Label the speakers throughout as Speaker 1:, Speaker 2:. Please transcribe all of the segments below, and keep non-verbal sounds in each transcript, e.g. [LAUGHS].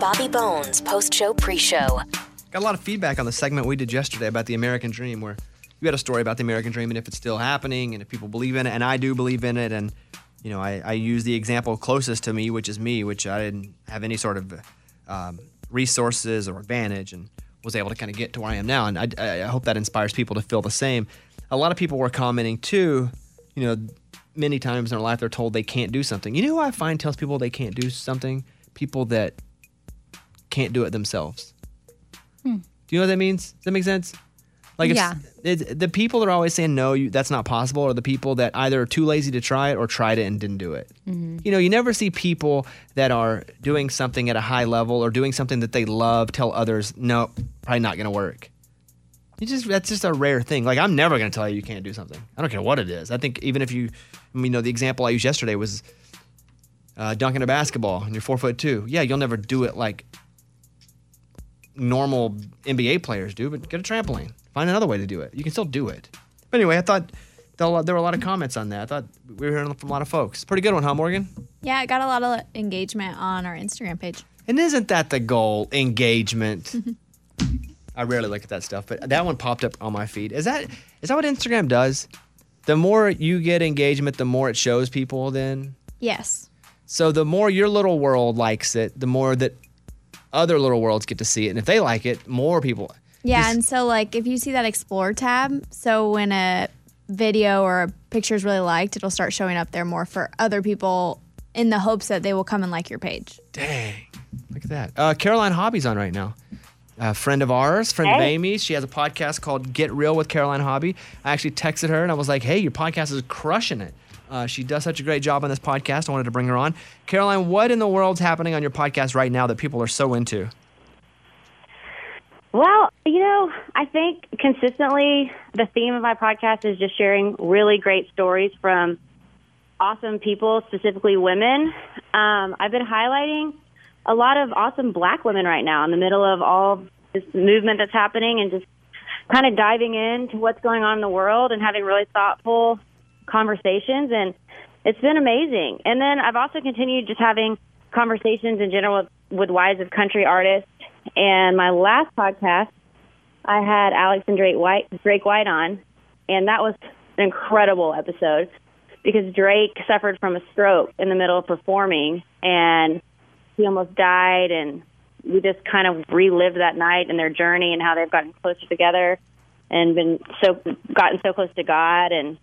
Speaker 1: Bobby Bones post show pre show.
Speaker 2: Got a lot of feedback on the segment we did yesterday about the American dream, where you had a story about the American dream and if it's still happening and if people believe in it. And I do believe in it. And, you know, I, I use the example closest to me, which is me, which I didn't have any sort of um, resources or advantage and was able to kind of get to where I am now. And I, I I hope that inspires people to feel the same. A lot of people were commenting too, you know, many times in their life they're told they can't do something. You know who I find tells people they can't do something? People that can't do it themselves.
Speaker 3: Hmm.
Speaker 2: Do you know what that means? Does that make sense? Like it's,
Speaker 3: Yeah.
Speaker 2: it's- the people that are always saying no, you, that's not possible, are the people that either are too lazy to try it or tried it and didn't do it.
Speaker 3: Mm-hmm.
Speaker 2: You know, you never see people that are doing something at a high level or doing something that they love tell others, no, probably not going to work. You just that's just a rare thing. Like I'm never going to tell you you can't do something. I don't care what it is. I think even if you, I mean, you know, the example I used yesterday was uh, dunking a basketball and you're four foot two. Yeah, you'll never do it like normal NBA players do, but get a trampoline. Find another way to do it. You can still do it. But anyway, I thought there were a lot- there were a lot of comments on that. I thought we were hearing from a lot of folks. Pretty good one, huh, Morgan?
Speaker 3: Yeah, it got a lot of engagement on our Instagram page.
Speaker 2: And isn't that the goal? Engagement. I rarely look at that stuff, but that one popped up on my feed. Is that is that what Instagram does? The more you get engagement, the more it shows people then.
Speaker 3: Yes.
Speaker 2: So the more your little world likes it, the more that other little worlds get to see it. And if they like it, more people.
Speaker 3: Yeah, and so like if you see that explore tab, so when a video or a picture is really liked, it'll start showing up there more for other people in the hopes that they will come and like your page.
Speaker 2: Dang. Look at that. Uh, Caroline Hobby's on right now. A friend of ours, friend of
Speaker 4: Hey.
Speaker 2: Amy's. She has a podcast called Get Real with Caroline Hobby. I actually texted her and I was like, hey, your podcast is crushing it. Uh, she does such a great job on this podcast. I wanted to bring her on. Caroline, what in the world's happening on your podcast right now that people are so into?
Speaker 4: Well, you know, I think consistently the theme of my podcast is just sharing really great stories from awesome people, specifically women. Um, I've been highlighting a lot of awesome black women right now in the middle of all this movement that's happening and just kind of diving into what's going on in the world and having really thoughtful conversations. And it's been amazing. And then I've also continued just having conversations in general with, with wives of country artists. And my last podcast, I had Alex and Drake White, Drake White on, and that was an incredible episode because Drake suffered from a stroke in the middle of performing and he almost died and we just kind of relived that night and their journey and how they've gotten closer together and been so gotten so close to God and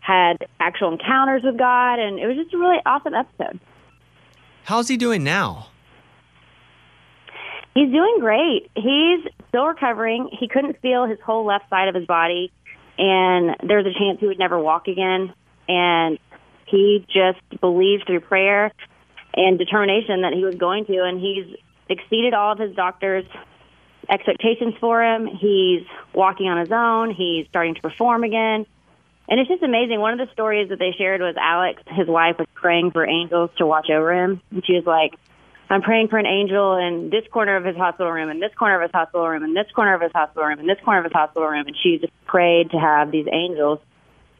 Speaker 4: had actual encounters with God and it was just a really awesome episode.
Speaker 2: How's he doing now?
Speaker 4: He's doing great. He's still recovering. He couldn't feel his whole left side of his body, and there's a chance he would never walk again. And he just believed through prayer and determination that he was going to, and he's exceeded all of his doctor's expectations for him. He's walking on his own. He's starting to perform again. And it's just amazing. One of the stories that they shared was Alex, his wife, was praying for angels to watch over him. And she was like, I'm praying for an angel in this corner of his hospital room, in this corner of his hospital room, in this corner of his hospital room, in this corner of his hospital room. And she just prayed to have these angels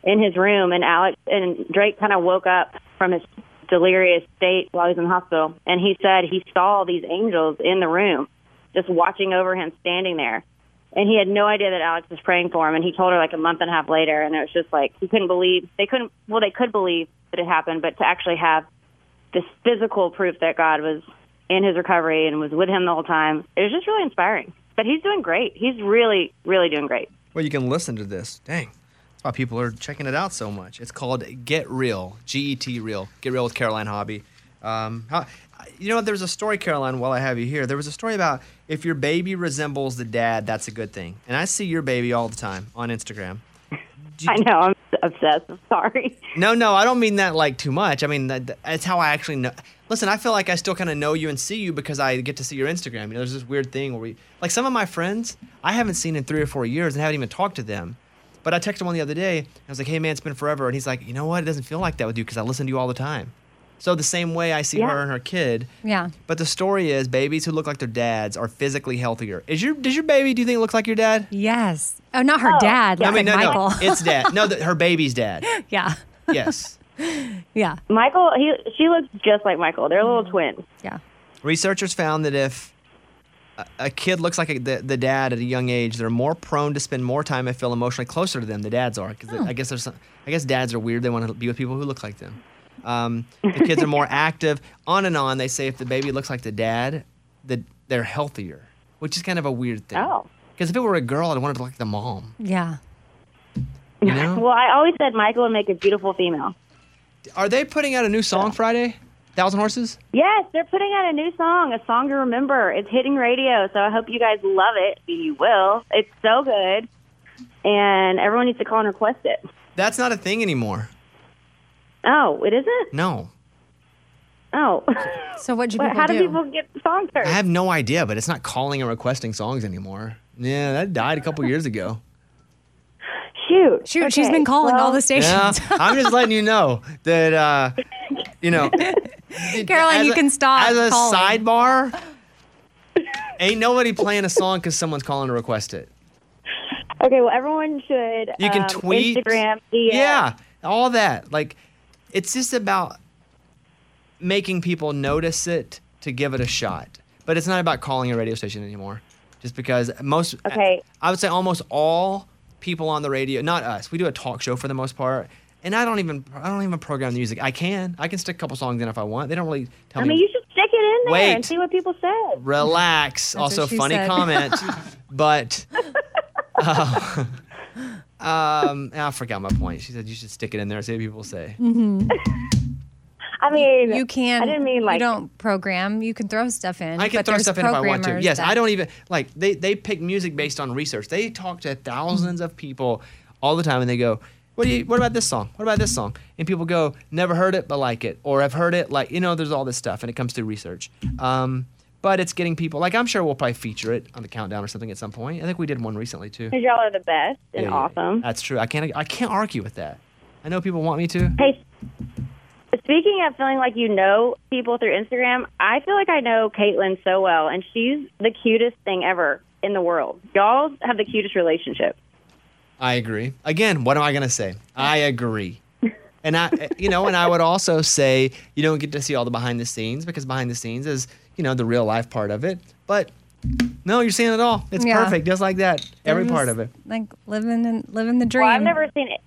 Speaker 4: in his room. And Alex and Drake kind of woke up from his delirious state while he was in the hospital. And he said he saw these angels in the room, just watching over him, standing there. And he had no idea that Alex was praying for him. And he told her like a month and a half later. And it was just like, he couldn't believe, they couldn't, well, they could believe that it happened, but to actually have this physical proof that God was in his recovery and was with him the whole time. It was just really inspiring. But he's doing great. He's really, really doing great.
Speaker 2: Well, you can listen to this. Dang. That's why people are checking it out so much. It's called Get Real, G E T Real. Get Real with Caroline Hobby. Um, how, you know, there's a story, Caroline, while I have you here. There was a story about if your baby resembles the dad, that's a good thing. And I see your baby all the time on Instagram.
Speaker 4: I know. I'm obsessed. I'm sorry.
Speaker 2: No, no, I don't mean that like too much. I mean that, that's how I actually know. Listen, I feel like I still kind of know you and see you because I get to see your Instagram. You know, there's this weird thing where we like some of my friends I haven't seen in three or four years and haven't even talked to them. But I texted one the other day. I was like, "Hey man, it's been forever," and he's like, "You know what? It doesn't feel like that with you because I listen to you all the time." So the same way I see
Speaker 4: Yeah.
Speaker 2: her and her kid.
Speaker 3: Yeah.
Speaker 2: But the story is, babies who look like their dads are physically healthier. Is your does your baby? Do you think look like your dad?
Speaker 5: Yes. Oh, not her
Speaker 4: Oh,
Speaker 5: dad.
Speaker 4: yeah.
Speaker 5: Looks
Speaker 4: I
Speaker 2: mean,
Speaker 5: like
Speaker 2: no,
Speaker 5: Michael.
Speaker 2: no, [LAUGHS] it's dad. No, the, her
Speaker 5: [LAUGHS]
Speaker 2: baby's dad.
Speaker 5: yeah.
Speaker 2: Yes.
Speaker 5: Yeah.
Speaker 4: Michael, he she looks just like Michael. They're little twins.
Speaker 5: Mm-hmm. Yeah.
Speaker 2: Researchers found that if a- a kid looks like a, the, the dad at a young age, they're more prone to spend more time and feel emotionally closer to them. The dads are because
Speaker 5: Oh.
Speaker 2: I guess there's some, I guess dads are weird. They want to be with people who look like them. Um, the kids
Speaker 5: [LAUGHS]
Speaker 2: are more active. On and on. They say if the baby looks like the dad, the, they're healthier, which is kind of a weird thing.
Speaker 4: Oh.
Speaker 2: Because if it were a girl, I'd want it to look like the mom.
Speaker 5: Yeah.
Speaker 2: You know?
Speaker 4: [LAUGHS] Well, I always said Michael would make a beautiful female.
Speaker 2: Are they putting out a new song Friday? Thousand Horses?
Speaker 4: Yes, they're putting out a new song, a song to remember. It's hitting radio, so I hope you guys love it. You will. It's so good. And everyone needs to call and request it.
Speaker 2: That's not a thing anymore.
Speaker 4: Oh, it isn't?
Speaker 2: No.
Speaker 4: Oh.
Speaker 5: So
Speaker 4: [LAUGHS]
Speaker 5: what'd you
Speaker 4: But
Speaker 5: people
Speaker 4: how do
Speaker 5: do?
Speaker 4: people get song
Speaker 2: I have no idea, but it's not calling and requesting songs anymore. Yeah, that died a couple years ago.
Speaker 4: Shoot.
Speaker 5: Shoot, she's
Speaker 4: Okay,
Speaker 5: been calling all
Speaker 4: well,
Speaker 5: the stations.
Speaker 2: Yeah, I'm just letting you know that, uh, you know.
Speaker 5: [LAUGHS] [LAUGHS] Caroline,
Speaker 2: as
Speaker 5: you
Speaker 2: a-
Speaker 5: can stop
Speaker 2: As a
Speaker 5: calling.
Speaker 2: sidebar, ain't nobody playing a song because someone's calling to request it.
Speaker 4: Okay, well, everyone should.
Speaker 2: You can
Speaker 4: um,
Speaker 2: tweet,
Speaker 4: Instagram. DM.
Speaker 2: yeah, all that. Like, it's just about making people notice it to give it a shot. But it's not about calling a radio station anymore, just because most.
Speaker 4: Okay.
Speaker 2: I would say almost all people on the radio, not us. We do a talk show for the most part, and I don't even I don't even program the music. I can I can stick a couple songs in if I want. They don't really tell
Speaker 4: I
Speaker 2: me.
Speaker 4: mean, you should stick it in there
Speaker 2: Wait.
Speaker 4: and see what people said.
Speaker 2: relax. also,
Speaker 5: what she
Speaker 2: funny
Speaker 5: said. [LAUGHS]
Speaker 2: comment, but uh, [LAUGHS] um, I forgot my point. She said you should stick it in there. See what people say.
Speaker 4: [LAUGHS] I mean,
Speaker 5: Mm-hmm. You can.
Speaker 4: I didn't mean like.
Speaker 5: you don't program. You can throw stuff in.
Speaker 2: I can
Speaker 5: but
Speaker 2: throw
Speaker 5: there's
Speaker 2: stuff in if I want to.
Speaker 5: programmers
Speaker 2: Yes,
Speaker 5: that-
Speaker 2: I don't even like they they pick music based on research. They talk to thousands of people all the time, and they go, "What do you? What about this song? What about this song?" And people go, "Never heard it, but like it," or "I've heard it, like you know." There's all this stuff, and it comes through research. Um, but it's getting people like I'm sure we'll probably feature it on the countdown or something at some point. I think we did one recently too.
Speaker 4: Because y'all are the best and
Speaker 2: Yeah, yeah,
Speaker 4: awesome.
Speaker 2: That's true. I can't I can't argue with that. I know people want me to.
Speaker 4: Hey, speaking of feeling like you know people through Instagram, I feel like I know Caitlin so well, and she's the cutest thing ever in the world. Y'all have the cutest relationship.
Speaker 2: I agree. Again, what am I going to say? I agree. And I, eh, you know, and I would also say you don't get to see all the behind the scenes because behind the scenes is, you know, the real life part of it. But no, you're seeing it all. It's
Speaker 5: Yeah.
Speaker 2: perfect, just like that. Every
Speaker 5: They're
Speaker 2: part
Speaker 5: just,
Speaker 2: of it.
Speaker 5: Like living and living the dream.
Speaker 4: Well, I've never seen it.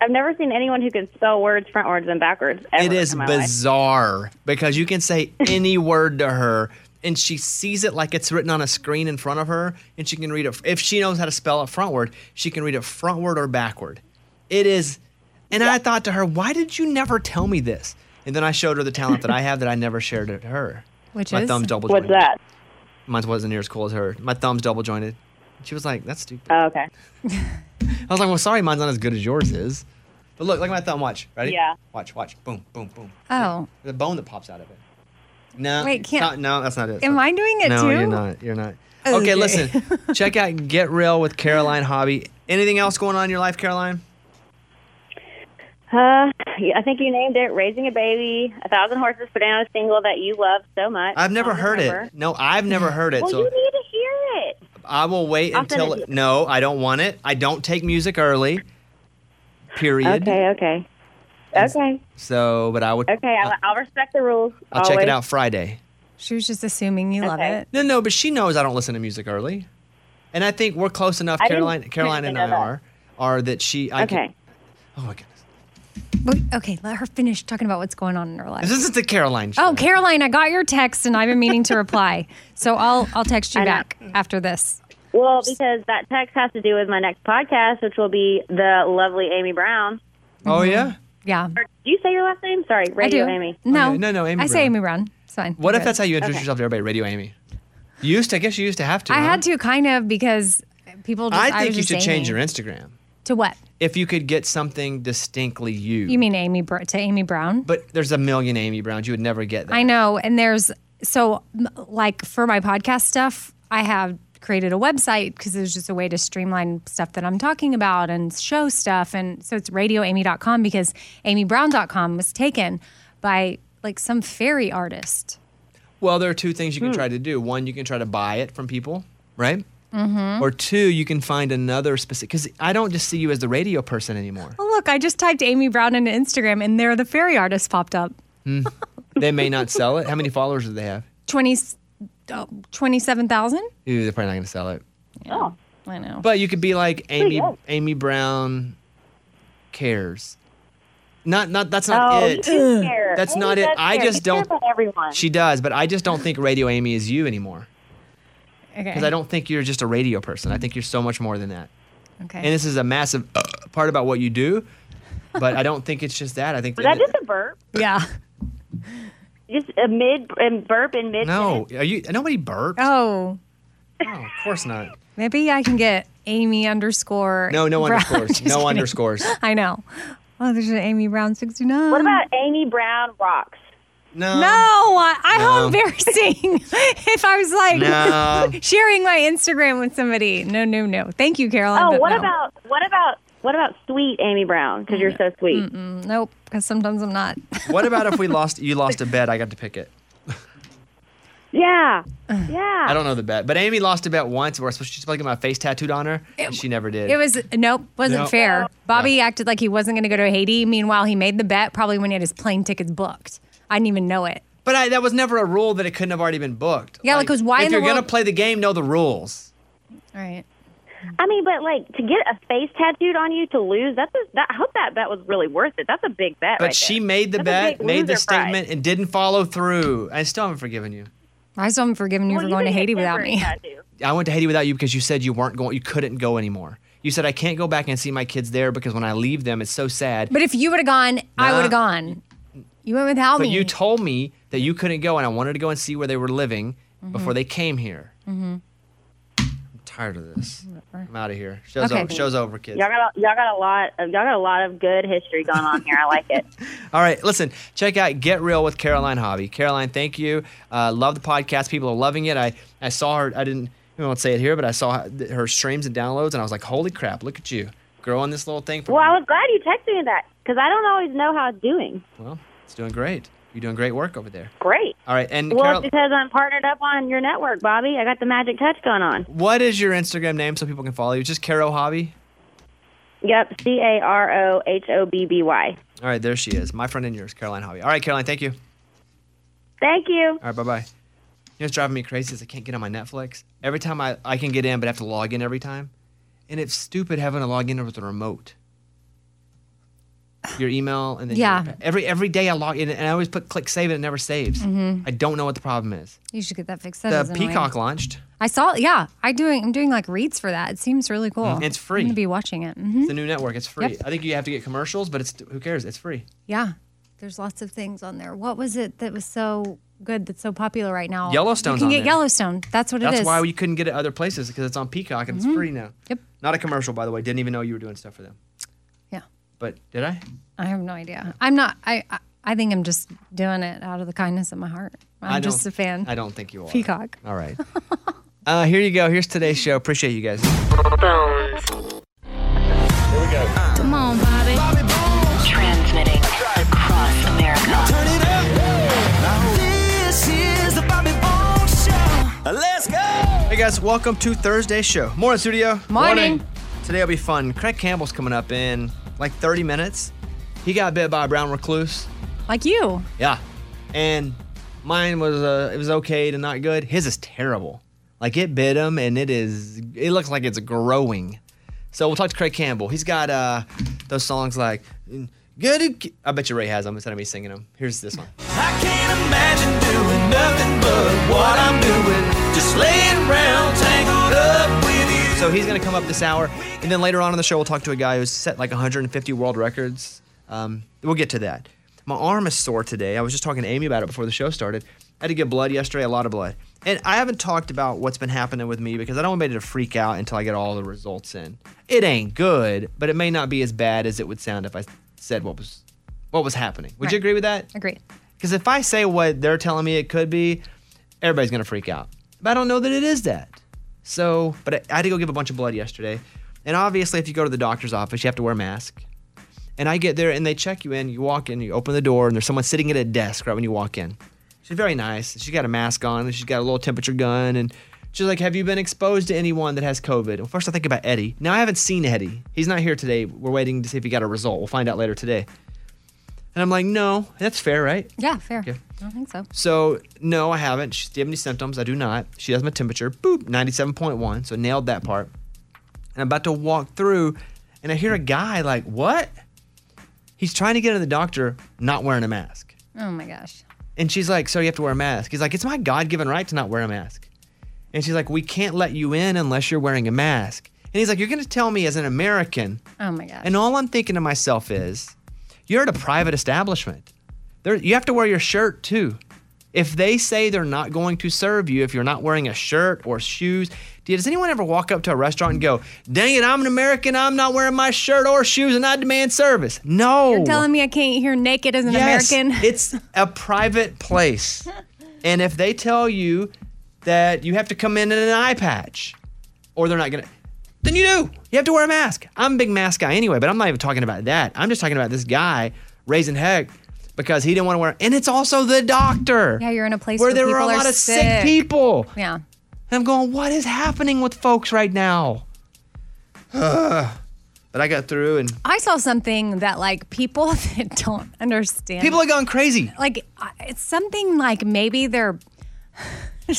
Speaker 4: I've never seen anyone who can spell words frontwards and backwards. Ever
Speaker 2: It is
Speaker 4: in my life.
Speaker 2: bizarre because you can say any [LAUGHS] word to her and she sees it like it's written on a screen in front of her and she can read it. If she knows how to spell it frontward, she can read it frontward or backward. It is. And I thought to her, why did you never tell me this? And then I showed her the talent that I have that I never shared to her.
Speaker 5: Which
Speaker 2: My
Speaker 5: is?
Speaker 2: thumb's double
Speaker 4: What's
Speaker 2: jointed.
Speaker 4: that?
Speaker 2: Mine wasn't near as cool as her. My thumb's double jointed. She was like, that's stupid.
Speaker 4: Oh, okay.
Speaker 2: I was like, well, sorry, mine's not as good as yours is. But look, look at my thumb. Watch. Ready?
Speaker 4: Yeah.
Speaker 2: Watch, watch. Boom, boom, boom.
Speaker 5: oh,
Speaker 2: The bone that pops out of it. No.
Speaker 5: Wait,
Speaker 2: it's
Speaker 5: can't-
Speaker 2: Not, no, that's not it.
Speaker 5: am I doing it
Speaker 2: no,
Speaker 5: too? Oh,
Speaker 2: you're not. You're not. Okay,
Speaker 5: Okay.
Speaker 2: listen.
Speaker 5: [LAUGHS]
Speaker 2: check out Get Real with Caroline Hobby. Anything else going on in your life, Caroline?
Speaker 4: Uh, yeah, I think you named it "Raising a Baby," "A Thousand Horses," putting out a single that you love so much.
Speaker 2: I've never
Speaker 4: I'll
Speaker 2: heard
Speaker 4: remember.
Speaker 2: it. No, I've never heard it.
Speaker 4: Well,
Speaker 2: so
Speaker 4: you need to hear it.
Speaker 2: I will wait
Speaker 4: I'll send
Speaker 2: until.
Speaker 4: it to you.
Speaker 2: no, I don't want it. I don't take music early. Period.
Speaker 4: Okay, okay, okay,
Speaker 2: So, but I would.
Speaker 4: okay. I'll, I'll respect the rules.
Speaker 2: I'll check it
Speaker 4: always.
Speaker 2: out Friday.
Speaker 5: She was just assuming you love
Speaker 4: Okay.
Speaker 5: it.
Speaker 2: No, no, but she knows I don't listen to music early, and I think we're close enough.
Speaker 4: I didn't
Speaker 2: Caroline, Caroline, and
Speaker 4: know
Speaker 2: I
Speaker 4: that.
Speaker 2: are are that she. I
Speaker 4: Okay.
Speaker 2: Can, oh my goodness.
Speaker 5: But, okay, let her finish talking about what's going on in her life.
Speaker 2: This is the Caroline show.
Speaker 5: Oh, Caroline, I got your text and I've been meaning to reply. So I'll I'll text you
Speaker 4: know.
Speaker 5: back after this.
Speaker 4: Well, because that text has to do with my next podcast, which will be the lovely Amy Brown.
Speaker 2: Oh, yeah?
Speaker 5: Yeah.
Speaker 4: Or, do you say your last name? Sorry,
Speaker 5: Mm-hmm. I
Speaker 4: Radio
Speaker 5: do.
Speaker 4: Amy.
Speaker 5: No.
Speaker 2: Okay, no, no, Amy
Speaker 5: I say
Speaker 2: Brown.
Speaker 5: Amy Brown. It's fine.
Speaker 2: What
Speaker 5: We're
Speaker 2: if
Speaker 5: good.
Speaker 2: that's how you introduce
Speaker 4: Okay.
Speaker 2: yourself to everybody? Radio Amy. You used to, I guess you used to have to.
Speaker 5: I
Speaker 2: huh?
Speaker 5: had to kind of because people just
Speaker 2: I think
Speaker 5: was
Speaker 2: you
Speaker 5: just
Speaker 2: should change
Speaker 5: Amy.
Speaker 2: your Instagram.
Speaker 5: To what?
Speaker 2: If you could get something distinctly you.
Speaker 5: You mean Amy Br- to Amy Brown?
Speaker 2: But there's a million Amy Browns. You would never get that.
Speaker 5: I know. And there's so m- like for my podcast stuff, I have created a website because it's just a way to streamline stuff that I'm talking about and show stuff. And so it's radioamy.com because amybrown.com was taken by like some fairy artist.
Speaker 2: Well, there are two things you
Speaker 5: Hmm.
Speaker 2: can try to do. One, you can try to buy it from people, right?
Speaker 5: Hmm?
Speaker 2: Mm-hmm. Or two, you can find another specific. Because I don't just see you as the radio
Speaker 5: [LAUGHS]
Speaker 2: person anymore.
Speaker 5: Oh, look, I just typed Amy Brown into Instagram and there the fairy artist popped up.
Speaker 2: they may not sell it. How many followers do they have?
Speaker 5: 20, oh, 27,000?
Speaker 2: Ooh, they're probably not going to sell it.
Speaker 4: Oh,
Speaker 5: I know.
Speaker 2: But you could be like Amy
Speaker 4: good.
Speaker 2: Amy Brown cares. Not not that's not
Speaker 4: oh, you
Speaker 2: it.
Speaker 4: do care.
Speaker 2: That's
Speaker 4: Amy
Speaker 2: not it.
Speaker 4: does
Speaker 2: I
Speaker 4: care.
Speaker 2: just
Speaker 4: You care
Speaker 2: don't-
Speaker 4: about everyone.
Speaker 2: She does, but I just don't think Radio Amy is you anymore.
Speaker 5: okay.
Speaker 2: Because I don't think you're just a radio person. I think you're so much more than that.
Speaker 5: okay.
Speaker 2: And this is a massive uh, part about what you do, but I don't think it's just that. I think
Speaker 4: Was that just a burp?
Speaker 5: yeah.
Speaker 4: Just a mid and burp in mid.
Speaker 2: no. Are you? Nobody burped.
Speaker 5: Oh,
Speaker 2: No, of course not.
Speaker 5: maybe I can get Amy underscore.
Speaker 2: No, no
Speaker 5: Brown. [LAUGHS]
Speaker 2: underscores.
Speaker 5: Just
Speaker 2: No
Speaker 5: kidding.
Speaker 2: underscores.
Speaker 5: [LAUGHS] I know. Oh, there's an Amy Brown 69.
Speaker 4: What about Amy Brown rocks?
Speaker 2: No.
Speaker 5: No, I, I how
Speaker 2: No.
Speaker 4: [LAUGHS]
Speaker 5: embarrassing [LAUGHS] if I was like
Speaker 2: No.
Speaker 5: [LAUGHS] sharing my Instagram with somebody. No, no, no. Thank you, Caroline.
Speaker 4: Oh,
Speaker 5: but
Speaker 4: what
Speaker 5: no.
Speaker 4: about what about what about sweet Amy Brown? Because you're so sweet.
Speaker 5: Nope, because sometimes I'm not.
Speaker 2: [LAUGHS]
Speaker 5: [LAUGHS]
Speaker 2: What about if we lost? You lost a bet. I got to pick it.
Speaker 5: [SIGHS]
Speaker 4: Yeah,
Speaker 2: I
Speaker 4: yeah.
Speaker 2: don't know the bet, but Amy lost a bet once where I was supposed- she's supposed to get my face tattooed on her. and she never did.
Speaker 5: It was nope, wasn't
Speaker 2: No.
Speaker 5: fair. Bobby acted like he wasn't going to go to Haiti. Meanwhile, he made the bet probably when he had his plane tickets booked. I didn't even know it.
Speaker 2: but I, that was never a rule that it couldn't have already been booked.
Speaker 5: Yeah, like, 'cause why
Speaker 2: If
Speaker 5: in the
Speaker 2: you're gonna
Speaker 5: world-
Speaker 2: play the game, know the rules.
Speaker 5: All Mm, right.
Speaker 4: I mean, but like to get a face tattooed on you to lose. That's a, that. I hope that bet was really worth it. That's a big bet.
Speaker 2: But
Speaker 4: right
Speaker 2: she
Speaker 4: there.
Speaker 2: made the
Speaker 4: That's a
Speaker 2: bet,
Speaker 4: big
Speaker 2: made the
Speaker 4: loser prize.
Speaker 2: statement, and didn't follow through. I still haven't forgiven you.
Speaker 5: I still haven't forgiven you
Speaker 4: Well,
Speaker 5: for
Speaker 4: you
Speaker 5: going to
Speaker 4: could get
Speaker 5: Haiti without
Speaker 4: temporary
Speaker 5: me.
Speaker 4: tattoo.
Speaker 2: I went to Haiti without you because you said you weren't going. You couldn't go anymore. You said I can't go back and see my kids there because when I leave them, it's so sad.
Speaker 5: But if you would have gone, I
Speaker 2: Nah.
Speaker 5: would have gone. You went without
Speaker 2: But
Speaker 5: me.
Speaker 2: you told me that you couldn't go, and I wanted to go and see where they were living before they came here. Mm-hmm. I'm tired of this. I'm out of here. Show's
Speaker 5: Okay.
Speaker 2: over. Show's over, kids.
Speaker 4: Y'all got a, y'all got a lot of y'all got a lot of good history going on here. I like
Speaker 2: [LAUGHS]
Speaker 4: it.
Speaker 2: All right, listen, check out Get Real with Caroline Hobby. Caroline, thank you. Uh, love the podcast. People are loving it. I, I saw her, I didn't, I won't say it here, but I saw her, her streams and downloads, and I was like, holy crap, look at you growing this little thing. From,
Speaker 4: Well, I was glad you texted me that because I don't always know how it's doing.
Speaker 2: Well, it's doing great. You're doing great work over there.
Speaker 4: Great.
Speaker 2: All right, and
Speaker 4: Well,
Speaker 2: Carol,
Speaker 4: it's because I'm partnered up on your network, Bobby. I got the magic touch going on.
Speaker 2: what is your Instagram name so people can follow you? Just Caro Hobby?
Speaker 4: Yep, C A R O H O B B Y.
Speaker 2: All right, there she is, my friend and yours, Caroline Hobby. All right, Caroline, thank you.
Speaker 4: Thank you.
Speaker 2: All right, bye bye. You know what's driving me crazy is I can't get on my Netflix. Every time I, I can get in, but I have to log in every time. And it's stupid having to log in with a remote. Your email and then your-
Speaker 5: Yeah.
Speaker 2: every every day I log in and I always put click save and it never saves. I don't know what the problem is.
Speaker 5: You should get that fixed. Mm-hmm. That is
Speaker 2: the
Speaker 5: annoying.
Speaker 2: Peacock launched.
Speaker 5: I saw. Yeah, I doing. I'm doing like reads for that. It seems really cool.
Speaker 2: Mm, It's free.
Speaker 5: I'm gonna be watching it. hmm
Speaker 2: It's the new network. It's free.
Speaker 5: Yep.
Speaker 2: I think you have to get commercials, but it's who cares? It's free.
Speaker 5: Yeah, there's lots of things on there. What was it that was so good that's so popular right now?
Speaker 2: Yellowstone's
Speaker 5: You can
Speaker 2: on
Speaker 5: get
Speaker 2: there.
Speaker 5: Yellowstone. That's what it
Speaker 2: That's
Speaker 5: is. Mm-hmm.
Speaker 2: why you couldn't get it other places because it's on Peacock and it's free now.
Speaker 5: Yep.
Speaker 2: Not a commercial, by the way. Didn't even know you were doing stuff for them.
Speaker 5: yeah,
Speaker 2: But did I?
Speaker 5: I have no idea. I'm not. I, I I think I'm just doing it out of the kindness of my heart. I'm
Speaker 2: I
Speaker 5: just
Speaker 2: don't-
Speaker 5: a fan.
Speaker 2: I don't think you are.
Speaker 5: Peacock. [LAUGHS]
Speaker 2: All right. uh, here you go. Here's today's show. Appreciate you guys.
Speaker 1: Bones.
Speaker 6: Come on, Bobby.
Speaker 1: Transmitting across America.
Speaker 7: This is the Bobby Bones Show. Let's go.
Speaker 2: Hey guys, welcome to Thursday's show. Morning, studio.
Speaker 5: Morning.
Speaker 2: Today will be fun. Craig Campbell's coming up in like 30 minutes. He got bit by a brown recluse.
Speaker 5: Like you.
Speaker 2: Yeah. And mine was uh, it was okay to not good. His is terrible. Like it bit him and it is it looks like it's growing. So we'll talk to Craig Campbell. He's got uh those songs like Good Ki-" I bet you Ray has them instead of me singing them. Here's this one.
Speaker 7: I can't imagine doing nothing but what I'm doing. Just laying around, tangled up with you.
Speaker 2: So he's going to come up this hour. And then later on in the show, we'll talk to a guy who's set like 150 world records. Um, we'll get to that. My arm is sore today. I was just talking to Amy about it before the show started. I had to give blood yesterday, a lot of blood. And I haven't talked about what's been happening with me because I don't want anybody to freak out until I get all the results in. It ain't good, but it may not be as bad as it would sound if I said what was what was happening. Would you
Speaker 5: Right.
Speaker 2: agree with that?
Speaker 5: Agree.
Speaker 2: Because if I say what they're telling me it could be, everybody's going to freak out. But I don't know that it is that. So, but I, I had to go give a bunch of blood yesterday. And obviously, if you go to the doctor's office, you have to wear a mask. And I get there and they check you in. You walk in, you open the door, and there's someone sitting at a desk right when you walk in. She's very nice. She's got a mask on and she's got a little temperature gun. And she's like, Have you been exposed to anyone that has COVID? Well, first I think about Eddie. Now, I haven't seen Eddie. He's not here today. We're waiting to see if he got a result. We'll find out later today. And I'm like, no, that's fair, right?
Speaker 5: Yeah, fair. I don't think so.
Speaker 2: So no, I haven't. She do you have any symptoms? I do not. She has my temperature. Boop, ninety-seven point one. So nailed that part. And I'm about to walk through, and I hear a guy like, "What?" He's trying to get to the doctor, not wearing a mask.
Speaker 5: Oh my gosh.
Speaker 2: And she's like, "So you have to wear a mask?" He's like, "It's my God-given right to not wear a mask." And she's like, "We can't let you in unless you're wearing a mask." And he's like, "You're going to tell me as an American
Speaker 5: Oh my gosh.
Speaker 2: and all I'm thinking to myself is, you're at a private establishment. There, you have to wear your shirt too. If they say they're not going to serve you if you're not wearing a shirt or shoes, do- does anyone ever walk up to a restaurant and go, "Dang it, I'm an American. I'm not wearing my shirt or shoes, and I demand service"? No,
Speaker 5: You're telling me I can't eat here naked as an
Speaker 2: Yes,
Speaker 5: American? [LAUGHS]
Speaker 2: it's a private place. and if they tell you that you have to come in in an eye patch or they're not going to, then you do. You have to wear a mask. I'm a big mask guy anyway, but I'm not even talking about that. I'm just talking about this guy raising heck because he didn't want to wear, and it's also the doctor.
Speaker 5: Yeah, you're in a place
Speaker 2: where
Speaker 5: where
Speaker 2: there were a
Speaker 5: people are
Speaker 2: lot of sick
Speaker 5: sick.
Speaker 2: people.
Speaker 5: yeah.
Speaker 2: And I'm going, what is happening with folks right now? [SIGHS] but I got through, and
Speaker 5: I saw something that like people [LAUGHS] that don't understand.
Speaker 2: people are going crazy.
Speaker 5: like I- it's something like maybe they're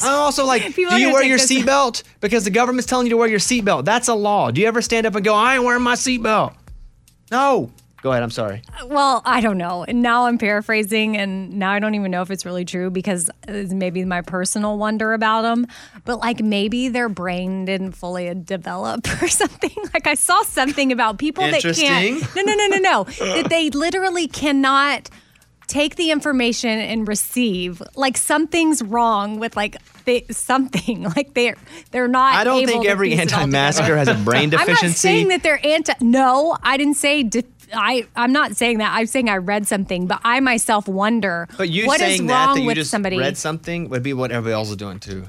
Speaker 2: I'm also Oh, like, do
Speaker 5: [LAUGHS] People are
Speaker 2: you
Speaker 5: gonna
Speaker 2: wear
Speaker 5: take
Speaker 2: your
Speaker 5: this-
Speaker 2: seatbelt? Because the government's telling you to wear your seatbelt. That's a law. Do you ever stand up and go, I ain't wearing my seatbelt? No. Go ahead. I'm sorry.
Speaker 5: well, I don't know. And now I'm paraphrasing, and now I don't even know if it's really true because it's maybe my personal wonder about them. But like maybe their brain didn't fully develop [LAUGHS] or something. Like I saw something about people that
Speaker 2: Interesting.
Speaker 5: can't. No, no, no, no, no. that they literally cannot take the information and receive. Like something's wrong with like they, something. [LAUGHS] Like they're they're not.
Speaker 2: I don't
Speaker 5: able
Speaker 2: think
Speaker 5: to
Speaker 2: every
Speaker 5: piece it all together.
Speaker 2: anti-masker has a brain deficiency.
Speaker 5: I'm not saying that they're anti. No, I didn't say. De- I I'm not saying that. I'm saying I read something, but I myself wonder.
Speaker 2: but you
Speaker 5: what is
Speaker 2: saying
Speaker 5: wrong
Speaker 2: that, that you
Speaker 5: with
Speaker 2: just
Speaker 5: somebody?
Speaker 2: read something would be what everybody else is doing too.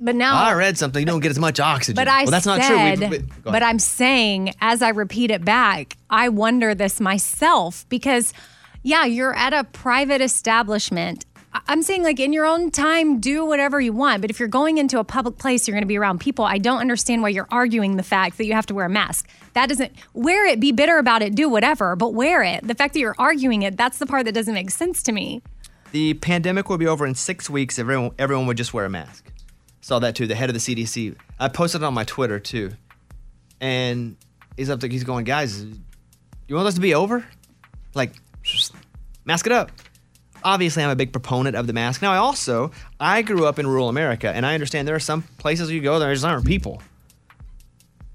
Speaker 5: but now
Speaker 2: I read something. You don't get as much oxygen.
Speaker 5: But I
Speaker 2: well, that's
Speaker 5: said,
Speaker 2: not true. We- we- go
Speaker 5: but
Speaker 2: ahead.
Speaker 5: I'm saying as I repeat it back, I wonder this myself because, yeah, you're at a private establishment. I- I'm saying like in your own time, do whatever you want. But if you're going into a public place, you're going to be around people. I don't understand why you're arguing the fact that you have to wear a mask. That doesn't wear it. Be bitter about it. Do whatever, but wear it. The fact that you're arguing it, that's the part that doesn't make sense to me.
Speaker 2: the pandemic will be over in six weeks. if Everyone, everyone would just wear a mask. Saw that too. The head of the CDC. I posted it on my Twitter too, and he's up there. He's going, guys, you want this to be over? Like, mask it up. Obviously, I'm a big proponent of the mask. Now, I also I grew up in rural America, and I understand there are some places you go there just aren't people.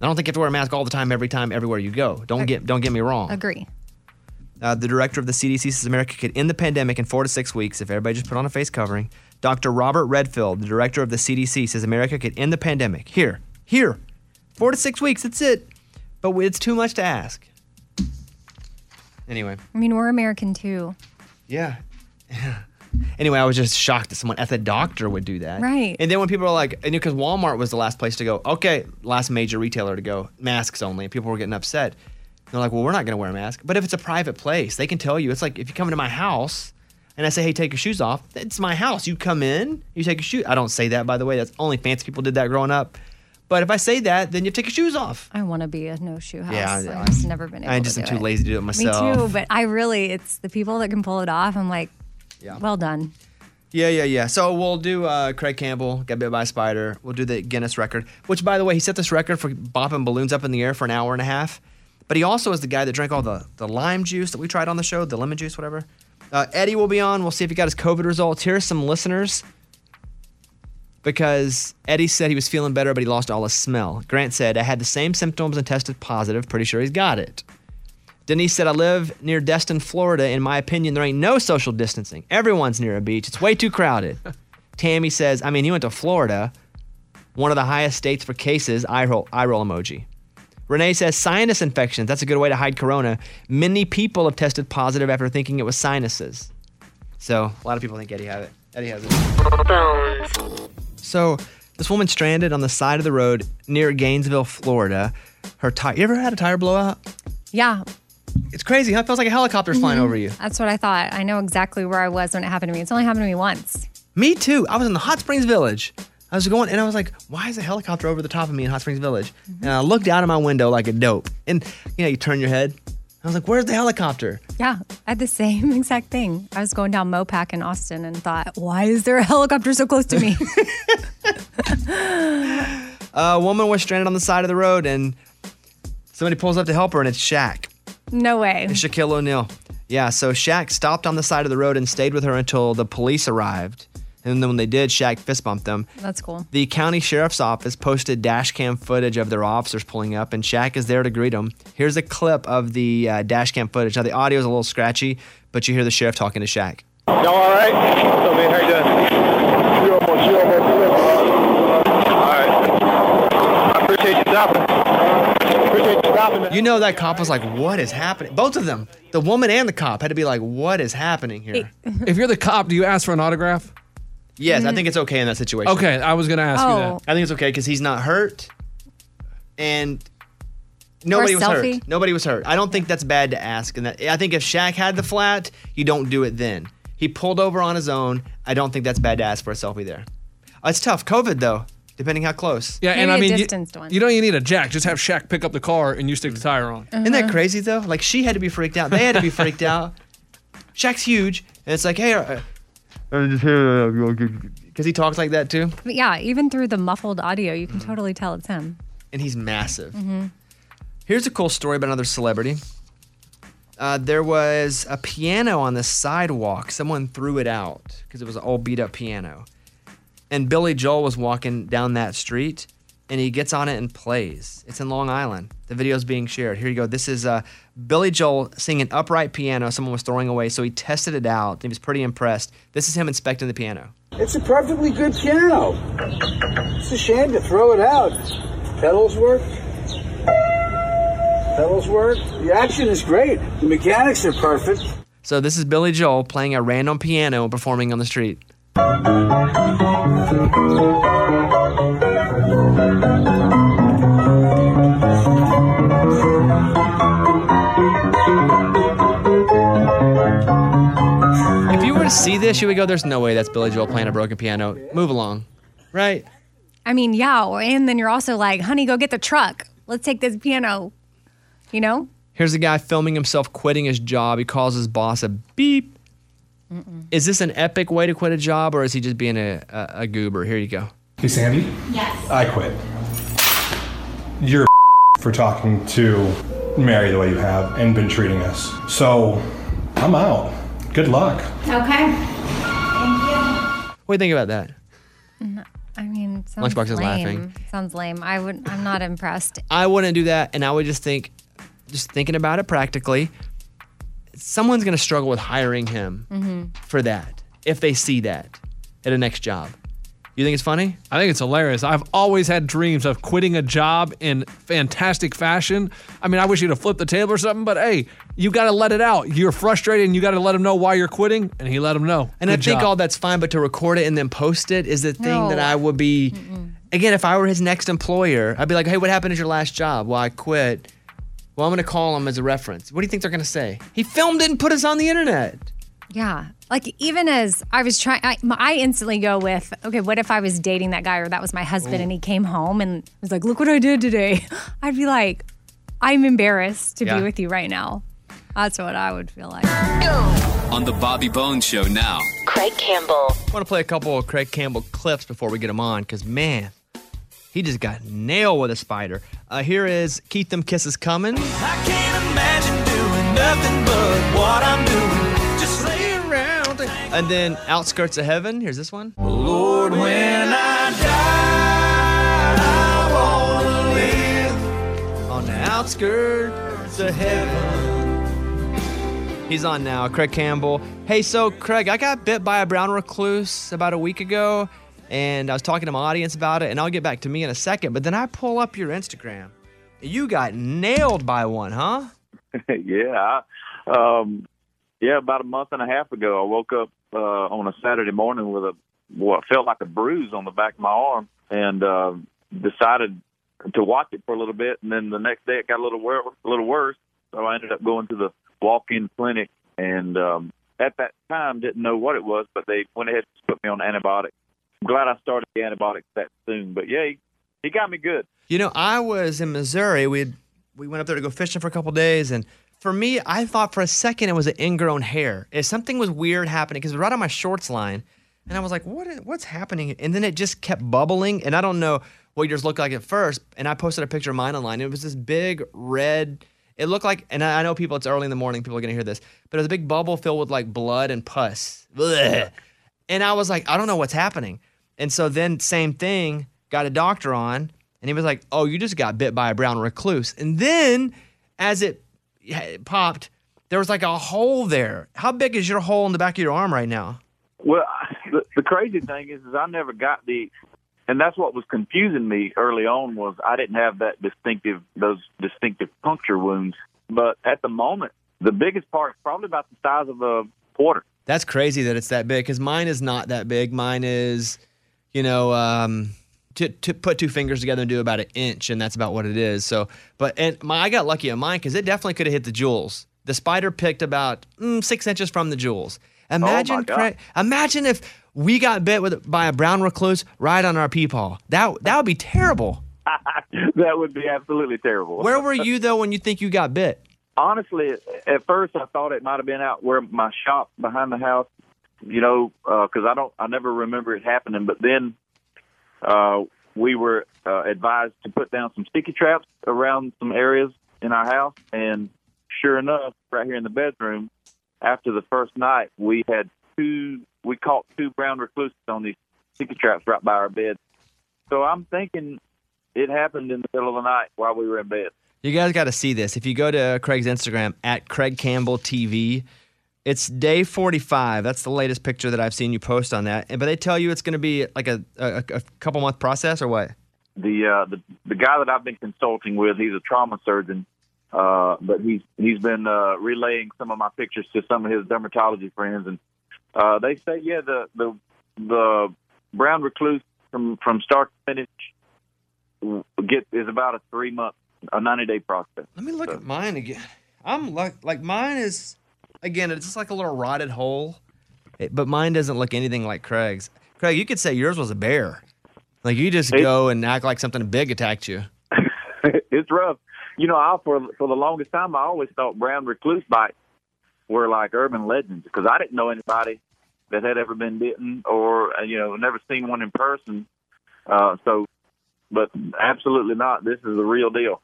Speaker 2: I don't think you have to wear a mask all the time, every time, everywhere you go. Don't get don't get me wrong.
Speaker 5: Agree.
Speaker 2: Uh, the director of the CDC says America could end the pandemic in four to six weeks if everybody just put on a face covering. Dr. Robert Redfield, the director of the CDC, says America could end the pandemic here, here, four to six weeks. That's it. But we- it's too much to ask. Anyway,
Speaker 5: I mean, we're American too.
Speaker 2: yeah. [LAUGHS] anyway, I was just shocked that someone at the doctor would do that.
Speaker 5: Right.
Speaker 2: And then when people are like, and because Walmart was the last place to go, okay, last major retailer to go, masks only, and people were getting upset. They're like, well, we're not going to wear a mask. But if it's a private place, they can tell you. It's like if you come into my house and I say, hey, take your shoes off, it's my house. You come in, you take your shoe. I don't say that, by the way. That's only fancy people did that growing up. But if I say that, then you take your shoes off.
Speaker 5: I want to be a no shoe house.
Speaker 2: Yeah,
Speaker 5: I've
Speaker 2: I-
Speaker 5: just never been able
Speaker 2: I
Speaker 5: to
Speaker 2: just
Speaker 5: do
Speaker 2: am too
Speaker 5: it.
Speaker 2: lazy to do it
Speaker 5: Me
Speaker 2: myself.
Speaker 5: too, but I really, it's the people that can pull it off. I'm like,
Speaker 2: Yeah.
Speaker 5: well done.
Speaker 2: Yeah, yeah, yeah. So we'll do uh, Craig Campbell, Got Bit by a Spider. We'll do the Guinness record, which, by the way, he set this record for bopping balloons up in the air for an hour and a half. But he also is the guy that drank all the, the lime juice that we tried on the show, the lemon juice, whatever. Uh, Eddie will be on. We'll see if he got his COVID results. Here's some listeners because Eddie said he was feeling better, but he lost all his smell. Grant said, I had the same symptoms and tested positive. Pretty sure he's got it. Denise said, I live near Destin, Florida. In my opinion, there ain't no social distancing. Everyone's near a beach. It's way too crowded. Tammy says, I mean, you went to Florida, one of the highest states for cases. Eye roll, eye roll emoji. Renee says, sinus infections. That's a good way to hide corona. Many people have tested positive after thinking it was sinuses. So a lot of people think Eddie have it. Eddie has it.
Speaker 1: Bones.
Speaker 2: So this woman stranded on the side of the road near Gainesville, Florida. Her tire. You ever had a tire blow out?
Speaker 5: Yeah,
Speaker 2: It's crazy. Huh? It feels like a helicopter's flying over you.
Speaker 5: that's what I thought. I know exactly where I was when it happened to me. It's only happened to me once.
Speaker 2: Me too. I was in the Hot Springs Village. I was going and I was like, why is a helicopter over the top of me in Hot Springs Village? And I looked out of my window like a dope. And you know, you turn your head. I was like, where's the helicopter?
Speaker 5: Yeah, I had the same [LAUGHS] exact thing. I was going down Mopac in Austin and thought, why is there a helicopter so close to
Speaker 2: [LAUGHS]
Speaker 5: me? [LAUGHS]
Speaker 2: A woman was stranded on the side of the road and somebody pulls up to help her and it's Shaq.
Speaker 5: no way.
Speaker 2: It's Shaquille O'Neal. Yeah, so Shaq stopped on the side of the road and stayed with her until the police arrived. And then when they did, Shaq fist bumped them.
Speaker 5: [LAUGHS] That's cool.
Speaker 2: The county sheriff's office posted dash cam footage of their officers pulling up, and Shaq is there to greet them. Here's a clip of the uh, dash cam footage. Now, the audio is a little scratchy, but you hear the sheriff talking to Shaq.
Speaker 6: Y'all all right? What's up, man? How you doing? You almost, you almost All right. I appreciate you stopping. Appreciate you stopping, man.
Speaker 2: You know, that cop was like, What is happening? Both of them, the woman and the cop, had to be like, What is happening here?
Speaker 8: [LAUGHS] If you're the cop, do you ask for an autograph?
Speaker 2: yes, I think it's okay in that situation.
Speaker 8: Okay, I was gonna ask
Speaker 5: Mm. Oh,
Speaker 8: you
Speaker 2: I think it's okay because he's not hurt, and nobody was
Speaker 5: selfie.
Speaker 2: hurt. Nobody was hurt. I don't think that's bad to ask. And that, I think if Shaq had the flat, you don't do it then. He pulled over on his own. I don't think that's bad to ask for a selfie there. Uh, it's tough. COVID though, depending how close.
Speaker 8: that. Yeah, and
Speaker 5: Maybe
Speaker 8: I
Speaker 5: a
Speaker 8: mean,
Speaker 5: distanced
Speaker 8: you,
Speaker 5: one.
Speaker 8: you don't even need a jack. Just have Shaq pick up the car and you stick the tire on.
Speaker 2: Isn't
Speaker 5: Uh-huh.
Speaker 2: that crazy though? Like she had to be freaked out. They had to be [LAUGHS] freaked out. Shaq's huge, and it's like, hey, uh, because he talks like that too,
Speaker 5: but yeah, even through the muffled audio, you
Speaker 2: Mm-hmm.
Speaker 5: can totally tell it's him. Mm-hmm.
Speaker 2: and he's massive. Here's a cool story about another celebrity. uh, there was a piano on the sidewalk. Someone threw it out because it was an old beat up piano. And Billy Joel was walking down that street and he gets on it and plays. It's in Long Island. The video's being shared. Here you go. This is uh, Billy Joel singing upright piano someone was throwing away. So he tested it out. He was pretty impressed. This is him inspecting the piano.
Speaker 9: It's a perfectly good piano. It's a shame to throw it out. Pedals work. Pedals work. The action is great. The mechanics are perfect.
Speaker 2: So this is Billy Joel playing a random piano and performing on the street. If you were to see this, you would go, "There's no way that's Billy Joel playing a broken piano." Move along, right?
Speaker 5: I mean, yeah, or, and then you're also like, honey, go get the truck. Let's take this piano. You know?
Speaker 2: Here's a guy filming himself quitting his job. He calls his boss a beep. Is this an epic way to quit a job, or is he just being a, a, a goober? Here you go.
Speaker 10: Hey, Sandy? Yes. I quit. You're [LAUGHS] for talking to Mary the way you have and been treating us. So, I'm out. Good luck.
Speaker 2: What do you think about that?
Speaker 5: I mean, it sounds
Speaker 2: Lunchbox
Speaker 5: lame.
Speaker 2: is laughing.
Speaker 5: Sounds lame. I would. I'm not impressed.
Speaker 2: I wouldn't do that, and I would just think, just thinking about it practically, someone's gonna struggle with hiring him for that if they see that at a next job. You think it's funny?
Speaker 8: I think it's hilarious. I've always had dreams of quitting a job in fantastic fashion. I mean, I wish you'd have flipped the table or something, but hey, you got to let it out. You're frustrated and you got to let him know why you're quitting, and he let him know.
Speaker 2: And I
Speaker 8: Good
Speaker 2: think
Speaker 8: job.
Speaker 2: all that's fine, but to record it and then post it is the thing that
Speaker 5: No.
Speaker 2: I would be. Again, if I were his next employer, I'd be like, "Hey, what happened at your last job? Well, I quit. Well, I'm gonna call him as a reference. What do you think they're gonna say? He filmed it and put us on the internet.
Speaker 5: Yeah. Like even as I was trying, I, my- I instantly go with, okay, what if I was dating that guy or that was my husband and he came home and was like, look what I did today. [LAUGHS] I'd be like, I'm embarrassed to
Speaker 2: Yeah.
Speaker 5: be with you right now. That's what I would feel like. Uh-huh.
Speaker 11: On the Bobby Bones Show now.
Speaker 1: Craig Campbell.
Speaker 2: I want to play a couple of Craig Campbell clips before we get him on because, man, he just got nailed with a spider. Uh, here is Keep Them Kisses Coming.
Speaker 7: I can't imagine doing nothing but what I'm doing. Just laying around.
Speaker 2: And then Outskirts of Heaven. Here's this one.
Speaker 7: Lord, when I die, I wanna live.
Speaker 2: On the Outskirts of Heaven. He's on now, Craig Campbell. Hey, so, Craig, I got bit by a brown recluse about a week ago, and I was talking to my audience about it, and I'll get back to me in a second. But then I pull up your Instagram. You got nailed by one, huh?
Speaker 6: [LAUGHS] yeah. I, um, yeah, about a month and a half ago, I woke up uh, on a Saturday morning with a what felt like a bruise on the back of my arm, and uh, decided to watch it for a little bit. And then the next day, it got a little wor- a little worse, so I ended up going to the walk-in clinic. And um, at that time, didn't know what it was, but they went ahead and put me on antibiotics. I'm glad I started the antibiotics that soon. But yeah, he, he got me good.
Speaker 2: You know, I was in Missouri. We we went up there to go fishing for a couple days, and for me, I thought for a second it was an ingrown hair. If something was weird happening because right on my shorts line, and I was like, "What? Is, what's happening?" And then it just kept bubbling, and I don't know what yours looked like at first. And I posted a picture of mine online. It was this big red. It looked like, and I I know people. It's early in the morning. People are gonna hear this, but it was a big bubble filled with like blood and pus. Blech. And I was like, I don't know what's happening. And so then, same thing, got a doctor on, and he was like, Oh, you just got bit by a brown recluse. And then, as it ha- popped, there was like a hole there. How big is your hole in the back of your arm right now?
Speaker 6: Well, [LAUGHS] the, the crazy thing is, is I never got the, and that's what was confusing me early on was I didn't have that distinctive those distinctive puncture wounds. But at the moment, the biggest part is probably about the size of a quarter. [LAUGHS]
Speaker 2: That's crazy that it's that big because mine is not that big. Mine is, you know, um, to, to put two fingers together and do about an inch, and that's about what it is. So, but and my, I got lucky on mine because it definitely could have hit the jewels. The spider picked about mm, six inches from the jewels. Imagine,
Speaker 6: God.
Speaker 2: cra- imagine if we got bit with by a brown recluse right on our peepaw. That that would be terrible.
Speaker 6: that would be absolutely terrible.
Speaker 2: Where were you though when you think you got bit?
Speaker 6: honestly, at first I thought it might have been out where my shop behind the house, you know, because I don't, I never remember it happening. But then uh, we were uh, advised to put down some sticky traps around some areas in our house, and sure enough, right here in the bedroom, after the first night, we had two, we caught two brown recluses on these sticky traps right by our bed. So I'm thinking it happened in the middle of the night while we were in bed.
Speaker 2: You guys got to see this. If you go to Craig's Instagram at Craig Campbell TV, it's day 45. That's the latest picture that I've seen you post on that. And but they tell you it's going to be like a, a a couple month process or what?
Speaker 6: the uh, the the guy that I've been consulting with, he's a trauma surgeon, uh, but he's he's been uh, relaying some of my pictures to some of his dermatology friends, and uh, they say yeah, the the the brown recluse from from start to finish w- get is about a three month a ninety day process.
Speaker 2: Let me look at mine again. I'm like like mine is again. It's just like a little rotted hole, It- but mine doesn't look anything like Craig's. Craig, you could say yours was a bear. Like you just go and act like something big attacked you.
Speaker 6: [LAUGHS] it's rough. You know, I for for the longest time I always thought brown recluse bites were like urban legends because I didn't know anybody that had ever been bitten or uh, you know never seen one in person. Uh, so, but absolutely not. This is the real deal.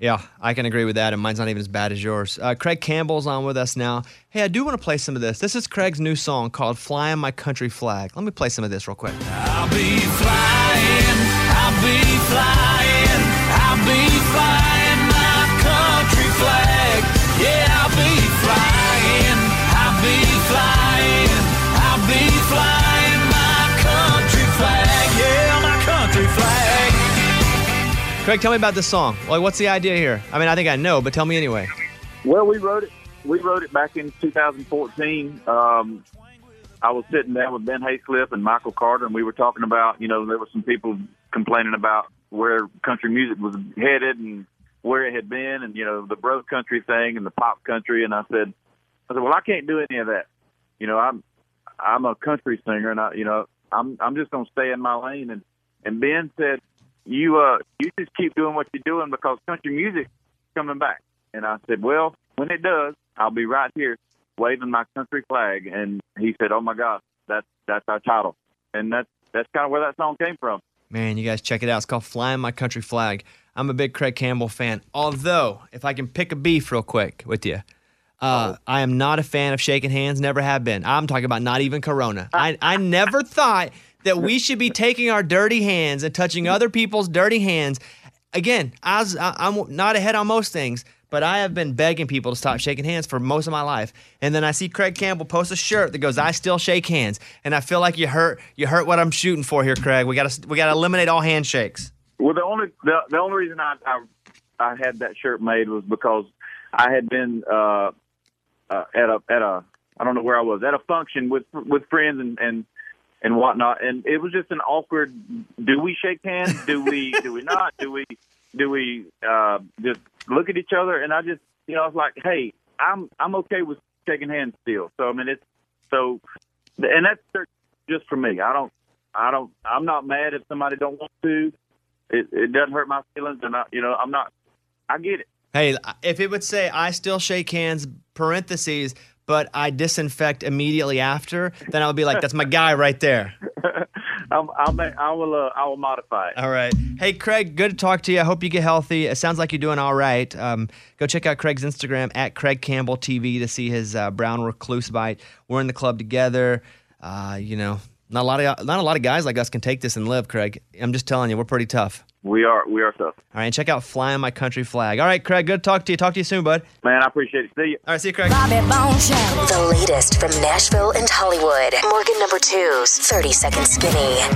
Speaker 2: Yeah, I can agree with that, and mine's not even as bad as yours. Uh, Craig Campbell's on with us now. Hey, I do want to play some of this. This is Craig's new song called "Flying My Country Flag." Let me play some of this real quick.
Speaker 7: I'll be flying, I'll be flying, I'll be flying my country flag. Yeah, I'll be flying, I'll be flying, I'll be flying my country flag. Yeah, my country flag.
Speaker 2: Craig, tell me about this song. Like, what's the idea here? I mean, I think I know, but tell me anyway.
Speaker 6: Well, we wrote it. We wrote it back in 2014. Um, I was sitting down with Ben Haycliffe and Michael Carter, and we were talking about, you know, there were some people complaining about where country music was headed and where it had been, and you know, the bro country thing and the pop country. And I said, I said, well, I can't do any of that. You know, I'm I'm a country singer, and I, you know, I'm I'm just gonna stay in my lane. And and Ben said, you uh, you just keep doing what you're doing because country music coming back. And I said, Well, when it does, I'll be right here waving my country flag. And he said, Oh my God, that's that's our title. And that's that's kind of where that song came from.
Speaker 2: Man, you guys check it out. It's called Flying My Country Flag. I'm a big Craig Campbell fan. Although, if I can pick a beef real quick with you, uh, I am not a fan of shaking hands, never have been. I'm talking about not even Corona. I, I never thought that we should be taking our dirty hands and touching other people's dirty hands. Again, I was, I, I'm not ahead on most things, but I have been begging people to stop shaking hands for most of my life. And then I see Craig Campbell post a shirt that goes, "I still shake hands," and I feel like you hurt you hurt what I'm shooting for here, Craig. We gotta we gotta eliminate all handshakes.
Speaker 6: Well, the only the, the only reason I, I I had that shirt made was because I had been uh, uh, at a at a I don't know where I was at a function with with friends and and and whatnot, and it was just an awkward. Do we shake hands? Do we do we not? Do we do we uh, just look at each other? And I just you know I was like, hey, I'm I'm okay with shaking hands still. So I mean it's so, and that's just for me. I don't I don't I'm not mad if somebody don't want to it, it doesn't hurt my feelings, and I, you know, I'm not. I get it.
Speaker 2: Hey, if it would say I still shake hands parentheses, but I disinfect immediately after, then I would be like, that's my guy right there.
Speaker 6: I'm, I'll make, I will. Uh, I will modify it.
Speaker 2: All right. Hey, Craig, good to talk to you. I hope you get healthy. It sounds like you're doing all right. Um, go check out Craig's Instagram at Craig Campbell TV to see his uh, brown recluse bite. We're in the club together. Uh, you know, not a lot of not a lot of guys like us can take this and live, Craig. I'm just telling you, we're pretty tough.
Speaker 6: We are. We are tough,
Speaker 2: All right, and check out Flying My Country Flag. All right, Craig, good to talk to you. Talk to you soon, bud.
Speaker 6: man. I appreciate it. See you.
Speaker 2: All right, see you, Craig.
Speaker 1: Bobby Bones Show. The latest from Nashville and Hollywood. Morgan number two's 30 Second Skinny.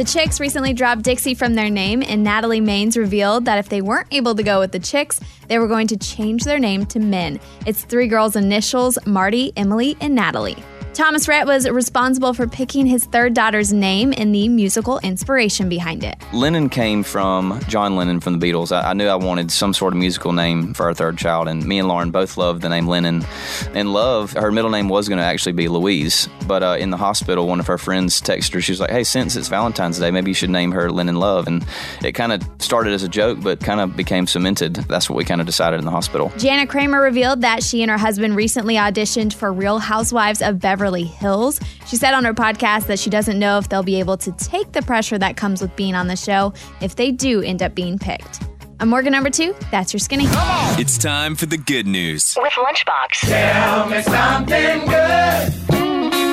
Speaker 3: The Chicks recently dropped Dixie from their name, and Natalie Maines revealed that if they weren't able to go with the Chicks, they were going to change their name to Men. It's three girls' initials Marty, Emily, and Natalie. Thomas Rhett was responsible for picking his third daughter's name and the musical inspiration behind it.
Speaker 12: Lennon came from John Lennon from the Beatles. I, I knew I wanted some sort of musical name for our third child, and me and Lauren both loved the name Lennon. And love, her middle name was going to actually be Louise, but uh, in the hospital, one of her friends texted her. She was like, "Hey, since it's Valentine's Day, maybe you should name her Lennon Love." And it kind of started as a joke, but kind of became cemented. That's what we kind of decided in the hospital.
Speaker 3: Jana Kramer revealed that she and her husband recently auditioned for Real Housewives of Beverly Hills. She said on her podcast that she doesn't know if they'll be able to take the pressure that comes with being on the show if they do end up being picked. I'm Morgan number two. That's your skinny.
Speaker 11: It's time for the good news.
Speaker 1: With Lunchbox.
Speaker 7: Tell me something good.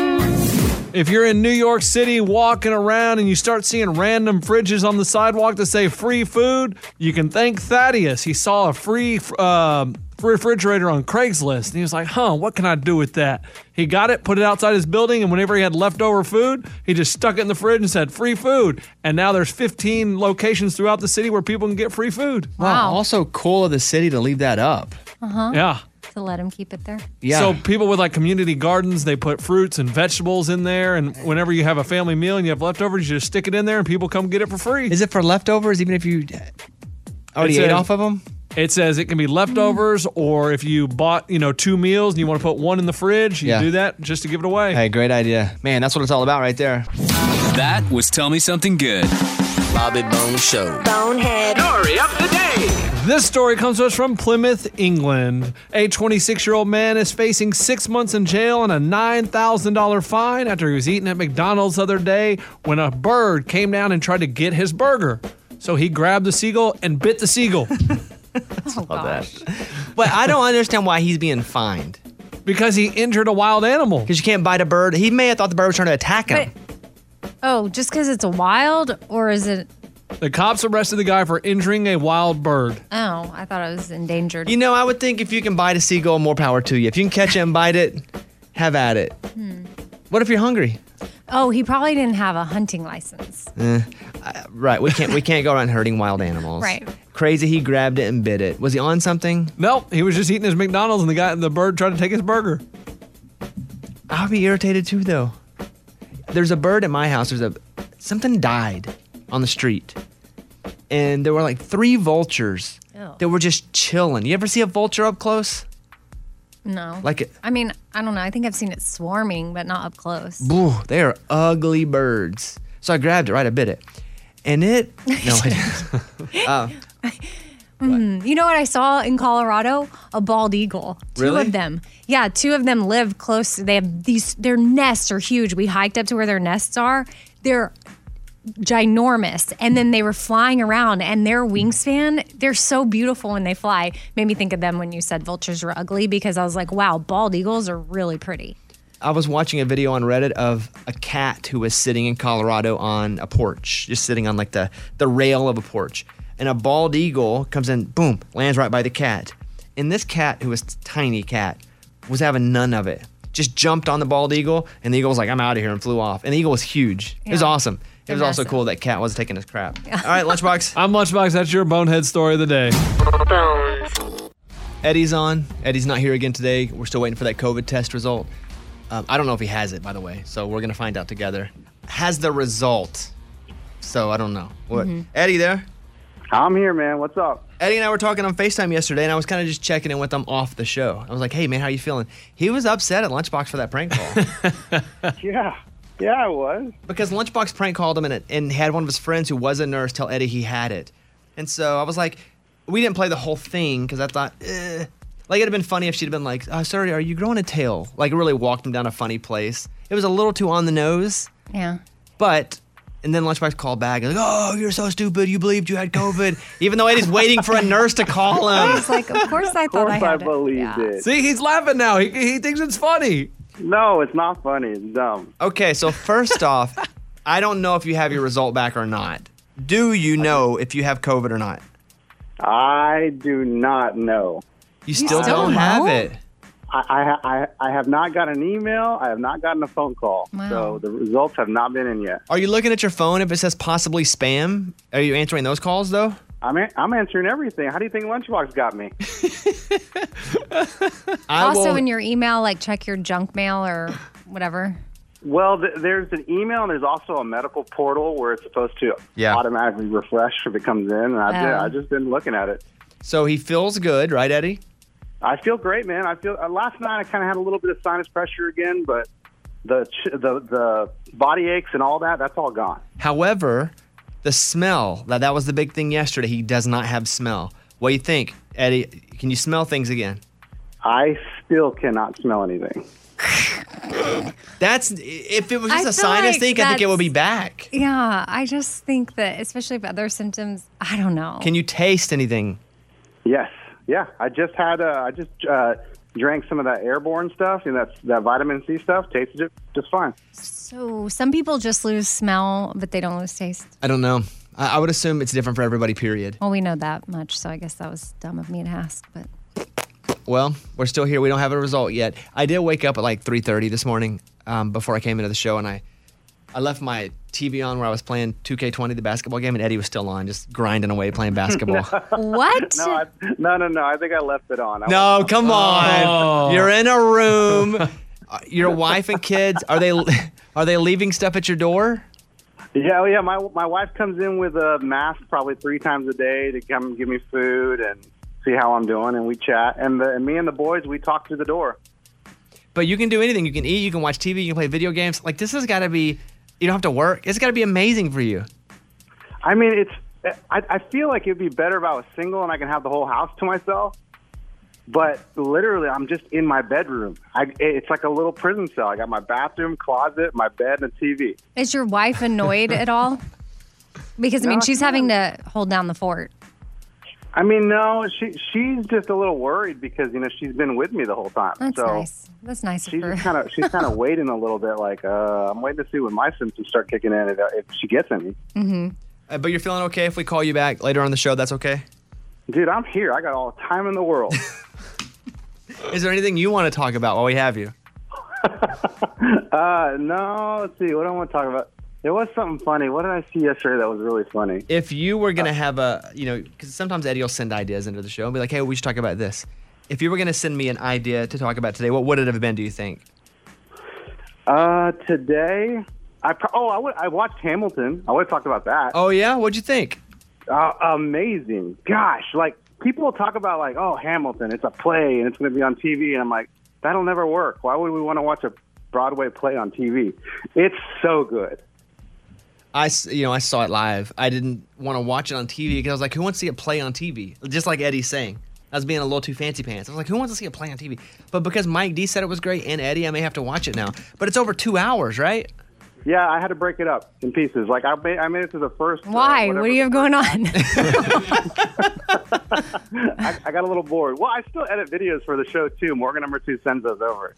Speaker 8: If you're in New York City walking around and you start seeing random fridges on the sidewalk that say free food, you can thank Thaddeus. He saw a free uh, refrigerator on Craigslist and he was like, huh, what can I do with that? He got it, put it outside his building, and whenever he had leftover food, he just stuck it in the fridge and said, free food. And now there's 15 locations throughout the city where people can get free food.
Speaker 5: Wow.
Speaker 2: Also cool of the city to leave that up.
Speaker 5: Uh huh.
Speaker 8: Yeah.
Speaker 5: To let him keep it there.
Speaker 2: Yeah.
Speaker 8: So people with like community gardens, they put fruits and vegetables in there, and whenever you have a family meal and you have leftovers, you just stick it in there, and people come get it for free.
Speaker 2: Is it for leftovers, even if you already
Speaker 8: It's
Speaker 2: ate
Speaker 8: a-
Speaker 2: off of them?
Speaker 8: It says it can be leftovers, or if you bought you know two meals and you want to put one in the fridge, you
Speaker 2: Yeah.
Speaker 8: do that just to give it away.
Speaker 2: Hey, great idea. Man, that's what it's all about right there.
Speaker 11: That was Tell Me Something Good. Bobby Bones Show.
Speaker 1: Bonehead.
Speaker 7: Story of the day.
Speaker 8: This story comes to us from Plymouth, England. A 26 year old man is facing six months in jail and a $9,000 fine after he was eating at McDonald's the other day when a bird came down and tried to get his burger. So he grabbed the seagull and bit the seagull
Speaker 5: Oh, gosh.
Speaker 2: But I don't understand why he's being fined.
Speaker 8: because he injured a wild animal.
Speaker 2: Because you can't bite a bird. He may have thought the bird was trying to attack him.
Speaker 5: Oh, just because it's a wild, or is it?
Speaker 8: The cops arrested the guy for injuring a wild bird.
Speaker 5: Oh, I thought it was endangered.
Speaker 2: you know, I would think if you can bite a seagull, more power to you. If you can catch it and bite it, have at it. What if you're hungry?
Speaker 5: oh, he probably didn't have a hunting license.
Speaker 2: Eh, Right, we can't we can't go around hurting wild animals.
Speaker 5: Right.
Speaker 2: Crazy, he grabbed it and bit it. Was he on something?
Speaker 8: Nope, he was just eating his McDonald's and the guy the bird tried to take his burger.
Speaker 2: I'll be irritated too, though. There's a bird at my house. There's a something died on the street, and there were like three vultures
Speaker 5: Ew.
Speaker 2: that were just chilling. You ever see a vulture up close?
Speaker 5: No.
Speaker 2: Like, it,
Speaker 5: I mean, I don't know. I think I've seen it swarming, but not up close.
Speaker 2: ooh, they are ugly birds. So I grabbed it, right? I bit it, and it. No, I, [LAUGHS] Uh,
Speaker 5: Mm-hmm. You know what I saw in Colorado? A bald eagle. Two
Speaker 2: Really?
Speaker 5: of them. Yeah, two of them live close. They have these. Their nests are huge. We hiked up to where their nests are. They're ginormous, and then they were flying around, and their wingspan—they're so beautiful when they fly. Made me think of them when you said vultures were ugly because I was like, wow, bald eagles are really pretty.
Speaker 2: I was watching a video on Reddit of a cat who was sitting in Colorado on a porch, just sitting on like the, the rail of a porch. And a bald eagle comes in, boom, lands right by the cat. And this cat, who was a tiny cat, was having none of it. Just jumped on the bald eagle, and the eagle was like, I'm out of here, and flew off. And the eagle was huge. It was
Speaker 5: Yeah.
Speaker 2: awesome. It was
Speaker 5: They're
Speaker 2: also
Speaker 5: massive.
Speaker 2: cool that cat was taking his crap. All right, Lunchbox.
Speaker 8: I'm Lunchbox, that's your bonehead story of the day.
Speaker 1: Bones.
Speaker 2: Eddie's on. Eddie's not here again today. We're still waiting for that COVID test result. Um, I don't know if he has it, by the way. So we're gonna find out together. Has the result? So I don't know. What? Eddie there?
Speaker 9: I'm here, man. What's up?
Speaker 2: Eddie and I were talking on Facetime yesterday, and I was kind of just checking in with him off the show. I was like, "Hey man, how you feeling?" He was upset at Lunchbox for that prank call
Speaker 9: [LAUGHS] Yeah. Yeah, I was.
Speaker 2: because Lunchbox prank called him and, and had one of his friends who was a nurse tell Eddie he had it, and so I was like, we didn't play the whole thing because I thought, eh. like it'd have been funny if she'd have been like, oh, "Sorry, are you growing a tail?" Like really walked him down a funny place. It was a little too on the nose,
Speaker 5: Yeah.
Speaker 2: but. And then Lunchbox called back and like, oh, you're so stupid. You believed you had COVID, even though Eddie's waiting for a nurse to
Speaker 5: [LAUGHS]
Speaker 2: call
Speaker 5: I
Speaker 2: him.
Speaker 5: was like, of course I thought I had it.
Speaker 13: believed
Speaker 2: it. See, he's laughing now. He, he thinks it's funny.
Speaker 13: No, it's not funny. It's dumb.
Speaker 2: Okay, so
Speaker 13: [LAUGHS]
Speaker 2: first off, I don't know if you have your result back or not. Do you know if you have COVID or not?
Speaker 13: I do not know.
Speaker 2: You still still don't don't have know? it.
Speaker 13: I, I, ha- I, I have not got an email. I have not gotten a phone call.
Speaker 2: Wow.
Speaker 13: So the results have not been in yet.
Speaker 2: Are you looking at your phone if it says possibly spam? Are you answering those calls though?
Speaker 13: I'm, an- I'm answering everything. How do you think Lunchbox
Speaker 2: [LAUGHS]
Speaker 13: got me? I
Speaker 5: also,
Speaker 13: will-
Speaker 5: in your email, like check your junk mail or whatever.
Speaker 13: Well, th- there's an email and there's also a medical portal where it's supposed to
Speaker 2: Yeah.
Speaker 13: automatically refresh if it comes in. And I've, been,
Speaker 2: Oh.
Speaker 13: I've just been looking at it.
Speaker 2: So he feels good, right, Eddie?
Speaker 13: I feel great, man. I feel uh, last night I kind of had a little bit of sinus pressure again, but the ch- the the body aches and all that that's all gone.
Speaker 2: However, the smell that that was the big thing yesterday. He does not have smell. What do you think, Eddie? Can you smell things again?
Speaker 13: I still cannot smell anything.
Speaker 2: That's if it was
Speaker 5: I
Speaker 2: just a
Speaker 5: feel
Speaker 2: sinus
Speaker 5: like
Speaker 2: thing. I think it
Speaker 5: that's-
Speaker 2: would be back.
Speaker 5: Yeah, I just think that, especially if other symptoms, I don't know.
Speaker 2: Can you taste anything?
Speaker 13: Yes, yeah. I just had uh, I just uh, drank some of that airborne stuff and that's that vitamin C stuff. Tasted it just fine. [LAUGHS]
Speaker 5: So some people just lose smell, but they don't lose taste.
Speaker 2: I don't know. I, I would assume it's different for everybody. Period.
Speaker 5: Well, we know that much, so I guess that was dumb of me to ask. But
Speaker 2: Well, we're still here. We don't have a result yet. I did wake up at like 3:30 this morning um, before I came into the show, and I I left my TV on where I was playing 2K20, the basketball game, and Eddie was still on, just grinding away playing basketball.
Speaker 5: what?
Speaker 13: No, I, no, no, no. I think I left it on. I
Speaker 2: no, come on.
Speaker 13: Oh.
Speaker 2: You're in a room. Uh, Your wife and kids are they [LAUGHS] are they leaving stuff at your door?
Speaker 13: Yeah, yeah. My my wife comes in with a mask probably three times a day to come give me food and see how I'm doing, and we chat. And, the, and me and the boys, we talk through the door.
Speaker 2: But you can do anything. You can eat. You can watch TV. You can play video games. Like this has got to be. You don't have to work. It's got to be amazing for you.
Speaker 13: I mean, it's. I, I feel like it'd be better if I was single and I can have the whole house to myself. But literally, I'm just in my bedroom. I, it's like a little prison cell. I got my bathroom, closet, my bed, and a TV.
Speaker 5: is your wife annoyed at all? Because I mean,
Speaker 13: No,
Speaker 5: she's
Speaker 13: no.
Speaker 5: having to hold down the fort.
Speaker 13: I mean, no, she she's just a little worried because you know she's been with me the whole time.
Speaker 5: That's
Speaker 13: so
Speaker 5: nice. That's nice of
Speaker 13: she's
Speaker 5: her.
Speaker 13: kind of
Speaker 5: [LAUGHS]
Speaker 13: she's kind of waiting a little bit. Like uh, I'm waiting to see when my symptoms start kicking in if, if she gets any.
Speaker 2: Mm-hmm. Uh, but you're feeling okay if we call you back later on the show. That's okay.
Speaker 13: Dude, I'm here. I got all the time in the world.
Speaker 2: Is there anything you want to talk about while we have you?
Speaker 13: [LAUGHS] uh, no, let's see. What do I want to talk about? There was something funny. What did I see yesterday that was really funny?
Speaker 2: If you were gonna have a, you know, because sometimes Eddie will send ideas into the show and be like, "Hey, we should talk about this." If you were gonna send me an idea to talk about today, what would it have been? Do you think?
Speaker 13: Uh, today, I pro- oh I, would, I watched Hamilton. I would have talked about that.
Speaker 2: Oh yeah, what'd you think?
Speaker 13: Uh, amazing. Gosh, like people talk about like oh Hamilton, it's a play and it's going to be on TV, and I'm like that'll never work. Why would we want to watch a Broadway play on TV? It's so good.
Speaker 2: I, s- you know, I saw it live. I didn't want to watch it on TV because I was like, "Who wants to see a play on TV?" Just like Eddie's saying, I was being a little too fancy pants. I was like, "Who wants to see a play on TV?" But because Mike D said it was great and Eddie, I may have to watch it now. But it's over two hours, right?
Speaker 13: Yeah, I had to break it up in pieces. Like I made, I made it to the first.
Speaker 5: Why? what do you have going on?
Speaker 13: I, I got a little bored. Well, I still edit videos for the show too. Morgan number two sends those over.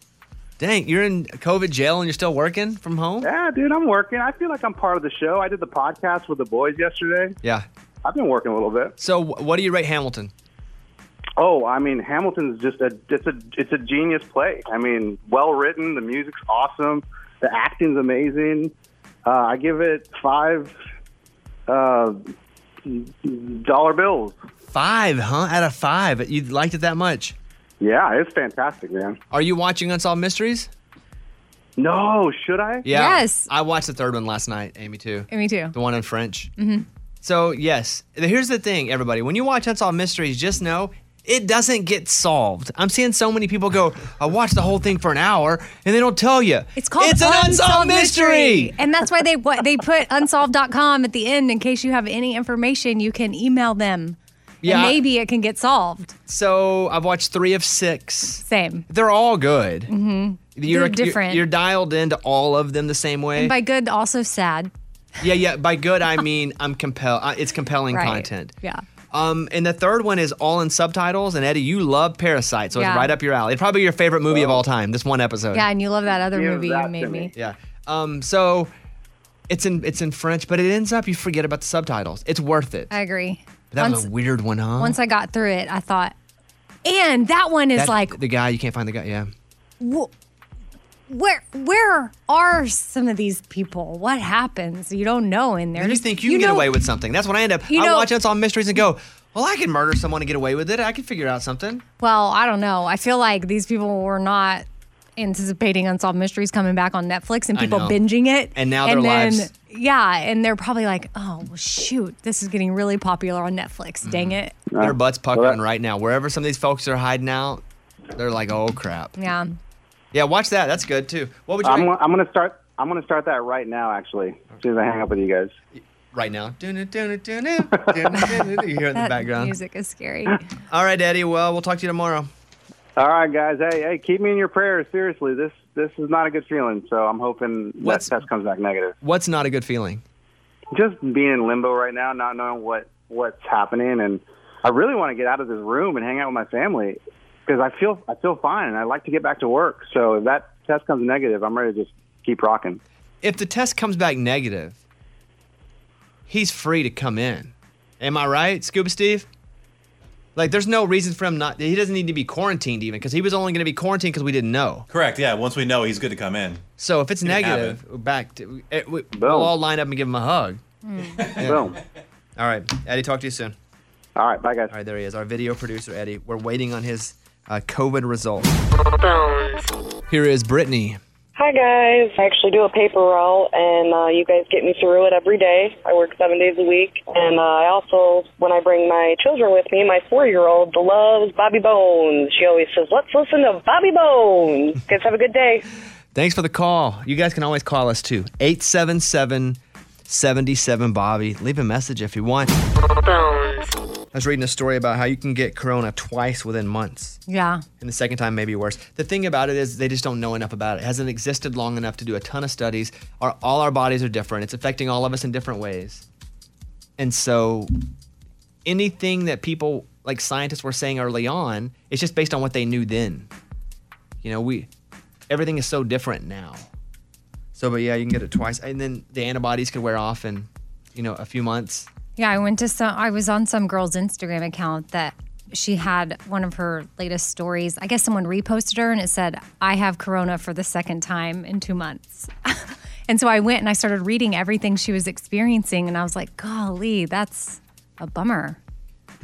Speaker 2: Dang, you're in COVID jail and you're still working from home.
Speaker 13: Yeah, dude, I'm working. I feel like I'm part of the show. I did the podcast with the boys yesterday.
Speaker 2: Yeah.
Speaker 13: I've been working a little bit.
Speaker 2: So, wh- what do you rate Hamilton?
Speaker 13: Oh, I mean, Hamilton's just a it's a it's a genius play. I mean, well written. The music's awesome. The acting's amazing. Uh, I give it five uh, dollar bills.
Speaker 2: Five, huh? Out of five, you liked it that much?
Speaker 13: Yeah, it's fantastic, man.
Speaker 2: Are you watching Unsolved Mysteries?
Speaker 13: No, should I?
Speaker 2: Yeah.
Speaker 5: Yes.
Speaker 2: I watched the third one last night, Amy too.
Speaker 5: [LAUGHS] Me too.
Speaker 2: The one in French.
Speaker 5: Mm-hmm.
Speaker 2: So, yes, here's the thing, everybody. When you watch Unsolved Mysteries, just know it doesn't get solved. I'm seeing so many people go, I watched the whole thing for an hour, and they don't tell you.
Speaker 5: It's called
Speaker 2: It's an unsolved mystery.
Speaker 5: And that's why they what they put unsolved.com at the end in case you have any information you can email them.
Speaker 2: Yeah.
Speaker 5: And maybe it can get solved.
Speaker 2: So I've watched three of six.
Speaker 5: Same.
Speaker 2: They're all good.
Speaker 5: Mm-hmm.
Speaker 2: You're
Speaker 5: They're different.
Speaker 2: You're, you're dialed into all of them the same way.
Speaker 5: and by good, also sad.
Speaker 2: [LAUGHS] yeah, yeah. By good, I mean I'm compelled. It's compelling
Speaker 5: Right.
Speaker 2: content.
Speaker 5: Yeah.
Speaker 2: Um, and the third one is all in subtitles. And Eddie, you love Parasite, so
Speaker 5: Yeah.
Speaker 2: it's right up your alley. It's probably your favorite movie of all time. This one episode.
Speaker 5: Yeah, and you love that other
Speaker 2: Give
Speaker 5: movie
Speaker 2: that
Speaker 5: you made
Speaker 2: to
Speaker 5: me.
Speaker 2: me. Yeah. Um, so it's in it's in French, but it ends up you forget about the subtitles. It's worth it.
Speaker 5: I agree.
Speaker 2: That was
Speaker 5: once-
Speaker 2: a weird one, huh?
Speaker 5: Once I got through it, I thought, and that one is
Speaker 2: That-
Speaker 5: like,
Speaker 2: the guy you can't find the guy. Yeah.
Speaker 5: wh- where where are some of these people? What happens? You don't know in there.
Speaker 2: Then you
Speaker 5: Just-
Speaker 2: think you, can get
Speaker 5: know-
Speaker 2: away with something. That's what I end up.
Speaker 5: You
Speaker 2: I
Speaker 5: know-
Speaker 2: watch unsolved mysteries and go, well, I can murder someone and get away with it. I can figure out something.
Speaker 5: Well, I don't know. I feel like these people were not anticipating Unsolved Mysteries coming back on Netflix and
Speaker 2: I
Speaker 5: people
Speaker 2: know.
Speaker 5: binging it.
Speaker 2: And now their lives-
Speaker 5: Yeah, and they're probably like, oh, well, shoot, this is getting really popular on Netflix. Dang it.
Speaker 2: Their butts puckering right now. Wherever some of these folks are hiding out, they're like, oh crap.
Speaker 5: Yeah.
Speaker 2: Yeah, watch that. That's good too. What would you?
Speaker 13: I'm,
Speaker 2: rate-
Speaker 13: I'm gonna start. I'm gonna start that right now. Actually, as soon as I hang up with you guys.
Speaker 2: right now. Dun, dun, dun, dun, dun, dun, dun, dun. You hear it in the
Speaker 5: That
Speaker 2: background.
Speaker 5: music is scary.
Speaker 2: All right, Eddie. Well, we'll talk to you tomorrow.
Speaker 13: All right, guys. Hey, hey, keep me in your prayers. Seriously, this this is not a good feeling. So I'm hoping
Speaker 2: What's-
Speaker 13: that test comes back negative.
Speaker 2: What's not a good feeling?
Speaker 13: Just being in limbo right now, not knowing what what's happening, and I really want to get out of this room and hang out with my family because I feel I feel fine and I like to get back to work. So if that test comes negative, I'm ready to just keep rocking.
Speaker 2: If the test comes back negative, he's free to come in. Am I right, Scuba Steve? Like, there's no reason for him not. He doesn't need to be quarantined even because he was only going to be quarantined because we didn't know.
Speaker 14: Correct. Yeah. Once we know he's good to come in.
Speaker 2: So if it's
Speaker 14: You can have
Speaker 2: negative, back to, it, we, we'll all line up and give him a hug. Yeah.
Speaker 13: [LAUGHS]
Speaker 5: Hmm.
Speaker 13: Boom.
Speaker 2: All right, Eddie. Talk to you soon.
Speaker 13: All right, bye guys.
Speaker 2: All right, there he is, our video producer Eddie. We're waiting on his uh, COVID result. Here is Brittany.
Speaker 15: Hi guys, I actually do a paper roll, and uh, you guys get me through it every day. I work seven days a week, and uh, I also, when I bring my children with me, my four-year-old loves Bobby Bones. She always says, "Let's listen to Bobby Bones." guys, have a good day.
Speaker 2: Thanks for the call. You guys can always call us too. 877 77 Bobby. Leave a message if you want. I was reading a story about how you can get corona twice within months.
Speaker 5: Yeah.
Speaker 2: And the second time may be worse. The thing about it is they just don't know enough about it. It hasn't existed long enough to do a ton of studies. Our, all our bodies are different. It's affecting all of us in different ways. And so anything that people like scientists were saying early on, it's just based on what they knew then. You know, we everything is so different now. So but yeah, you can get it twice. And then the antibodies could wear off in, you know, a few months.
Speaker 5: Yeah, I went to some. I was on some girl's Instagram account that she had one of her latest stories. I guess someone reposted her and it said, "I have corona for the second time in two months." [LAUGHS] and so I went and I started reading everything she was experiencing, and I was like, "Golly, that's a bummer.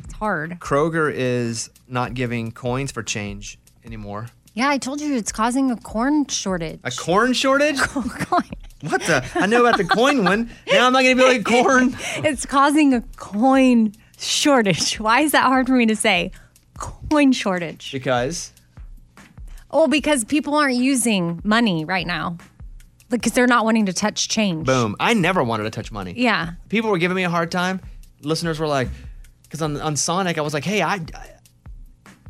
Speaker 5: It's hard."
Speaker 2: Kroger is not giving coins for change anymore.
Speaker 5: Yeah, I told you it's causing a corn shortage. [LAUGHS]
Speaker 2: A corn shortage? What the? I know about the coin one. Now I'm not going to be able to
Speaker 5: [LAUGHS]
Speaker 2: get corn.
Speaker 5: it's causing a coin shortage. Why is that hard for me to say? Coin shortage.
Speaker 2: Because
Speaker 5: Oh, because people aren't using money right now because they're not wanting to touch change.
Speaker 2: boom, I never wanted to touch money.
Speaker 5: Yeah.
Speaker 2: People were giving me a hard time. Listeners were like, because on on Sonic, I was like, hey, I, I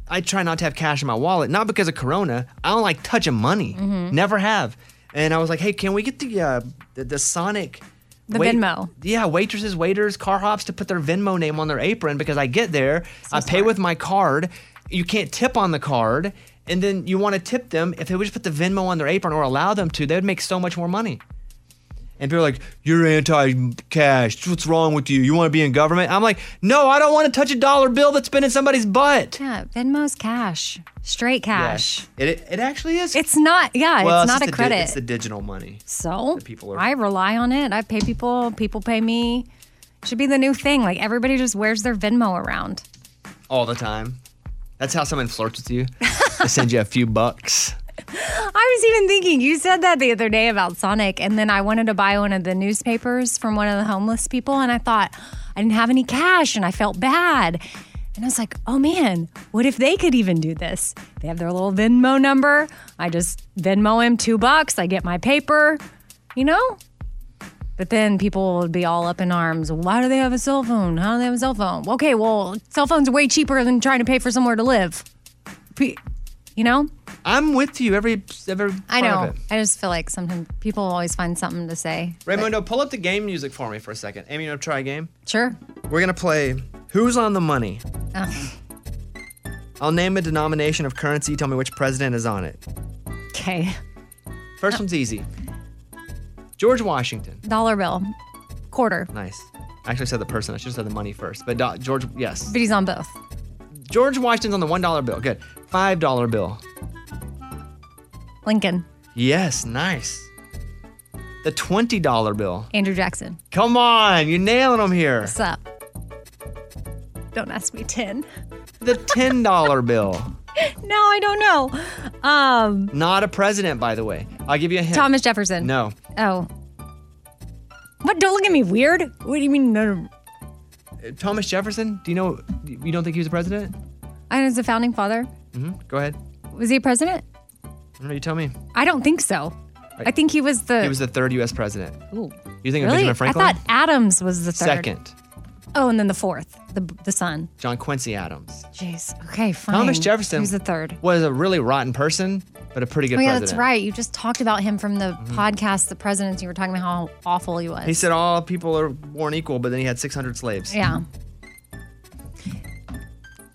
Speaker 2: I try not to have cash in my wallet, not because of Corona. I don't like touching money.
Speaker 5: Mhm.
Speaker 2: Never have. And I was like, hey, can we get the uh, the, the Sonic.
Speaker 5: The Venmo.
Speaker 2: Yeah, waitresses, waiters, car hops to put their Venmo name on their apron because I get there, I pay with my card. You can't tip on the card. And then you want to tip them. If they would just put the Venmo on their apron or allow them to, they would make so much more money. And people are like, you're anti cash. What's wrong with you? You want to be in government? I'm like, no, I don't want to touch a dollar bill that's been in somebody's butt.
Speaker 5: Yeah, Venmo's cash, straight cash.
Speaker 2: Yeah. It, it actually is.
Speaker 5: It's not, yeah,
Speaker 2: Well,
Speaker 5: it's not
Speaker 2: just
Speaker 5: a
Speaker 2: the di-
Speaker 5: credit.
Speaker 2: it's the digital money.
Speaker 5: so
Speaker 2: that people are-
Speaker 5: I rely on it. I pay people, people pay me. Should be the new thing. Like everybody just wears their Venmo around.
Speaker 2: all the time. That's how someone flirts
Speaker 5: [LAUGHS]
Speaker 2: with you. they send you a few bucks.
Speaker 5: I was even thinking, you said that the other day about Sonic, and then I wanted to buy one of the newspapers from one of the homeless people, and I thought I didn't have any cash and I felt bad. And I was like, oh man, what if they could even do this? They have their little Venmo number. I just Venmo him two bucks, I get my paper, you know? But then people would be all up in arms. Why do they have a cell phone? How do they have a cell phone? Okay, well, cell phones are way cheaper than trying to pay for somewhere to live. Pe- You know?
Speaker 2: I'm with you every every.
Speaker 5: I
Speaker 2: part
Speaker 5: know.
Speaker 2: Of it.
Speaker 5: I just feel like sometimes people always find something to say.
Speaker 2: Raymundo, pull up the game music for me for a second. Amy, you want to try a game?
Speaker 5: Sure.
Speaker 2: We're gonna play Who's on the Money.
Speaker 5: Oh,
Speaker 2: I'll name a denomination of currency. Tell me which president is on it.
Speaker 5: okay.
Speaker 2: First
Speaker 5: Oh.
Speaker 2: one's easy. George Washington.
Speaker 5: Dollar bill, quarter.
Speaker 2: Nice. I actually said the person. I should have said the money first. But Do- George, yes.
Speaker 5: But he's on both.
Speaker 2: George Washington's on the one dollar bill. Good. Five dollar bill.
Speaker 5: Lincoln,
Speaker 2: Yes. Nice. The twenty dollar bill.
Speaker 5: Andrew Jackson.
Speaker 2: Come on, you're nailing them here.
Speaker 5: What's up? Don't ask me 10.
Speaker 2: The ten dollar bill.
Speaker 5: [LAUGHS] No, I don't know. Um,
Speaker 2: Not a president, by the way. I'll give you a hint.
Speaker 5: Thomas Jefferson.
Speaker 2: No.
Speaker 5: Oh. What? Don't look at me weird. What do you mean? No, no.
Speaker 2: Uh, Thomas Jefferson. Do you know? You don't think he was a president?
Speaker 5: I was a founding father.
Speaker 2: hmm Go ahead.
Speaker 5: Was he a president?
Speaker 2: I don't know. You tell me.
Speaker 5: I don't think so. I think he was the.
Speaker 2: He was the third U.S. president.
Speaker 5: Ooh.
Speaker 2: You think of
Speaker 5: Really?
Speaker 2: Benjamin Franklin?
Speaker 5: I thought Adams was the third.
Speaker 2: Second,
Speaker 5: Oh, and then the fourth, the the son.
Speaker 2: John Quincy Adams.
Speaker 5: Jeez. Okay, fine.
Speaker 2: Thomas
Speaker 5: He
Speaker 2: Jefferson
Speaker 5: was the third.
Speaker 2: was a really rotten person, but a pretty
Speaker 5: oh
Speaker 2: good
Speaker 5: yeah,
Speaker 2: president.
Speaker 5: that's
Speaker 2: Mm-hmm.
Speaker 5: right. You just talked about him from the podcast, the presidents. You were talking about how awful he was.
Speaker 2: He said all people are born equal, but then he had 600 slaves.
Speaker 5: Yeah.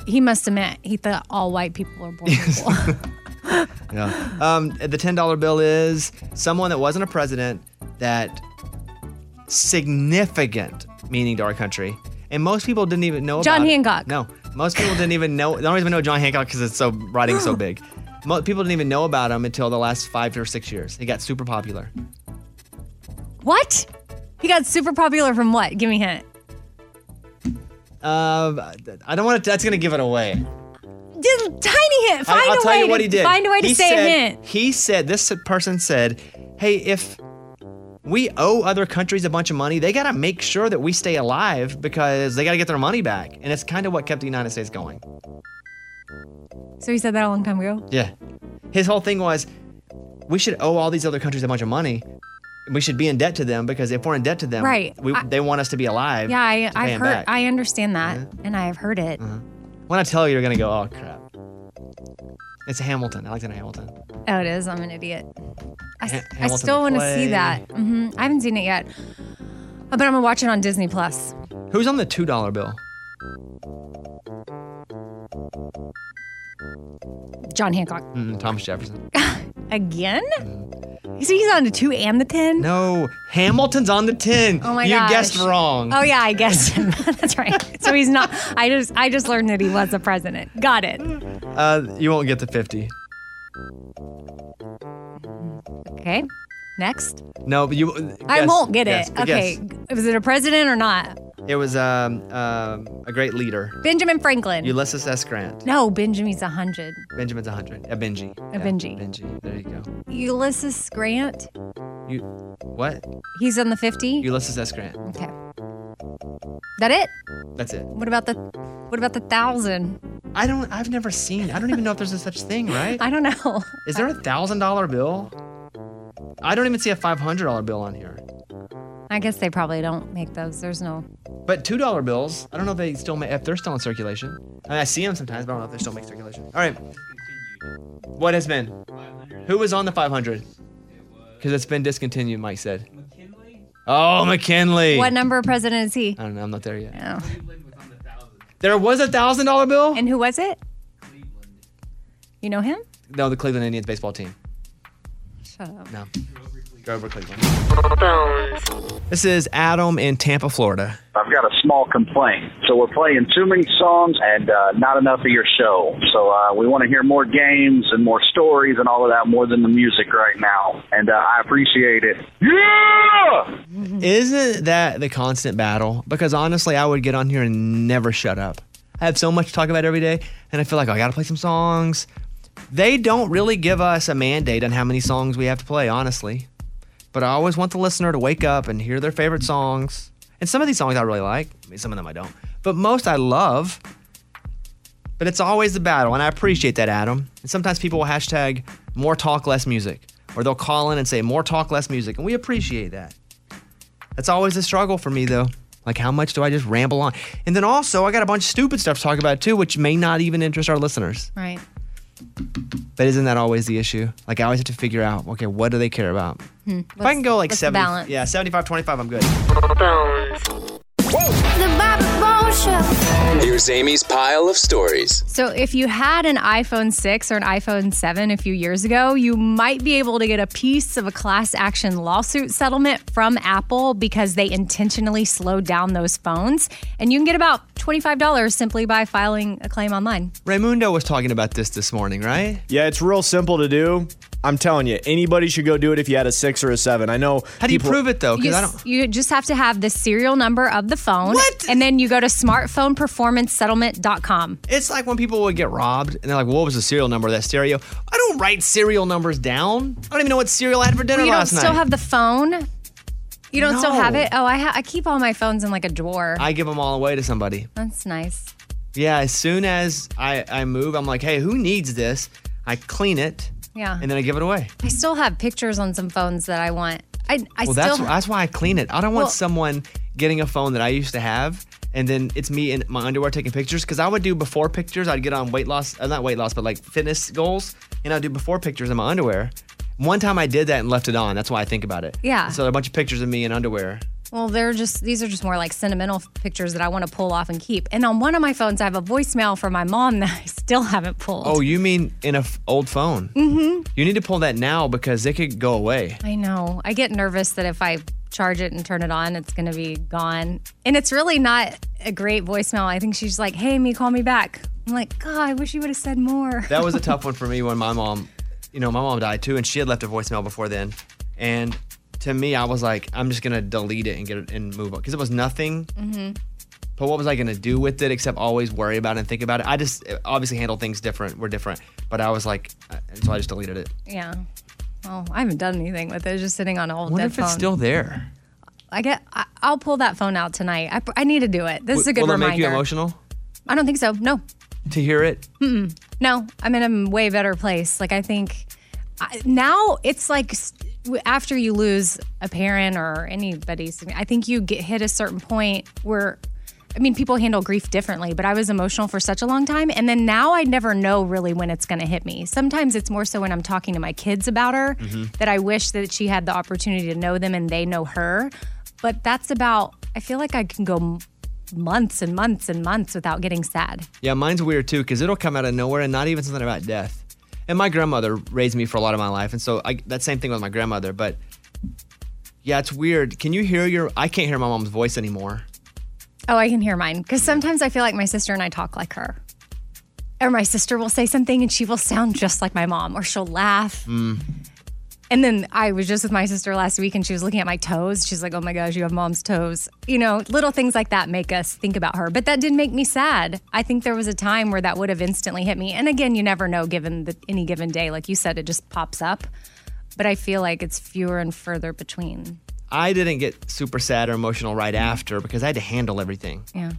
Speaker 5: He must have meant he thought all white people were
Speaker 2: [LAUGHS]
Speaker 5: born equal.
Speaker 2: Yeah. Um, the $10 bill is someone that wasn't a president that significant meaning to our country. And most people didn't even know
Speaker 5: John
Speaker 2: about it.
Speaker 5: Hancock.
Speaker 2: No, most people didn't even know. They don't even know John Hancock because it's so writing
Speaker 5: [GASPS]
Speaker 2: so big. Mo- people didn't even know about him until the last five or six years. He got super popular.
Speaker 5: What? He got super popular from what? Give me a hint.
Speaker 2: Uh, I don't want to. That's gonna give it away.
Speaker 5: Just a tiny hint. Find
Speaker 2: I, will
Speaker 5: a
Speaker 2: tell
Speaker 5: way
Speaker 2: you what
Speaker 5: to,
Speaker 2: he did.
Speaker 5: Find a way to
Speaker 2: He
Speaker 5: say
Speaker 2: said,
Speaker 5: a hint.
Speaker 2: He said, this person said, hey, if we owe other countries a bunch of money, they got to make sure that we stay alive because they got to get their money back. And it's kind of what kept the United States going.
Speaker 5: So he said that a long time ago.
Speaker 2: Yeah. His whole thing was, we should owe all these other countries a bunch of money. We should be in debt to them because if we're in debt to them,
Speaker 5: Right.
Speaker 2: we,
Speaker 5: I-
Speaker 2: they want us to be alive.
Speaker 5: Yeah, I,
Speaker 2: to pay
Speaker 5: I've
Speaker 2: 'em
Speaker 5: heard.
Speaker 2: back. Uh-huh.
Speaker 5: I understand that, and I have heard it.
Speaker 2: when I tell you, you're going to go, oh, crap. It's Hamilton, Alexander Hamilton.
Speaker 5: Oh, it is. I'm an idiot. I, s-
Speaker 2: Ha-
Speaker 5: I
Speaker 2: Hamilton
Speaker 5: still
Speaker 2: the
Speaker 5: want to see
Speaker 2: play.
Speaker 5: that. hmm I haven't seen it yet, Oh, but I'm gonna watch it on Disney Plus.
Speaker 2: Who's on the $2 bill?
Speaker 5: John Hancock
Speaker 2: Mm, Thomas Jefferson.
Speaker 5: again. So he's on the two and the ten.
Speaker 2: [LAUGHS] No, Hamilton's on the 10.
Speaker 5: Oh my
Speaker 2: You
Speaker 5: gosh.
Speaker 2: guessed wrong.
Speaker 5: Oh yeah, I guessed him. [LAUGHS] That's right. So he's not. I just I just learned that he was a president. Got it.
Speaker 2: Uh, you won't get the 50.
Speaker 5: Okay. Next.
Speaker 2: No, but you. uh,
Speaker 5: I
Speaker 2: guess,
Speaker 5: won't get
Speaker 2: guess,
Speaker 5: it.
Speaker 2: but
Speaker 5: Okay.
Speaker 2: guess.
Speaker 5: Was it a president or not?
Speaker 2: It was um, um, a great leader.
Speaker 5: Benjamin Franklin.
Speaker 2: Ulysses S. Grant.
Speaker 5: no, Benjamin's 100.
Speaker 2: Benjamin's 100. A Benji.
Speaker 5: A Benji.
Speaker 2: Benji. There you go.
Speaker 5: Ulysses Grant.
Speaker 2: You. What?
Speaker 5: He's on the 50.
Speaker 2: Ulysses S. Grant.
Speaker 5: Okay. That it?
Speaker 2: That's it.
Speaker 5: What about the What about the 1000?
Speaker 2: I don't I've never seen. I don't even know if there's a such thing, right?
Speaker 5: [LAUGHS] I don't know.
Speaker 2: Is there a thousand dollar bill? I don't even see a five hundred dollar bill on here.
Speaker 5: I guess they probably don't make those. There's no
Speaker 2: But two dollar bills. I don't know if they still ma- if they're still in circulation. I, mean, I see them sometimes, but I don't know if they still make circulation. All right. What has been? Who was on the 500? Because it's been discontinued. Mike said. McKinley. Oh, McKinley.
Speaker 5: What number of president is he?
Speaker 2: I don't know. I'm not there yet.
Speaker 5: Oh.
Speaker 2: There was a thousand dollar bill.
Speaker 5: And who was it? You know him?
Speaker 2: No, the Cleveland Indians baseball team.
Speaker 5: Shut up.
Speaker 2: No. Grover Cleveland. This is Adam in Tampa, Florida.
Speaker 16: I've got a small complaint. So we're playing too many songs and uh, not enough of your show. So uh, we want to hear more games and more stories and all of that more than the music right now. And uh, I appreciate it. Yeah!
Speaker 2: Isn't that the constant battle? Because honestly, I would get on here and never shut up. I have so much to talk about every day, and I feel like oh, I got to play some songs. They don't really give us a mandate on how many songs we have to play, honestly. But I always want the listener to wake up and hear their favorite songs. And some of these songs I really like, I mean, some of them I don't, but most I love. But it's always the battle, and I appreciate that, Adam. And sometimes people will hashtag more talk, less music, or they'll call in and say more talk, less music, and we appreciate that. That's always a struggle for me, though. Like, how much do I just ramble on? And then also, I got a bunch of stupid stuff to talk about, too, which may not even interest our listeners.
Speaker 5: Right.
Speaker 2: But isn't that always the issue? Like, I always have to figure out, okay, what do they care about?
Speaker 5: If
Speaker 2: I can go
Speaker 5: Hmm.
Speaker 2: like
Speaker 5: what's the
Speaker 2: 70,
Speaker 5: balance?
Speaker 2: yeah, 75, 25, I'm good.
Speaker 5: The Bobby Bones Show.
Speaker 11: Here's Amy's pile of stories.
Speaker 5: So, if you had an iPhone 6 or an iPhone 7 a few years ago, you might be able to get a piece of a class action lawsuit settlement from Apple because they intentionally slowed down those phones. And you can get about $25 simply by filing a claim online.
Speaker 2: Raimundo was talking about this this morning, right?
Speaker 17: Yeah, it's real simple to do. I'm telling you, anybody should go do it if you had a six or a seven. I know. How do you prove
Speaker 2: it though?
Speaker 5: You, you just have to have the serial number of the phone. And then you go to smartphoneperformancesettlement.com.
Speaker 2: It's like when people would get robbed and they're like, what was the serial number of that stereo? I don't write serial numbers down. I don't even know what cereal I had for dinner
Speaker 5: you don't
Speaker 2: last
Speaker 5: still
Speaker 2: night.
Speaker 5: have the phone? You don't still have
Speaker 2: No.
Speaker 5: it? Oh, I, ha- I keep all my phones in like a drawer.
Speaker 2: I give them all away to somebody.
Speaker 5: That's nice.
Speaker 2: Yeah, as soon as I, I move, I'm like, hey, who needs this? I clean it
Speaker 5: Yeah.
Speaker 2: and then I give it away.
Speaker 5: I still have pictures on some phones that I want. I, I
Speaker 2: well,
Speaker 5: still
Speaker 2: that's, that's why I clean it. I don't want
Speaker 5: Well-
Speaker 2: someone getting a phone that I used to have and then it's me in my underwear taking pictures because I would do before pictures. I'd get on weight loss, uh, not weight loss, but like fitness goals, and I'd do before pictures in my underwear. One time I did that and left it on. That's why I think about it.
Speaker 5: Yeah.
Speaker 2: So there are a bunch of pictures of me in underwear.
Speaker 5: well, they're just these are just more like sentimental f- pictures that I want to pull off and keep. And on one of my phones, I have a voicemail from my mom [LAUGHS] that I still haven't pulled.
Speaker 2: Oh, you mean in an f- old phone?
Speaker 5: hmm
Speaker 2: You need to pull that now because it could go away.
Speaker 5: I know. I get nervous that if I charge it and turn it on, it's going to be gone. And it's really not a great voicemail. I think she's like, "Hey, me, call me back." I'm like, "God, I wish you would have said more."
Speaker 2: That was a tough one for me when my mom, you know, my mom died too, and she had left a voicemail before then. And to me, I was like, I'm just gonna delete it and get it and move on because it was nothing.
Speaker 7: Mm-hmm.
Speaker 2: But what was I gonna do with it except always worry about it and think about it? I just uh, obviously handle things different. We're different. But I was like, uh, and so I just deleted it.
Speaker 5: [LAUGHS] yeah. Well, I haven't done anything with it. It's just sitting on an old
Speaker 2: What
Speaker 5: dead
Speaker 2: if it's
Speaker 5: phone.
Speaker 2: still there?
Speaker 5: I get. I, I'll pull that phone out tonight. I, I need to do it. This is a good
Speaker 2: Will
Speaker 5: reminder.
Speaker 2: it make you emotional
Speaker 5: I don't think so. No.
Speaker 2: to hear it?
Speaker 5: Mm-mm. No. I'm in a way better place. Like I think I, now it's like s- w- after you lose a parent or anybody, I think you get hit a certain point where. I mean, people handle grief differently, but I was emotional for such a long time. And then now I never know really when it's going to hit me. Sometimes it's more so when I'm talking to my kids about her
Speaker 3: Mm-hmm.
Speaker 5: that I wish that she had the opportunity to know them and they know her. But that's about, I feel like I can go m- months and months and months without getting sad.
Speaker 2: Yeah, mine's weird too because it'll come out of nowhere and not even something about death. And my grandmother raised me for a lot of my life, and so I, that same thing with my grandmother. But yeah, it's weird. Can you hear your? I can't hear my mom's voice anymore.
Speaker 5: Oh, I can hear mine because sometimes I feel like my sister and I talk like her. Or my sister will say something and she will sound just like my mom, or she'll laugh.
Speaker 7: Mm.
Speaker 5: And then I was just with my sister last week and she was looking at my toes. She's like, oh my gosh, you have mom's toes. You know, little things like that make us think about her. But that did make me sad. I think there was a time where that would have instantly hit me. And again, you never know given the, any given day. Like you said, it just pops up. But I feel like it's fewer and further between.
Speaker 2: I didn't get super sad or emotional right after because I had to handle everything.
Speaker 5: Yeah.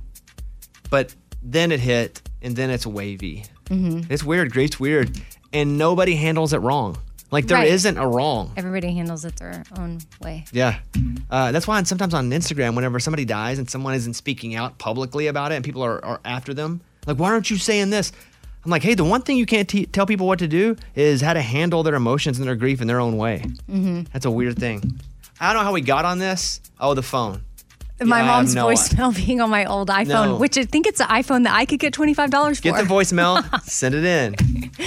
Speaker 2: But then it hit, and then it's wavy.
Speaker 5: hmm
Speaker 2: It's weird. Grief's weird, and nobody handles it wrong. Like there
Speaker 5: Right.
Speaker 2: not a wrong.
Speaker 5: Everybody handles it their own way.
Speaker 2: Yeah. Uh, that's why sometimes on Instagram, whenever somebody dies and someone isn't speaking out publicly about it and people are, are after them, like, why aren't you saying this? I'm like, hey, the one thing you can't te- tell people what to do is how to handle their emotions and their grief in their own way.
Speaker 5: Mm-hmm.
Speaker 2: That's a weird thing. I don't know how we got on this. Oh, the phone.
Speaker 5: my
Speaker 2: Yeah, I have
Speaker 5: mom's
Speaker 2: no-
Speaker 5: voicemail [LAUGHS] being on my old iPhone,
Speaker 2: No.
Speaker 5: which I think it's an iPhone that I could get twenty five dollars for.
Speaker 2: Get the
Speaker 5: [LAUGHS]
Speaker 2: voicemail, send it in.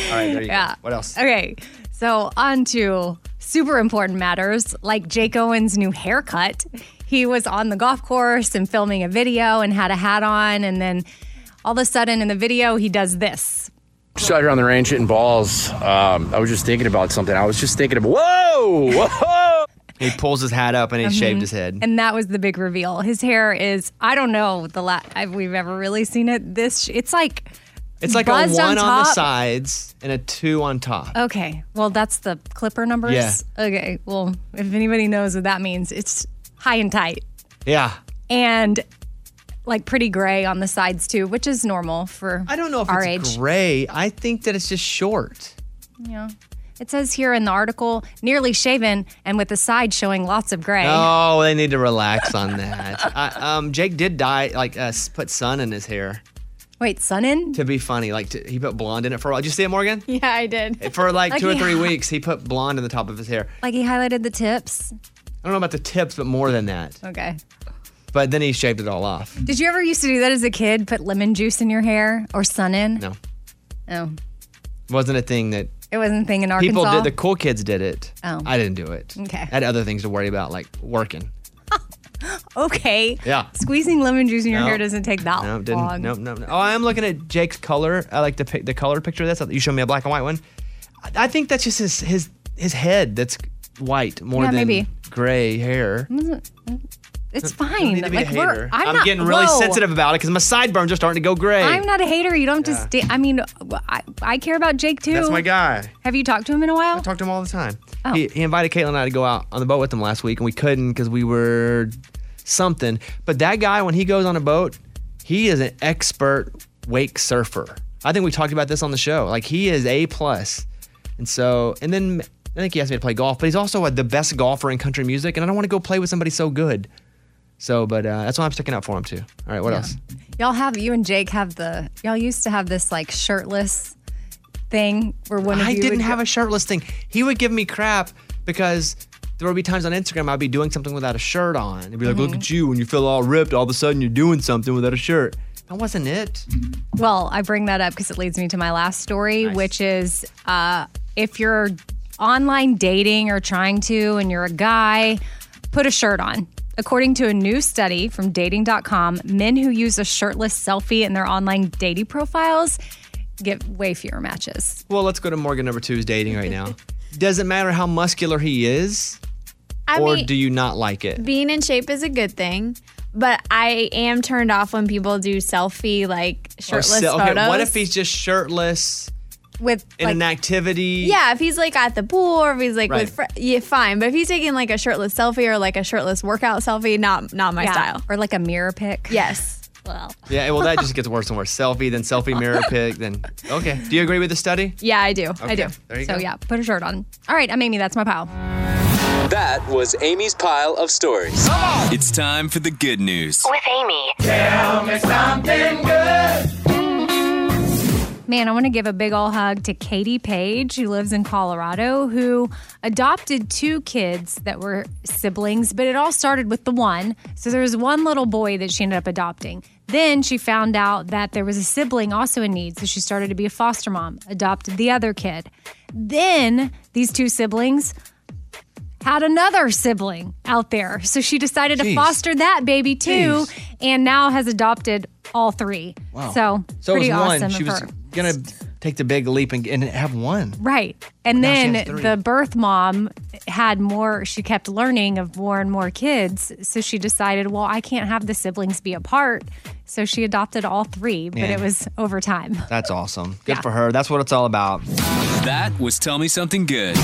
Speaker 2: All right, there you
Speaker 5: Yeah.
Speaker 2: go. What else?
Speaker 5: Okay, so on to super important matters like Jake Owen's new haircut. He was on the golf course and filming a video and had a hat on, and then all of a sudden in the video he does this.
Speaker 18: Just out here on the range hitting balls. Um, I was just thinking about something. I was just thinking about whoa, [LAUGHS] whoa.
Speaker 2: he pulls his hat up and he
Speaker 5: Mhm.
Speaker 2: shaved his head.
Speaker 5: And that was the big reveal. His hair is I don't know the last we've ever really seen it. This it's like
Speaker 2: It's like
Speaker 5: buzzed
Speaker 2: a one on, the
Speaker 5: top.
Speaker 2: sides and a two on top.
Speaker 5: Okay. Well, that's the clipper numbers.
Speaker 2: Yeah.
Speaker 5: Okay. Well, if anybody knows what that means, it's high and tight
Speaker 2: Yeah.
Speaker 5: and like pretty gray on the sides too, which is normal for I don't know
Speaker 2: If
Speaker 5: our
Speaker 2: it's
Speaker 5: age.
Speaker 2: gray, I think that it's just short.
Speaker 5: yeah. It says here in the article, nearly shaven and with the side showing lots of gray.
Speaker 2: Oh, they need to relax on that. I, um, Jake did dye, like, uh, s- put sun in his hair
Speaker 5: Wait, sun in?
Speaker 2: to be funny. Like, to, he put blonde in it for a while. Did you see it, Morgan?
Speaker 5: Yeah, I did.
Speaker 2: For like two or
Speaker 5: he-
Speaker 2: three weeks, he put blonde in the top of his hair.
Speaker 5: Like he highlighted the tips.
Speaker 2: I don't know about the tips, but more than that.
Speaker 5: Okay.
Speaker 2: But then he shaved it all off.
Speaker 5: Did you ever used to do that as a kid? Put lemon juice in your hair or sun in?
Speaker 2: No.
Speaker 5: Oh,
Speaker 2: Wasn't a thing that
Speaker 5: it wasn't a thing in Arkansas.
Speaker 2: people did. The cool kids did it.
Speaker 5: Oh.
Speaker 2: I didn't do it.
Speaker 5: Okay.
Speaker 2: I had other things to worry about, like working.
Speaker 5: Okay.
Speaker 2: Yeah.
Speaker 5: Squeezing lemon juice in your
Speaker 2: No.
Speaker 5: hair doesn't take that
Speaker 2: No, it
Speaker 5: long.
Speaker 2: didn't. No, no, no. Oh, I am looking at Jake's color. I like the pic- the color picture. That's you showed me a black and white one. I- I think that's just his his his head that's white more
Speaker 5: Yeah,
Speaker 2: than
Speaker 5: maybe.
Speaker 2: gray hair.
Speaker 5: Wasn't- It's
Speaker 2: You
Speaker 5: fine.
Speaker 2: need to be
Speaker 5: like
Speaker 2: a
Speaker 5: we're-
Speaker 2: hater.
Speaker 5: I'm,
Speaker 2: I'm,
Speaker 5: not,
Speaker 2: getting really
Speaker 5: whoa.
Speaker 2: sensitive about it because my sideburns are starting to go gray.
Speaker 5: I'm not a hater. You don't have
Speaker 2: Yeah.
Speaker 5: to stay. I mean, I, I care about Jake too.
Speaker 2: That's my guy.
Speaker 5: Have you talked to him in a while? I
Speaker 2: talk to him all the time.
Speaker 5: Oh.
Speaker 2: He, he invited Caitlin and I to go out on the boat with him last week, and we couldn't because we were something. But that guy, when he goes on a boat, he is an expert wake surfer. I think we talked about this on the show. Like he is a plus, and so and then I think he asked me to play golf, but he's also uh the best golfer in country music, and I don't want to go play with somebody so good. So, but uh, that's why I'm sticking up for him too. All right, what else?
Speaker 5: Y'all have you and Jake have the y'all used to have this like shirtless thing where one of
Speaker 2: I
Speaker 5: you
Speaker 2: didn't
Speaker 5: would-
Speaker 2: have a shirtless thing. He would give me crap because there would be times on Instagram I'd be doing something without a shirt on. It'd be like,
Speaker 5: Mm-hmm.
Speaker 2: look at you when you feel all ripped, all of a sudden you're doing something without a shirt. That wasn't it.
Speaker 5: Well, I bring that up because it leads me to my last story, which is uh, if you're online dating or trying to and you're a guy, put a shirt on. According to a new study from dating.com, men who use a shirtless selfie in their online dating profiles get way fewer matches.
Speaker 2: Well, let's go to Morgan number two's dating
Speaker 5: [LAUGHS]
Speaker 2: right now. Does it matter how muscular he is?
Speaker 3: I
Speaker 2: or
Speaker 3: mean-
Speaker 2: do you not like it?
Speaker 3: Being in shape is a good thing, but I am turned off when people do selfie like
Speaker 2: Or
Speaker 3: shirtless
Speaker 2: se- okay,
Speaker 3: photos.
Speaker 2: what if he's just shirtless
Speaker 5: with
Speaker 2: in an activity?
Speaker 3: Yeah, if he's like at the pool or if he's like
Speaker 2: Right.
Speaker 3: with fr- yeah, fine. But if he's taking like a shirtless selfie or like a shirtless workout selfie, not not my
Speaker 5: Yeah.
Speaker 3: style.
Speaker 5: Or like a mirror pic.
Speaker 3: Yes. Well.
Speaker 2: Yeah, well,
Speaker 5: [LAUGHS]
Speaker 2: that just gets worse and worse. Selfie, then selfie mirror pic, then. Okay. Do you agree with the study?
Speaker 5: Yeah, I do. I
Speaker 2: Okay,
Speaker 5: do.
Speaker 2: there you
Speaker 5: so
Speaker 2: go.
Speaker 5: yeah, put a shirt on. All right, I'm Amy. That's my pile.
Speaker 11: That was Amy's pile of stories. It's time for the good news.
Speaker 1: With Amy.
Speaker 7: Tell me something good.
Speaker 5: Man, I want to give a big ol' hug to Katie Page, who lives in Colorado, who adopted two kids that were siblings, but it all started with the one. So there was one little boy that she ended up adopting. Then she found out that there was a sibling also in need, so she started to be a foster mom, adopted the other kid. Then these two siblings had another sibling out there. So she decided to
Speaker 2: Jeez.
Speaker 5: foster that baby too,
Speaker 2: Jeez.
Speaker 5: and now has adopted all three. So,
Speaker 2: so it
Speaker 5: pretty
Speaker 2: was
Speaker 5: awesome.
Speaker 2: one.
Speaker 5: of
Speaker 2: She was
Speaker 5: her.
Speaker 2: gonna take the big leap and, and have one.
Speaker 5: Right. And
Speaker 2: Now she
Speaker 5: then
Speaker 2: has three.
Speaker 5: the birth mom had more, she kept learning of more and more kids. So she decided, well, I can't have the siblings be apart. So she adopted all three, but
Speaker 2: Yeah.
Speaker 5: it was over time.
Speaker 2: That's awesome. Good for her. That's what it's all about.
Speaker 11: That was Tell Me Something Good.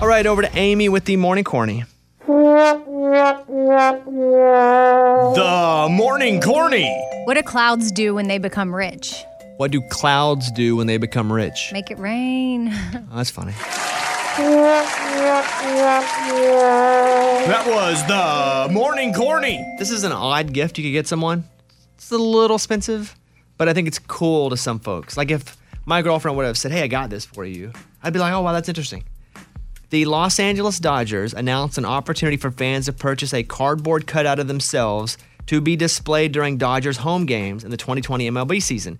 Speaker 2: All right, over to Amy with the morning corny.
Speaker 5: The
Speaker 2: morning corny.
Speaker 5: What do clouds do when they become rich?
Speaker 2: What do clouds do when they become rich?
Speaker 5: Make it rain. [LAUGHS]
Speaker 2: Oh, that's funny.
Speaker 7: That
Speaker 2: was the morning corny. This is an odd gift you could get someone. It's a little expensive, but I think it's cool to some folks. Like if my girlfriend would have said, "Hey, I got this for you," I'd be like, "Oh, wow, that's interesting." The Los Angeles Dodgers announced an opportunity for fans to purchase a cardboard cutout of themselves to be displayed during Dodgers home games in the 2020 MLB season.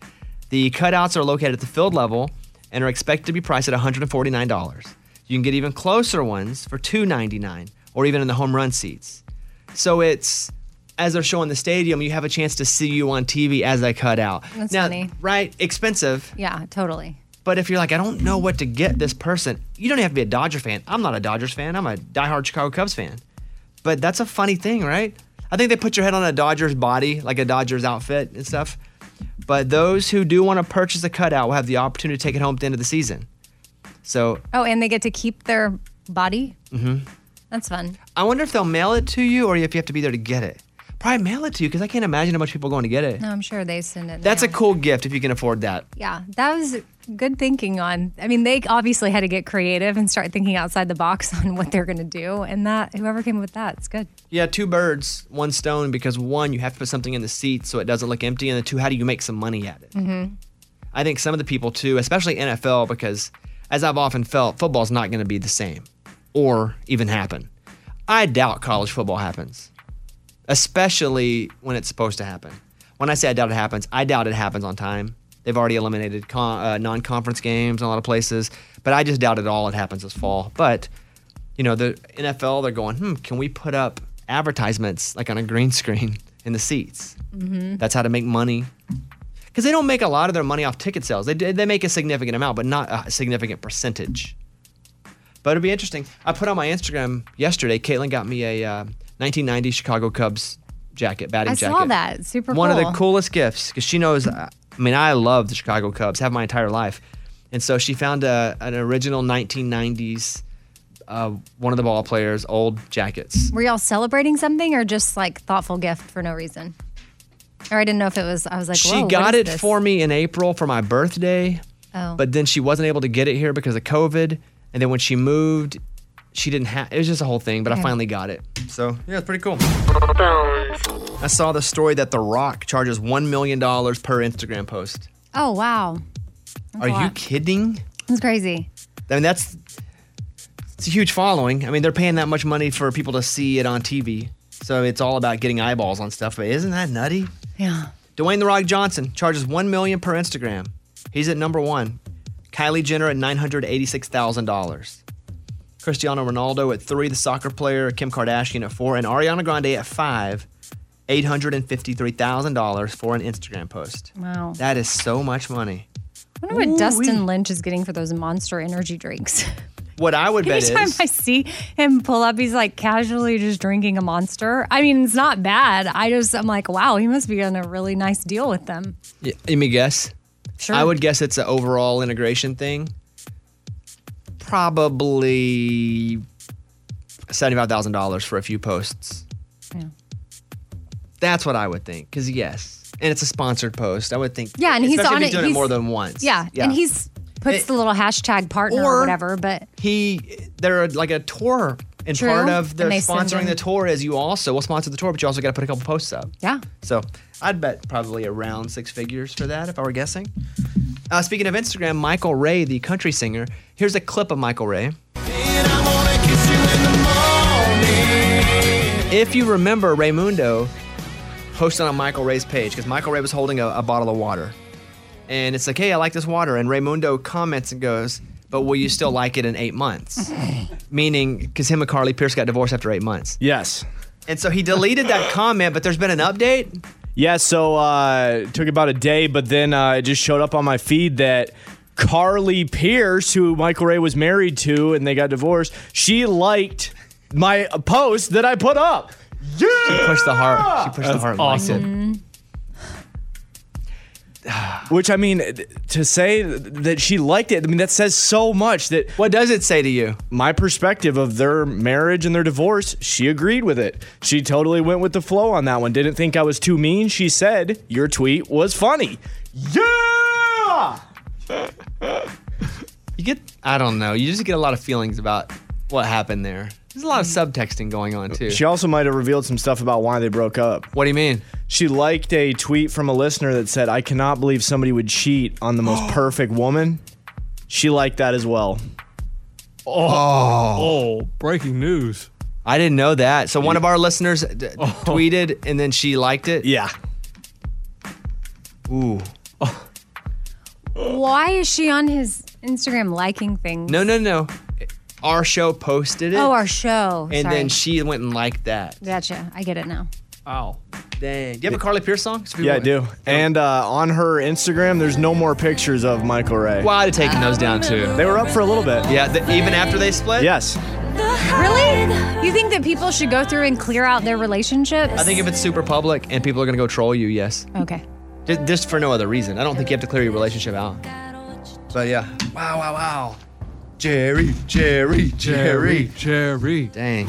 Speaker 2: The cutouts are located at the field level and are expected to be priced at $149. You can get even closer ones for $299 or even in the home run seats. So it's as they're showing the stadium, you have a chance to see you on TV as they cut out.
Speaker 5: That's
Speaker 2: now,
Speaker 5: funny.
Speaker 2: right? Expensive.
Speaker 5: Yeah, totally.
Speaker 2: But if you're like, I don't know what to get this person, you don't have to be a Dodger fan. I'm not a Dodgers fan. I'm a diehard Chicago Cubs fan. But that's a funny thing, right? I think they put your head on a Dodgers body, like a Dodgers outfit and stuff. But those who do want to purchase a cutout will have the opportunity to take it home at the end of the season. So,
Speaker 5: Oh, and they get to keep their body.
Speaker 2: mhm.
Speaker 5: That's fun.
Speaker 2: I wonder if they'll mail it to you or if you have to be there to get it. Probably mail it to you because I can't imagine how much people going to get it.
Speaker 5: No, I'm sure they send it.
Speaker 2: That's a
Speaker 5: now.
Speaker 2: cool gift if you can afford that.
Speaker 5: Yeah, that was good thinking on. I mean, they obviously had to get creative and start thinking outside the box [LAUGHS] on what they're going to do. And that whoever came up with that, it's good.
Speaker 2: Yeah, two birds, one stone, because one, you have to put something in the seat so it doesn't look empty. And the two, how do you make some money at it?
Speaker 5: Mm-hmm.
Speaker 2: I think some of the people, too, especially NFL, because as I've often felt, football's not going to be the same or even happen. I doubt college football happens, especially when it's supposed to happen. When I say I doubt it happens, I doubt it happens on time. They've already eliminated con- uh, non conference games in a lot of places, but I just doubt it all. It happens this fall. But, you know, the NFL, they're going, hmm, can we put up advertisements like on a green screen in the seats?
Speaker 7: Mm-hmm.
Speaker 2: That's how to make money. Because they don't make a lot of their money off ticket sales. They, they make a significant amount, but not a significant percentage. But it'll be interesting. I put on my Instagram yesterday, Caitlin got me a uh, 1990 Chicago Cubs jacket, batting
Speaker 5: I
Speaker 2: jacket.
Speaker 5: saw that. Super
Speaker 2: One
Speaker 5: cool.
Speaker 2: of the coolest gifts, because she knows, uh, I mean, I love the Chicago Cubs, have my entire life. And so she found a, an original 1990s, uh, one of the ball players' old jackets.
Speaker 5: Were y'all celebrating something or just like thoughtful gift for no reason? Or I didn't know if it was, I was like,
Speaker 2: she
Speaker 5: "Whoa, what
Speaker 2: got
Speaker 5: is
Speaker 2: it
Speaker 5: this?"
Speaker 2: for me in April for my birthday,
Speaker 5: Oh.
Speaker 2: but then she wasn't able to get it here because of COVID. And then when she moved, she didn't have. It was just a whole thing, but I
Speaker 5: Okay.
Speaker 2: finally got it. So yeah, it's pretty cool. I saw the story that The Rock charges one million dollars per Instagram post.
Speaker 5: oh, wow. That's
Speaker 2: Are
Speaker 5: a
Speaker 2: you
Speaker 5: lot.
Speaker 2: kidding?
Speaker 5: That's crazy.
Speaker 2: I mean, that's it's a huge following. I mean, they're paying that much money for people to see it on TV. So it's all about getting eyeballs on stuff. But isn't that nutty?
Speaker 5: Yeah.
Speaker 2: Dwayne the Rock Johnson charges one million per Instagram. He's at number one. Kylie Jenner at nine hundred eighty-six thousand dollars. Cristiano Ronaldo at three, the soccer player, Kim Kardashian at four, and Ariana Grande at five, eight hundred and fifty-three thousand dollars for an Instagram post.
Speaker 5: Wow.
Speaker 2: That is so much money.
Speaker 5: I wonder what Dustin Lynch is getting for those monster energy drinks. [LAUGHS]
Speaker 2: What I would bet
Speaker 5: Anytime
Speaker 2: is
Speaker 5: I see him pull up, he's like casually just drinking a monster. I mean, it's not bad. I just, I'm like, wow, he must be on a really nice deal with them.
Speaker 2: Yeah, let me guess.
Speaker 5: Sure.
Speaker 2: I would guess it's an overall integration thing. Probably seventy-five thousand dollars for a few posts.
Speaker 5: Yeah.
Speaker 2: That's what I would think. Because yes, and it's a sponsored post. I would think.
Speaker 5: Yeah, and he's
Speaker 2: especially
Speaker 5: on it-
Speaker 2: if he's doing
Speaker 5: he's-
Speaker 2: it more than once.
Speaker 5: Yeah. And he's puts the little hashtag partner or,
Speaker 2: Or-
Speaker 5: whatever, but
Speaker 2: he they're like a tour, and
Speaker 5: True,
Speaker 2: part of
Speaker 5: and
Speaker 2: they're
Speaker 5: they send
Speaker 2: sponsoring
Speaker 5: them-
Speaker 2: the tour is you also will sponsor the tour, but you also got to put a couple posts up.
Speaker 5: yeah.
Speaker 2: So I'd bet probably around six figures for that if I were guessing. Uh, speaking of Instagram, Michael Ray, the country singer, here's a clip of Michael Ray. If you remember, Raymundo posted on Michael Ray's page because Michael Ray was holding a, a bottle of water. And it's like, hey, I like this water. And Raymundo comments and goes, but will you still like it in eight months? Meaning, because him and Carly Pierce got divorced after eight months.
Speaker 17: Yes.
Speaker 2: And so he deleted that comment, but there's been an update.
Speaker 17: Yeah, so uh, it took about a day, but then uh, it just showed up on my feed that Carly Pierce, who Michael Ray was married to and they got divorced, she liked my post that I put up. Yeah! She
Speaker 2: pushed the heart. She pushed the
Speaker 17: That's
Speaker 2: heart and liked it.
Speaker 17: Awesome. Which I mean, th- to say th- that she liked it, I mean that says so much. That
Speaker 2: what does it say to you?
Speaker 17: My perspective of their marriage and their divorce, she agreed with it. She totally went with the flow on that one. Didn't think I was too mean. She said your tweet was funny. Yeah.
Speaker 2: You get, I don't know, you just get a lot of feelings about what happened there. There's a lot of subtexting going on too.
Speaker 17: She also might have revealed some stuff about why they broke up.
Speaker 2: What do you mean?
Speaker 17: She liked a tweet from a listener that said, "I cannot believe somebody would cheat on the
Speaker 2: [GASPS]
Speaker 17: most perfect woman." She liked that as well.
Speaker 2: Oh.
Speaker 8: breaking news.
Speaker 2: I didn't know that. So one of our listeners d- d- tweeted and then she liked it.
Speaker 17: Yeah.
Speaker 2: Ooh.
Speaker 5: why is she on his Instagram liking things?
Speaker 2: No, no, no. Our show posted it.
Speaker 5: Oh, our show.
Speaker 2: And
Speaker 5: Sorry.
Speaker 2: then she went and liked that.
Speaker 5: Gotcha. I get it now.
Speaker 2: Wow. Dang. Do you have a Carly Pierce song?
Speaker 17: Yeah, I do. And uh, on her Instagram, there's no more pictures of Michael Ray.
Speaker 2: Well, I'd have taken those down too.
Speaker 17: They were up for a little bit.
Speaker 2: Yeah, th- even after they split?
Speaker 17: Yes.
Speaker 5: Really? You think that people should go through and clear out their relationships?
Speaker 2: I think if it's super public and people are going to go troll you, yes.
Speaker 5: Okay.
Speaker 2: Ju- Just for no other reason. I don't think you have to clear your relationship out. But yeah. Wow, wow, wow. Jerry, Jerry, Jerry,
Speaker 8: Jerry.
Speaker 2: Dang.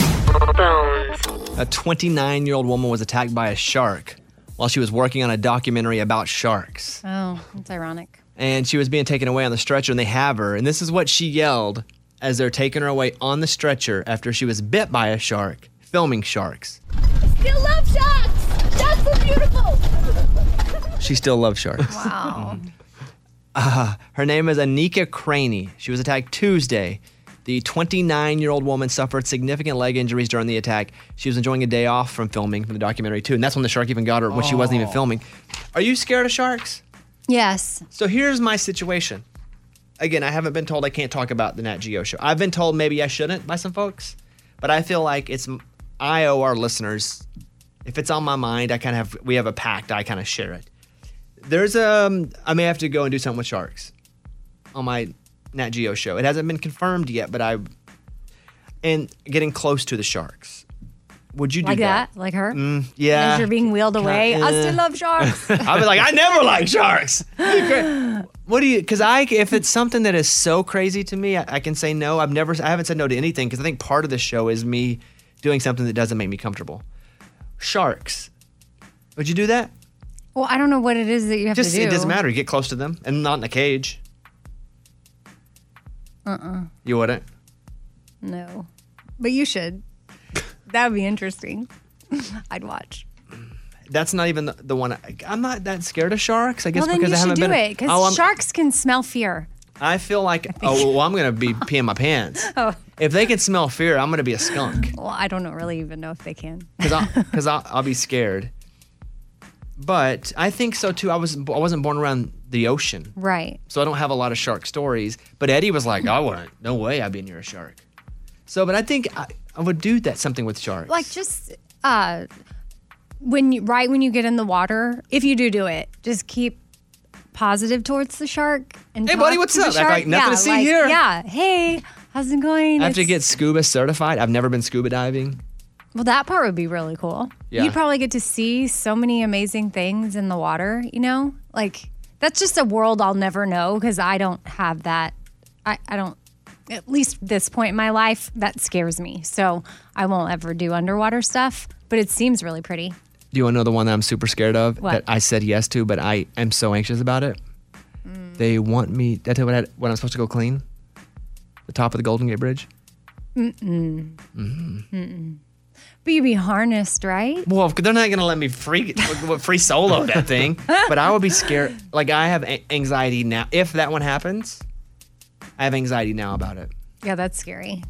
Speaker 2: A 29 year old woman was attacked by a shark while she was working on a documentary about sharks.
Speaker 5: Oh, that's ironic.
Speaker 2: and she was being taken away on the stretcher, and they have her. And this is what she yelled as they're taking her away on the stretcher after she was bit by a shark, filming sharks.
Speaker 7: Still love sharks. Sharks are beautiful.
Speaker 2: She still loves
Speaker 7: [LAUGHS]
Speaker 2: sharks.
Speaker 7: Wow.
Speaker 2: Uh, her name is Anika Craney. She was attacked Tuesday. The 29 year old woman suffered significant leg injuries during the attack. She was enjoying a day off from filming from the documentary, too. And that's when the shark even got her when she wasn't even
Speaker 5: Oh.
Speaker 2: filming. Are you scared of sharks?
Speaker 5: Yes.
Speaker 2: So here's my situation. Again, I haven't been told I can't talk about the Nat Geo show. I've been told maybe I shouldn't by some folks, but I feel like it's I owe our listeners. If it's on my mind, I kind of have we have a pact. I kind of share it. There's um I may have to go and do something with sharks on my Nat Geo show. It hasn't been confirmed yet, but I and getting close to the sharks. Would you do
Speaker 5: like
Speaker 2: that?
Speaker 5: that? Like her?
Speaker 2: Mm, yeah.
Speaker 5: As you're being wheeled away. I
Speaker 2: eh.
Speaker 5: still love sharks.
Speaker 2: [LAUGHS] I'd be like, I never like sharks. What do you? Because I, if it's something that is so crazy to me, I, I can say no. I've never, I haven't said no to anything because I think part of the show is me doing something that doesn't make me comfortable. Sharks. Would you do that?
Speaker 5: well, I don't know what it is that you have
Speaker 2: Just
Speaker 5: to do.
Speaker 2: it doesn't matter. You get close to them and not in a cage.
Speaker 5: Uh-uh.
Speaker 2: You wouldn't.
Speaker 5: No. But you should. that would be interesting. [LAUGHS] I'd watch.
Speaker 2: That's not even the, the one. I, I'm not that scared of sharks. I guess
Speaker 5: well, then
Speaker 2: because
Speaker 5: you
Speaker 2: I
Speaker 5: should
Speaker 2: haven't
Speaker 5: do
Speaker 2: been.
Speaker 5: it because
Speaker 2: oh, I'm-
Speaker 5: sharks can smell
Speaker 2: [LAUGHS]
Speaker 5: fear.
Speaker 2: I feel like oh well, I'm gonna be peeing my pants.
Speaker 5: Oh,
Speaker 2: If they can smell fear, I'm gonna be a skunk.
Speaker 5: well, I don't know, really even know if they can. [LAUGHS]
Speaker 2: because I'll, I'll be scared. But I think so too. I was I wasn't born around the ocean,
Speaker 5: Right.
Speaker 2: so I don't have a lot of shark stories. But Eddie was like, I wouldn't. No way, I'd be near a shark. So, but I think I, I would do that something with sharks.
Speaker 5: Like just uh when you right when you get in the water, if you do do it, just keep positive towards the shark and
Speaker 2: Hey, buddy,
Speaker 5: talk
Speaker 2: what's
Speaker 5: to the
Speaker 2: up? Act
Speaker 5: shark.
Speaker 2: like nothing to
Speaker 5: Yeah,
Speaker 2: see here.
Speaker 5: Yeah. Hey, how's it going?
Speaker 2: I have to
Speaker 5: It's-
Speaker 2: get scuba certified. I've never been scuba diving.
Speaker 5: Well, that part would be really cool.
Speaker 2: Yeah.
Speaker 5: You'd probably get to see so many amazing things in the water, you know? Like, that's just a world I'll never know because I don't have that. I, I don't, at least this point in my life, that scares me. So I won't ever do underwater stuff, but it seems really pretty.
Speaker 2: Do you want to know the one that I'm super scared of
Speaker 5: What?
Speaker 2: that I said yes to, but I am so anxious about it?
Speaker 5: Mm.
Speaker 2: They want me. Did I tell you when, I, when I'm supposed to go clean? The top of the Golden Gate Bridge.
Speaker 5: Mm-mm.
Speaker 2: Mm-hmm.
Speaker 5: Mm-mm. But you'd be harnessed, right?
Speaker 2: Well, if- they're not gonna let me free [LAUGHS] free solo that thing. But I would be scared. Like I have a- anxiety now. If that one happens, I have anxiety now about it
Speaker 5: Yeah, that's scary.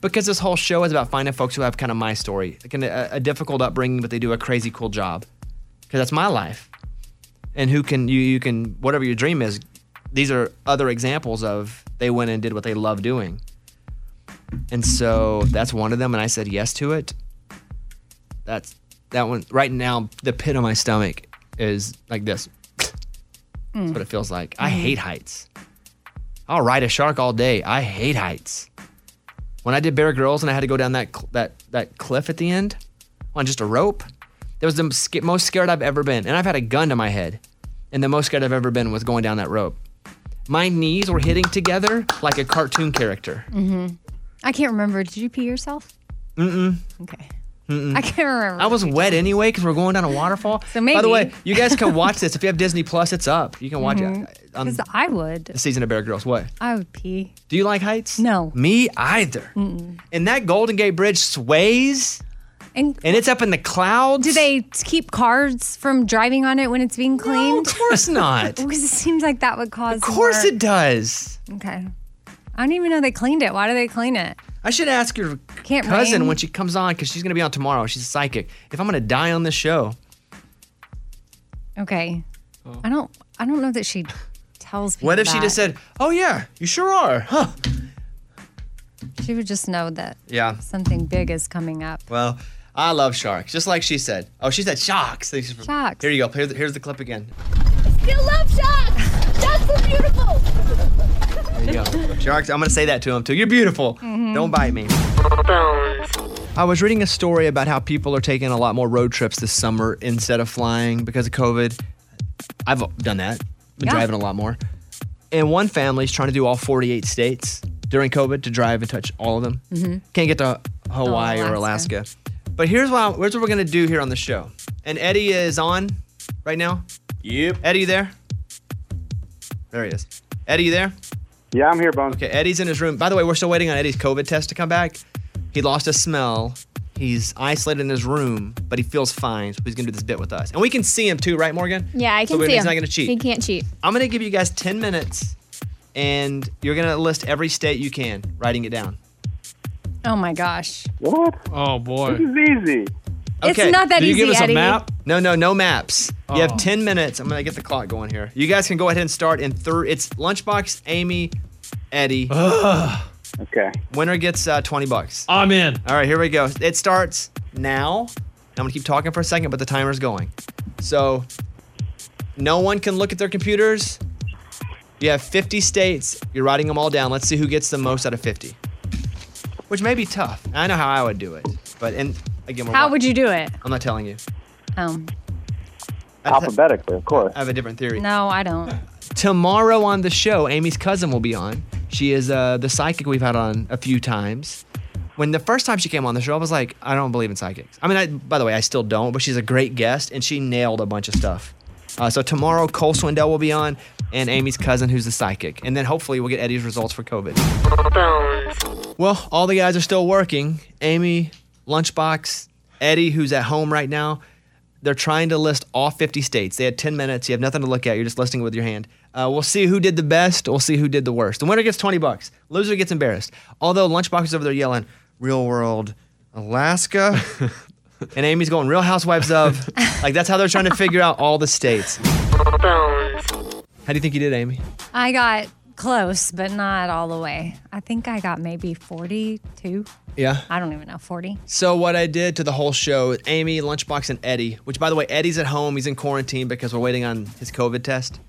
Speaker 2: because this whole show is about finding folks who have kind of my story, like an, a, a difficult upbringing, but they do a crazy cool job. Because that's my life, and who can you you can whatever your dream is. These are other examples of they went and did what they love doing, and so that's one of them. And I said yes to it. That's that one right now. The pit of my stomach is like this. That's what it feels like. I
Speaker 5: Mm-hmm.
Speaker 7: Mhm.
Speaker 2: hate heights. I'll ride a shark all day. I hate heights. When I did Bear Girls and I had to go down that cl- that that cliff at the end on just a rope, that was the sca- most scared I've ever been. And I've had a gun to my head, and the most scared I've ever been was going down that rope. My knees were hitting together like a cartoon character.
Speaker 5: hmm I can't remember. Did you pee yourself?
Speaker 2: Mm-mm.
Speaker 5: Okay.
Speaker 2: Mm-mm.
Speaker 5: I can't remember.
Speaker 2: I was wet anyway because we're going down a waterfall.
Speaker 5: So
Speaker 2: By the way,
Speaker 5: maybe.
Speaker 2: you guys can watch this if you have Disney Plus. It's up. You can watch
Speaker 5: Mhm.
Speaker 2: it. Um,
Speaker 5: 'Cause I would.
Speaker 2: the season of Bear Girls. What?
Speaker 5: I would pee.
Speaker 2: Do you like heights?
Speaker 5: No.
Speaker 2: Me either.
Speaker 5: Mm-mm.
Speaker 2: And that Golden Gate Bridge sways,
Speaker 5: And
Speaker 2: and it's up in the clouds.
Speaker 5: do they keep cars from driving on it when it's being cleaned?
Speaker 2: of course
Speaker 5: [LAUGHS]
Speaker 2: not.
Speaker 5: because it seems like that would cause.
Speaker 2: Of course
Speaker 5: more-
Speaker 2: it does.
Speaker 5: Okay. I don't even know they cleaned it. Why do they clean it?
Speaker 2: I should ask your
Speaker 5: Can't
Speaker 2: Cousin,
Speaker 5: rain?
Speaker 2: when she comes on, because she's gonna be on tomorrow. She's a psychic. If I'm gonna die on this show,
Speaker 5: Okay. I don't. I don't know that she tells people.
Speaker 2: what if she
Speaker 5: that.
Speaker 2: just said, "Oh yeah, you sure are"? Huh?
Speaker 5: She would just know that
Speaker 2: Yeah.
Speaker 5: something big is coming up.
Speaker 2: Well, I love sharks, just like she said. Oh, she said sharks. This is from-
Speaker 5: Sharks.
Speaker 2: Here you go. Here's the, here's the clip again.
Speaker 7: Still love sharks. Sharks are beautiful.
Speaker 2: There you go. sharks. I'm gonna say that to him too. You're beautiful.
Speaker 7: Mhm.
Speaker 2: Don't bite me. I was reading a story about how people are taking a lot more road trips this summer instead of flying because of COVID. I've done that, been
Speaker 7: Yeah.
Speaker 2: driving a lot more. And one family's trying to do all 48 states during COVID to drive and touch all of them.
Speaker 5: Mm-hmm.
Speaker 7: Mhm.
Speaker 2: Can't get to Hawaii or
Speaker 7: Alaska.
Speaker 2: Alaska. But here's what, I, here's what we're going to do here on the show. And Eddie is on right now. Yep. Eddie, you there? There he is. Eddie, you there?
Speaker 13: Yeah, I'm here, Bones.
Speaker 2: Okay, Eddie's in his room. By the way, we're still waiting on Eddie's COVID test to come back. He lost his smell. He's isolated in his room, but he feels fine. So he's gonna do this bit with us, and we can see him too, right, Morgan?
Speaker 3: Yeah, I
Speaker 2: So
Speaker 3: can
Speaker 2: we-
Speaker 3: see
Speaker 2: he's
Speaker 3: him.
Speaker 2: not gonna cheat.
Speaker 3: He can't cheat.
Speaker 2: I'm gonna give you guys 10 minutes, and you're gonna list every state you can, writing it down.
Speaker 5: Oh my gosh.
Speaker 13: What?
Speaker 8: Oh boy.
Speaker 13: This is easy.
Speaker 5: It's not that Do you easy, give us a Eddie. map?
Speaker 2: No, no, no maps. You have 10 minutes. I'm gonna get the clock going here. You guys can go ahead and start in third. It's lunchbox, Amy, Eddie.
Speaker 13: Okay.
Speaker 2: Winner gets uh, 20 bucks.
Speaker 8: I'm in.
Speaker 2: All right, here we go. It starts now. I'm gonna keep talking for a second, but the timer's going. So no one can look at their computers. You have 50 states. You're writing them all down. Let's see who gets the most out of 50, which may be tough. I know how I would do it, but and again, we're
Speaker 5: How would you do it?
Speaker 2: I'm not telling you.
Speaker 5: Um,
Speaker 13: Alphabetically, of course.
Speaker 2: I have a different theory.
Speaker 5: no, I don't.
Speaker 2: Tomorrow on the show, Amy's cousin will be on. She is uh, the psychic we've had on a few times. When the first time she came on the show, I was like, I don't believe in psychics. I mean, I, by the way, I still don't, but she's a great guest and she nailed a bunch of stuff. Uh, so tomorrow, Cole Swindell will be on and Amy's cousin, who's the psychic. And then hopefully we'll get Eddie's results for COVID. Well, all the guys are still working. Amy, Lunchbox, Eddie, who's at home right now. They're trying to list all 50 states. They had 10 minutes. You have nothing to look at. You're just listing it with your hand. Uh, we'll see who did the best. We'll see who did the worst. The winner gets 20 bucks. Loser gets embarrassed. Although Lunchbox is over there yelling, "Real World, Alaska," and Amy's going, "Real Housewives of," like that's how they're trying to figure out all the states. How do you think you did, Amy?
Speaker 5: I got close, but not all the way. I think I got maybe 42.
Speaker 2: Yeah.
Speaker 5: I don't even know, 40.
Speaker 2: So what I did to the whole show, Amy, Lunchbox, and Eddie, which by the way, Eddie's at home, he's in quarantine because we're waiting on his COVID test.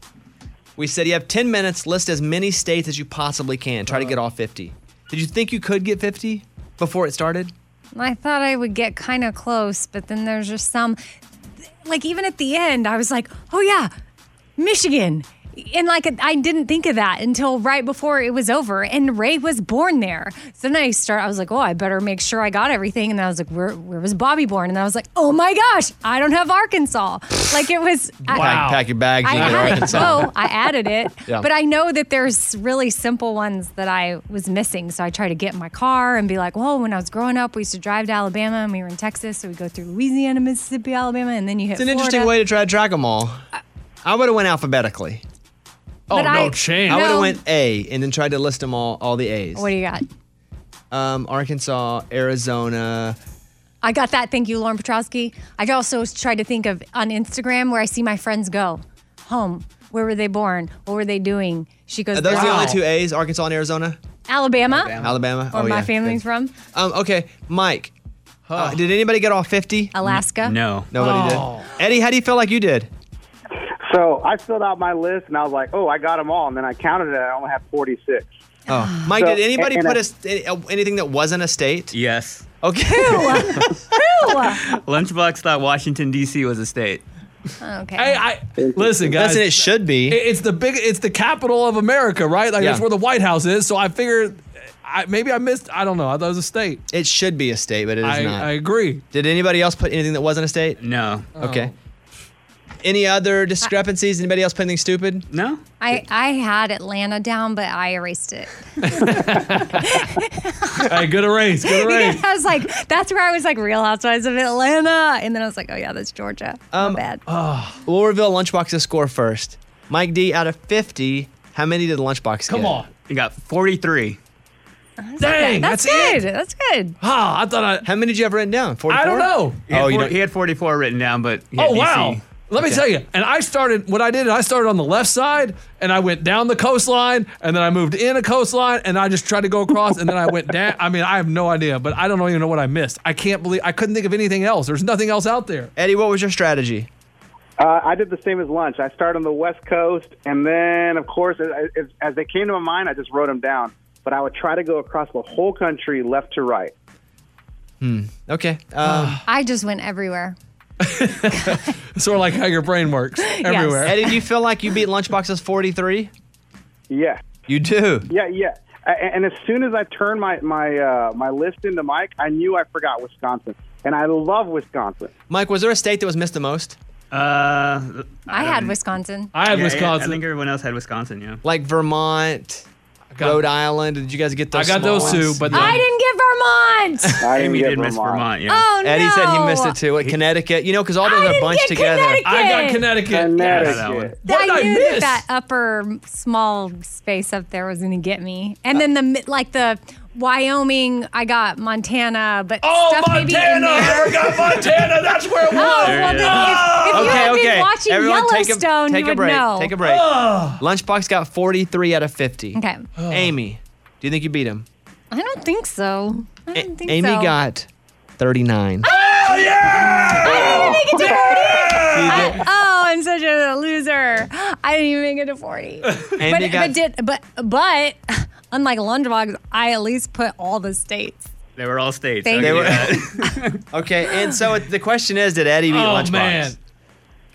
Speaker 2: We said you have 10 minutes, list as many states as you possibly can.
Speaker 5: Uh-huh.
Speaker 2: Try to get all 50. Did you think you could get 50 before it started?
Speaker 5: I thought I would get kind of close, but then there's just some, like even at the end, I was like, oh yeah, Michigan. And like I didn't think of that until right before it was over, and Ray was born there. So then I start. I was like, "Oh, I better make sure I got everything." And then I was like, "Where, where was Bobby born?" And then I was like, "Oh my gosh, I don't have Arkansas." like it was. I-
Speaker 2: Pack, pack your bags.
Speaker 5: I
Speaker 2: you go to
Speaker 5: added,
Speaker 2: Arkansas.
Speaker 5: oh, I added it.
Speaker 2: [LAUGHS] Yeah.
Speaker 5: But I know that there's really simple ones that I was missing. So I try to get in my car and be like, well, when I was growing up, we used to drive to Alabama and we were in Texas. So we go through Louisiana, Mississippi, Alabama, and then you hit
Speaker 2: It's an interesting way to try to track them all. I would have went alphabetically.
Speaker 5: Oh, But no I- chance.
Speaker 2: I would have
Speaker 5: no.
Speaker 2: went A and then tried to list them all, all the A's.
Speaker 5: What do you got?
Speaker 2: Um, Arkansas, Arizona.
Speaker 5: I got that. Thank you, Lauren Petrowski. I also tried to think of on Instagram where I see my friends go home. Where were they born? What were they doing? She goes,
Speaker 2: Are those the
Speaker 5: "They're
Speaker 2: only
Speaker 5: all-
Speaker 2: two A's, Arkansas and Arizona?
Speaker 5: Alabama,
Speaker 2: Alabama.
Speaker 5: where
Speaker 2: oh,
Speaker 5: my
Speaker 2: yeah.
Speaker 5: family's from.
Speaker 2: Um, okay, Mike. uh, did anybody get all 50?
Speaker 5: Alaska.
Speaker 2: Nobody
Speaker 5: Oh.
Speaker 2: did. Eddie, how do you feel like you did?
Speaker 13: So I filled out my list and I was like, oh, I got them all. And then I counted it. I only had 46.
Speaker 2: Oh, Mike,
Speaker 13: So,
Speaker 2: did anybody
Speaker 13: and- and
Speaker 2: put
Speaker 13: I-
Speaker 2: a st- uh, anything that wasn't a state?
Speaker 19: Yes.
Speaker 2: Okay.
Speaker 19: [LAUGHS] Lunchbox thought Washington D.C. was a state.
Speaker 5: Okay.
Speaker 8: Hey, I listen, guys.
Speaker 19: Doesn't it
Speaker 2: should be?
Speaker 8: It's the big. It's the capital of America, right? Like
Speaker 2: Yeah.
Speaker 8: that's where the White House is. So I figured, I, maybe I missed. I don't know. I thought it was a state.
Speaker 2: It should be a state, but it is
Speaker 8: I-
Speaker 2: not.
Speaker 8: I agree. Oh.
Speaker 2: Did anybody else put anything that wasn't a state?
Speaker 19: No.
Speaker 2: Okay. Any other discrepancies? Anybody else put anything stupid?
Speaker 19: No.
Speaker 5: I, I had Atlanta down, but I erased it.
Speaker 8: hey, good
Speaker 5: [LAUGHS]
Speaker 8: erase.
Speaker 2: [LAUGHS]
Speaker 8: Good erase.
Speaker 5: Because I was like, that's where I was like, Real Housewives of Atlanta. And then I was like, oh, yeah, that's Georgia. Um, bad.
Speaker 2: [SIGHS] We'll reveal Lunchbox's score first. Mike D, out of 50, how many did Lunchbox
Speaker 8: Come
Speaker 2: get?
Speaker 8: on.
Speaker 19: You got 43.
Speaker 8: Dang, that's,
Speaker 5: good. That's good.
Speaker 8: Ah, I thought I.
Speaker 2: How many did you have written down? 44?
Speaker 8: I don't know.
Speaker 19: He had,
Speaker 8: Oh, you
Speaker 19: four-
Speaker 8: don't-
Speaker 19: he had 44 written down, but he had
Speaker 8: Oh wow.
Speaker 19: DC.
Speaker 8: Let me
Speaker 19: Okay.
Speaker 8: tell you. And I started what I did. is I started on the left side, and I went down the coastline, and then I moved in a coastline, and I just tried to go across, and then I went down. I mean, I have no idea, but I don't even know what I missed. I can't believe I couldn't think of anything else. There's nothing else out there.
Speaker 2: Eddie, what was your strategy?
Speaker 13: Uh, I did the same as lunch. I started on the West Coast, and then, of course, as, as- as they came to my mind, I just wrote them down. But I would try to go across the whole country, left to right.
Speaker 8: [SIGHS]
Speaker 2: Okay. Um,
Speaker 5: I just went everywhere.
Speaker 8: sort of like how your brain works everywhere.
Speaker 2: Eddie, do you feel like you beat Lunchbox's 43?
Speaker 13: Yeah.
Speaker 2: You do.
Speaker 13: Yeah, yeah. A- And as soon as I turned my my uh, my list into Mike, I knew I forgot Wisconsin, and I love Wisconsin.
Speaker 2: Mike, was there a state that was missed the most?
Speaker 19: Uh,
Speaker 5: I, had Wisconsin.
Speaker 19: Yeah, yeah, I think everyone else had Wisconsin. Yeah.
Speaker 2: Like Vermont, Rhode Island. Did you guys get those?
Speaker 19: I got
Speaker 2: small
Speaker 19: those too,
Speaker 2: ones?
Speaker 19: but
Speaker 5: I didn't
Speaker 2: [LAUGHS]
Speaker 5: get Vermont.
Speaker 19: Amy did miss Vermont. Yeah.
Speaker 5: Oh, no.
Speaker 2: Eddie said he missed it too. At Connecticut, you know, because all those are bunched together.
Speaker 8: I got Connecticut.
Speaker 2: Connecticut.
Speaker 5: That I knew that
Speaker 2: miss?
Speaker 5: that upper small space up there was going to get me, and then the mi- like the Wyoming, I got Montana, but
Speaker 7: Oh,
Speaker 5: stuff maybe in [LAUGHS]
Speaker 7: Montana! I
Speaker 5: there.
Speaker 7: forgot Montana. That's where it
Speaker 5: Oh,
Speaker 7: was. There
Speaker 5: well,
Speaker 7: it
Speaker 5: then if, if you
Speaker 2: okay,
Speaker 5: had
Speaker 2: okay.
Speaker 5: been watching
Speaker 2: Everyone
Speaker 5: Yellowstone, you
Speaker 2: take a, take a
Speaker 5: would
Speaker 2: break.
Speaker 5: know.
Speaker 2: Take a break.
Speaker 19: Ah.
Speaker 2: Lunchbox got 43 out of 50.
Speaker 5: Okay.
Speaker 2: Amy, do you think you beat him?
Speaker 5: I don't think so. I don't think
Speaker 2: Amy
Speaker 5: so.
Speaker 2: got 39.
Speaker 5: Oh yeah! I didn't even make it to
Speaker 2: You
Speaker 5: forty.
Speaker 2: did.
Speaker 5: I- oh, I'm such a loser. I didn't even make it to forty. but,
Speaker 2: you
Speaker 5: but
Speaker 2: got-
Speaker 5: did but but unlike Lunchbox, I at least put all the states.
Speaker 19: They were all states.
Speaker 5: Thank
Speaker 2: They
Speaker 5: you.
Speaker 2: were- [LAUGHS] okay, and so it, the question is, did Eddie beat
Speaker 8: Oh,
Speaker 2: Lunchbox?
Speaker 8: man.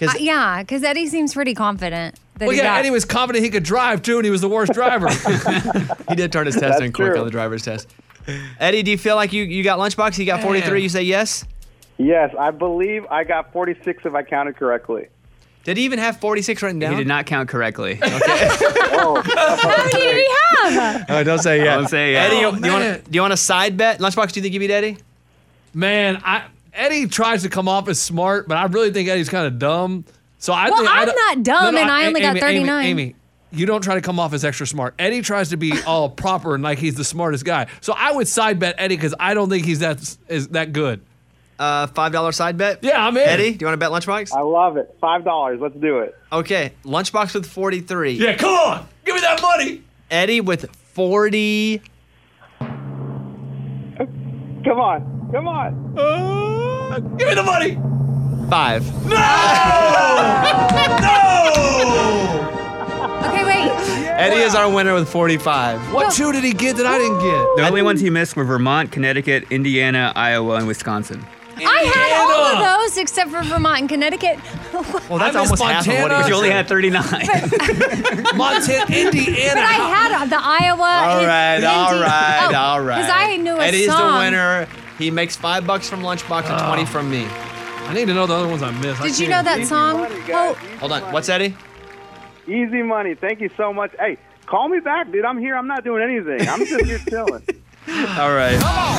Speaker 5: Uh, yeah, because Eddie seems pretty confident. That
Speaker 8: Well,
Speaker 5: he
Speaker 8: yeah,
Speaker 5: got,
Speaker 8: Eddie was confident he could drive too, and he was the worst driver.
Speaker 2: he did
Speaker 13: [LAUGHS]
Speaker 2: turn his test in quick on the driver's test. Eddie, do you feel like you, you got Lunchbox? He got 43. You say yes?
Speaker 13: Yes, I believe I got 46 if I counted correctly.
Speaker 2: Did he even have 46 written down?
Speaker 19: He did not count correctly.
Speaker 5: How many did he have?
Speaker 7: [LAUGHS]
Speaker 2: [LAUGHS] Oh, don't
Speaker 8: [LAUGHS]
Speaker 2: say yeah.
Speaker 19: Don't say yeah.
Speaker 2: Eddie, you-
Speaker 19: Oh,
Speaker 2: do, you want do you want a side bet? Lunchbox, do you think you beat Eddie?
Speaker 8: Man, I Eddie tries to come off as smart, but I really think Eddie's kind of dumb. So I
Speaker 5: Well,
Speaker 8: think
Speaker 5: I'm
Speaker 8: don't-
Speaker 5: not dumb, and I
Speaker 8: A-
Speaker 5: only got
Speaker 8: Amy, Amy,
Speaker 5: 39.
Speaker 8: Amy, you don't try to come off as extra smart. Eddie tries to be all proper and like he's the smartest guy. So I would side bet Eddie because I don't think he's that s- is that good.
Speaker 2: Uh, five dollar side bet.
Speaker 8: Yeah, I'm in.
Speaker 2: Eddie, do you want to bet Lunchbox? I
Speaker 13: love it. Five dollars. Let's do it.
Speaker 2: Okay, Lunchbox with 43.
Speaker 8: Yeah, come on, give me that money.
Speaker 2: Eddie with 40.
Speaker 13: Come on. Come on.
Speaker 8: Uh, give me the money.
Speaker 2: Five.
Speaker 7: Oh,
Speaker 5: Okay, wait.
Speaker 2: Eddie is our winner with 45.
Speaker 8: What two did he get that I didn't get?
Speaker 19: The only ones he missed were Vermont, Connecticut, Indiana, Iowa, and Wisconsin.
Speaker 5: I had all of those except for Vermont and Connecticut.
Speaker 2: Well,
Speaker 19: that's almost half of what he You only had 39.
Speaker 2: [LAUGHS]
Speaker 8: Montana, Indiana.
Speaker 5: But I had the Iowa.
Speaker 19: [LAUGHS]
Speaker 2: All
Speaker 5: and
Speaker 2: right,
Speaker 5: Indi-
Speaker 2: all right,
Speaker 5: oh,
Speaker 2: all right.
Speaker 5: Because I knew a
Speaker 2: Eddie's
Speaker 5: song.
Speaker 2: the winner. He makes five bucks from Lunchbox and 20 from me.
Speaker 8: I need to know the other ones I missed.
Speaker 5: Did you know that song? oh,
Speaker 2: Hold on. What's Eddie?
Speaker 13: Easy money. Thank you so much. Hey, call me back, dude. I'm here. I'm not doing anything. I'm
Speaker 5: [LAUGHS]
Speaker 13: just here chilling.
Speaker 2: All
Speaker 11: right.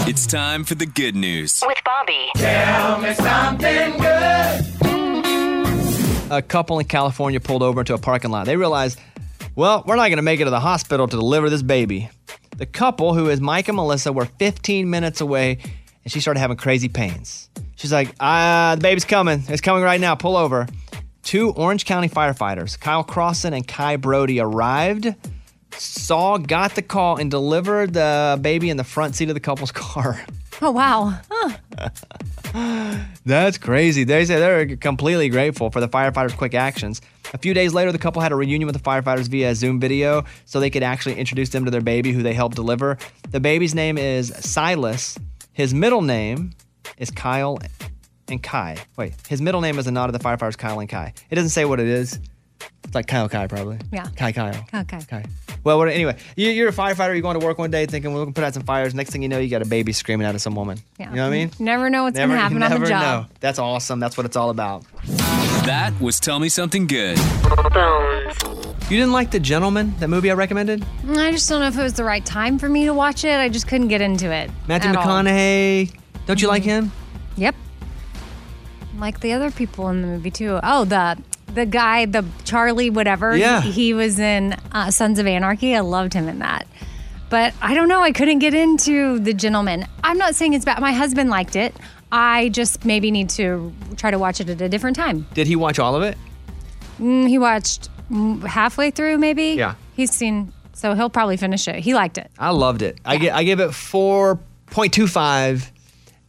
Speaker 11: It's time for the good news.
Speaker 1: With Bobby.
Speaker 7: Tell me something good.
Speaker 2: A couple in California pulled over into a parking lot. They realized, well, we're not going to make it to the hospital to deliver this baby. The couple, who is Mike and Melissa, were 15 minutes away and she started having crazy pains. She's like, ah, the baby's coming. It's coming right now. Pull over. Two Orange County firefighters, Kyle Crossan and Kai Brody, arrived, saw, got the call, and delivered the baby in the front seat of the couple's [LAUGHS] car.
Speaker 5: oh, wow.
Speaker 2: [LAUGHS]
Speaker 5: Huh.
Speaker 2: That's crazy. They say they're completely grateful for the firefighters' quick actions. A few days later, the couple had a reunion with the firefighters via Zoom video so they could actually introduce them to their baby who they helped deliver. The baby's name is Silas. His middle name is Kyle and Kai. Wait, his middle name is a nod to the firefighters, Kyle and Kai. It doesn't say what it is. It's like Kyle Kai, probably.
Speaker 5: Yeah.
Speaker 2: Kai Kyle.
Speaker 5: Okay.
Speaker 2: Okay. Well, what, anyway, you, you're a firefighter. You're going to work one day thinking, we're going to put out some fires. Next thing you know, you got a baby screaming out of some woman. You know what I mean?
Speaker 5: Never know what's going to happen on the job.
Speaker 2: That's awesome. That's what it's all about.
Speaker 11: That was Tell Me Something Good.
Speaker 2: You didn't like The Gentleman, that movie I recommended?
Speaker 5: Mm, I just don't know if it was the right time for me to watch it. I just couldn't get into it.
Speaker 2: Matthew
Speaker 5: at all. Mm-hmm.
Speaker 2: McConaughey. Don't you like him?
Speaker 5: Yep. Like the other people in the movie too. Oh, the the guy, the Charlie, whatever.
Speaker 2: Yeah.
Speaker 5: He, he was in uh, Sons of Anarchy. I loved him in that. But I don't know. I couldn't get into the gentleman. I'm not saying it's bad. My husband liked it. I just maybe need to try to watch it at a different time.
Speaker 2: Did he watch all of it?
Speaker 5: Mm, he watched mm, halfway through, maybe.
Speaker 2: Yeah.
Speaker 5: He's seen, so he'll probably finish it. He liked it.
Speaker 2: I loved it. I, get, I give it 4.25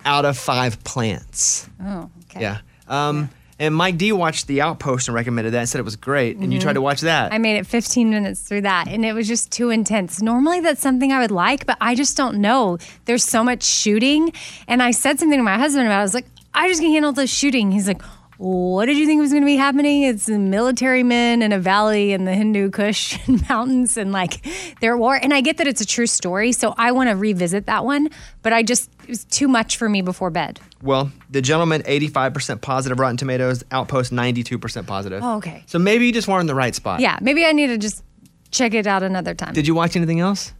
Speaker 2: out of 5 plants.
Speaker 5: Oh.
Speaker 2: Yeah. Um, And Mike D watched The Outpost and recommended that and said it was great. And you
Speaker 5: Mhm.
Speaker 2: tried to watch that.
Speaker 5: I made it 15 minutes through that, and it was just too intense. Normally, that's something I would like, but I just don't know. There's so much shooting, and I said something to my husband about. it. I was like, "I just can handle the shooting." He's like, What did you think was going to be happening? It's the military men in a valley in the Hindu Kush [LAUGHS] mountains and like their war. And I get that it's a true story, so I want to revisit that one, but I just, it was too much for me before bed.
Speaker 2: Well, the gentleman, 85% positive Rotten Tomatoes, Outpost, 92% positive.
Speaker 5: Oh, okay.
Speaker 2: So maybe you just weren't in the right spot.
Speaker 5: Yeah, maybe I need to just check it out another time.
Speaker 2: Did you watch anything else?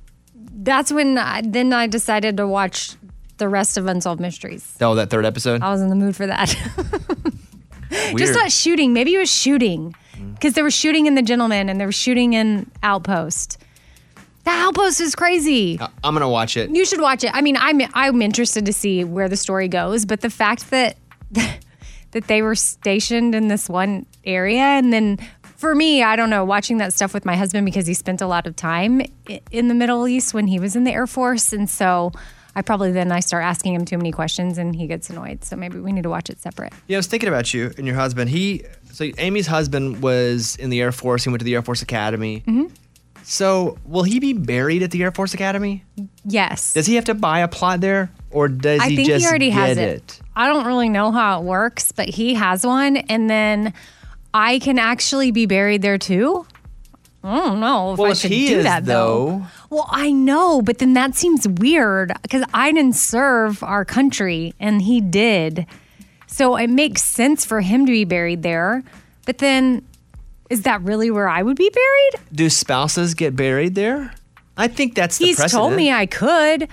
Speaker 5: That's when I, then I decided to watch the rest of Unsolved Mysteries.
Speaker 2: Oh, that third episode?
Speaker 5: I was in the mood for that. [LAUGHS]
Speaker 2: Weird.
Speaker 5: Just not shooting. Maybe it was shooting because they were shooting in the gentleman and they were shooting in Outpost. The Outpost is crazy.
Speaker 2: I- I'm going to watch it.
Speaker 5: You should watch it. I mean, I'm I'm interested to see where the story goes, but the fact that [LAUGHS] that they were stationed in this one area and then for me, I don't know, watching that stuff with my husband because he spent a lot of time i- in the Middle East when he was in the Air Force and so I probably then I start asking him too many questions and he gets annoyed. So maybe we need to watch it separate.
Speaker 2: Yeah, I was thinking about you and your husband. He, so Amy's husband was in the Air Force. He went to the Air Force Academy.
Speaker 5: Mhm.
Speaker 2: So will he be buried at the Air Force Academy?
Speaker 5: Yes.
Speaker 2: Does he have to buy a plot there, or does
Speaker 5: I
Speaker 2: he
Speaker 5: think
Speaker 2: just
Speaker 5: he already
Speaker 2: get
Speaker 5: has
Speaker 2: it?
Speaker 5: it. I don't really know how it works, but he has one, and then I can actually be buried there too. I don't know if
Speaker 2: Well,
Speaker 5: I
Speaker 2: if
Speaker 5: should
Speaker 2: he
Speaker 5: do
Speaker 2: is,
Speaker 5: that though.
Speaker 2: though-
Speaker 5: Well, I know, but then that seems weird because I didn't serve our country, and he did, so it makes sense for him to be buried there. But then, is that really where I would be buried?
Speaker 2: Do spouses get buried there? I think that's the
Speaker 5: He's
Speaker 2: precedent.
Speaker 5: told me I could.
Speaker 2: and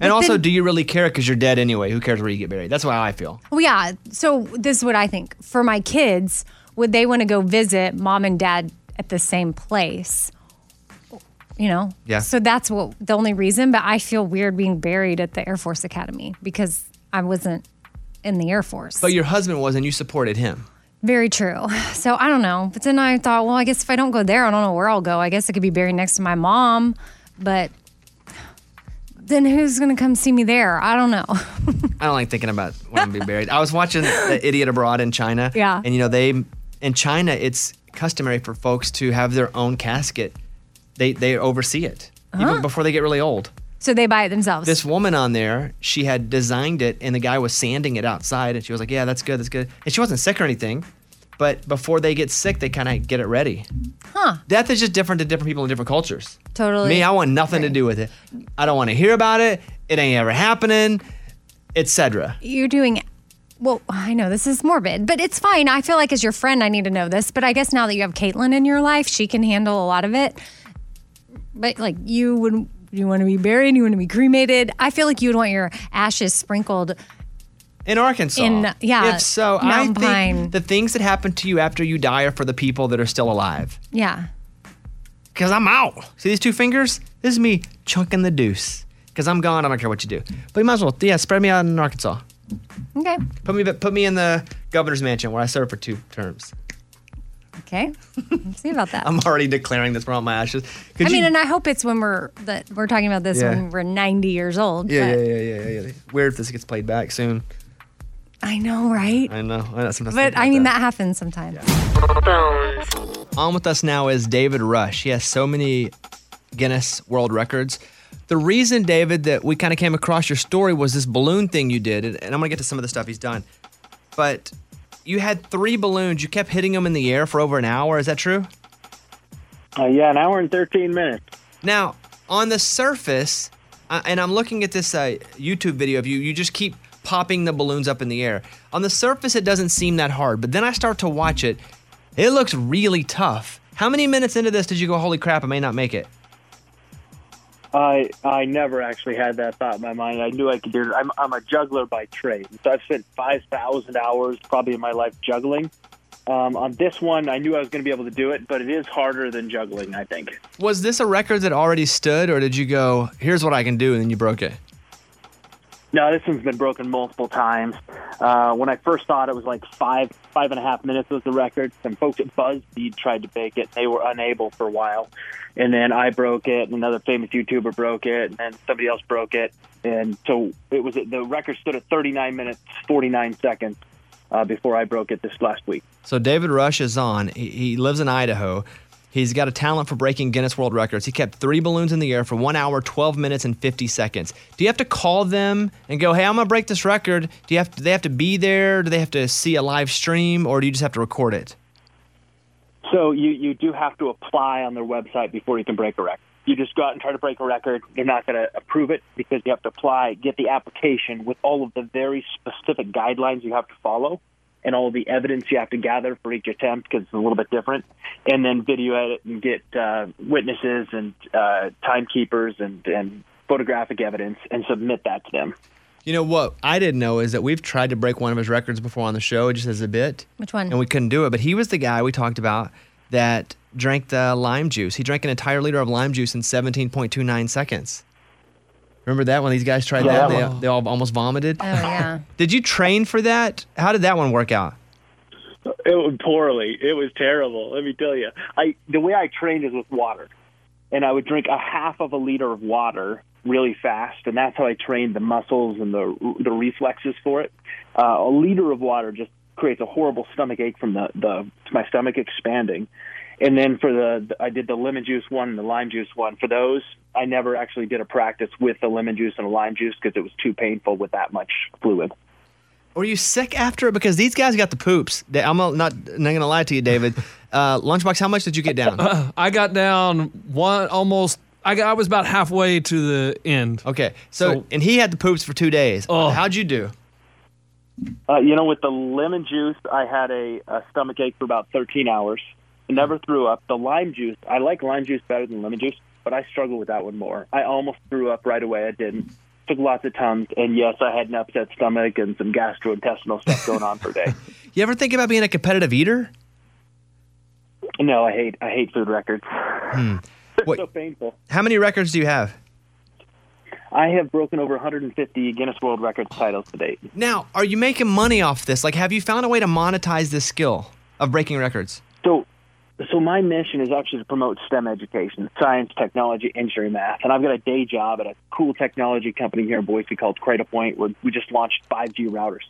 Speaker 5: but
Speaker 2: also,
Speaker 5: then-
Speaker 2: do you really care? Because you're dead anyway. Who cares where you get buried? That's why I feel.
Speaker 5: Well, yeah. So this is what I think for my kids: would they want to go visit mom and dad at the same place? You know.
Speaker 2: Yeah.
Speaker 5: So that's what the only reason. But I feel weird being buried at the Air Force Academy because I wasn't in the Air Force.
Speaker 2: But your husband was, and you supported him.
Speaker 5: Very true. So I don't know. But then I thought, well, I guess if I don't go there, I don't know where I'll go. I guess I could be buried next to my mom, but then who's going to come see me there? I don't know. [LAUGHS]
Speaker 2: I don't like thinking about when I'm being buried. I was watching The Idiot Abroad in China.
Speaker 5: Yeah.
Speaker 2: And you know, they in China it's customary for folks to have their own casket. They they oversee it.
Speaker 5: Huh?
Speaker 2: Even before they get really old.
Speaker 5: So they buy it themselves.
Speaker 2: This woman on there, she had designed it and the guy was sanding it outside and she was like, Yeah, that's good, that's good. And she wasn't sick or anything. But before they get sick, they kind of get it ready.
Speaker 5: huh.
Speaker 2: Death is just different to different people in different cultures.
Speaker 5: Totally.
Speaker 2: Me, I want nothing to do with it. I don't want to hear about it. It ain't ever happening, etc.
Speaker 5: you're doing well i know this is morbid but it's fine i feel like as your friend i need to know this but i guess now that you have caitlin in your life she can handle a lot of it but like you would you want to be buried you want to be cremated i feel like you would want your ashes sprinkled
Speaker 2: In Arkansas.
Speaker 5: In- yeah,
Speaker 2: If so, I
Speaker 5: Mountain
Speaker 2: think
Speaker 5: Pine.
Speaker 2: the things that happen to you after you die are for the people that are still alive.
Speaker 5: yeah
Speaker 2: Because I'm out. See these two fingers? This is me chunking the deuce. Because I'm gone. I don't care what you do. But you might as well, yeah, spread me out in Arkansas.
Speaker 5: okay
Speaker 2: Put me, put me in the governor's mansion where I served for two terms.
Speaker 5: okay Let's see about that
Speaker 2: I'm already declaring this from my ashes. [LAUGHS] Could
Speaker 5: i
Speaker 2: you-
Speaker 5: mean and i hope it's when we're that we're talking about this
Speaker 2: Yeah.
Speaker 5: when we're 90 years old
Speaker 2: yeah,
Speaker 5: but
Speaker 2: yeah, yeah, yeah, yeah, yeah. Weird if this gets played back soon.
Speaker 5: i know right
Speaker 2: I know. I know sometimes think
Speaker 5: but
Speaker 2: about
Speaker 5: i mean that. happens sometimes
Speaker 2: On with us now is David Rush. He has so many Guinness World Records. The reason, David, that we kind of came across your story was this balloon thing you did, and and I'm gonna get to some of the stuff he's done. But you had three balloons. You kept hitting them in the air for over an hour. Is that true?
Speaker 20: Uh, yeah, an hour and 13 minutes.
Speaker 2: Now, on the surface, uh, and I'm looking at this uh, YouTube video of you, you just keep popping the balloons up in the air. On the surface, it doesn't seem that hard, but then I start to watch it. It looks really tough. How many minutes into this did you go, holy crap, I may not make it?
Speaker 20: I I never actually had that thought in my mind. I knew I could do it. I'm I'm a juggler by trade, so I've spent five thousand hours probably in my life juggling. Um, on this one, I knew I was going to be able to do it, but it is harder than juggling. I think.
Speaker 2: Was this a record that already stood, or did you go, here's what I can do, and then you broke it?
Speaker 20: No, this one's been broken multiple times. Uh, when I first thought it was like five five and a half minutes was the record. Some folks at BuzzFeed tried to bake it; they were unable for a while. And then I broke it. and Another famous YouTuber broke it, and then somebody else broke it. And so it was the record stood at 39 minutes 49 seconds uh, before I broke it this last week.
Speaker 2: So David Rush is on. He, he lives in Idaho. He's got a talent for breaking Guinness World Records. He kept three balloons in the air for one hour, 12 minutes, and 50 seconds. Do you have to call them and go, hey, I'm going to break this record? Do, you have do they have to be there? Do they have to see a live stream? Or do you just have to record it?
Speaker 20: So you, you do have to apply on their website before you can break a record. You just go out and try to break a record. They're not going to approve it because you have to apply, get the application with all of the very specific guidelines you have to follow and all the evidence you have to gather for each attempt because it's a little bit different. And then video edit and get uh, witnesses and uh, timekeepers and, and photographic evidence and submit that to them.
Speaker 2: You know what I didn't know is that we've tried to break one of his records before on the show, just as a bit.
Speaker 5: Which one?
Speaker 2: And we couldn't do it. But he was the guy we talked about that drank the lime juice. He drank an entire liter of lime juice in 17.29 seconds. Remember that when these guys tried
Speaker 20: Yeah,
Speaker 2: that? and
Speaker 20: that
Speaker 2: They, they all almost vomited.
Speaker 5: Oh yeah.
Speaker 2: [LAUGHS] Did you train for that? How did that one work out?
Speaker 20: [LAUGHS] It was poorly. It was terrible. Let me tell you. I the way I trained is with water, and I would drink a half of a liter of water really fast, and that's how I trained the muscles and the the reflexes for it. Uh, a liter of water just creates a horrible stomach ache from the the my stomach expanding. And then for the, I did the lemon juice one and the lime juice one. For those, I never actually did a practice with the lemon juice and a lime juice because it was too painful with that much fluid.
Speaker 2: Were you sick after it? Because these guys got the poops. They- I'm not not going to lie to you,
Speaker 8: [LAUGHS]
Speaker 2: David. Uh, Lunchbox, how much did you get down?
Speaker 8: Uh, I got down one almost. I got, I was about halfway to the end.
Speaker 2: Okay, so, and he had the poops for two days. Oh. How'd you do?
Speaker 20: Uh, you know, with the lemon juice, I had a, a stomach ache for about 13 hours. I never threw up. The lime juice, I like lime juice better than lemon juice, but I struggle with that one more. I almost threw up right away. I didn't. Took lots of tums, and yes, I had an upset stomach and some gastrointestinal stuff going on for a day.
Speaker 2: [LAUGHS] You ever think about being a competitive eater?
Speaker 20: No, I hate I hate food records. [LAUGHS]
Speaker 2: Hmm.
Speaker 20: They're
Speaker 2: What-
Speaker 20: so painful.
Speaker 2: How many records do you have?
Speaker 20: I have broken over 150 Guinness World Records titles to date.
Speaker 2: Now, are you making money off this? Like, have you found a way to monetize this skill of breaking records?
Speaker 20: So, so my mission is actually to promote STEM education: science, technology, engineering, math. And I've got a day job at a cool technology company here in Boise called Cradle Point, where we just launched 5G routers.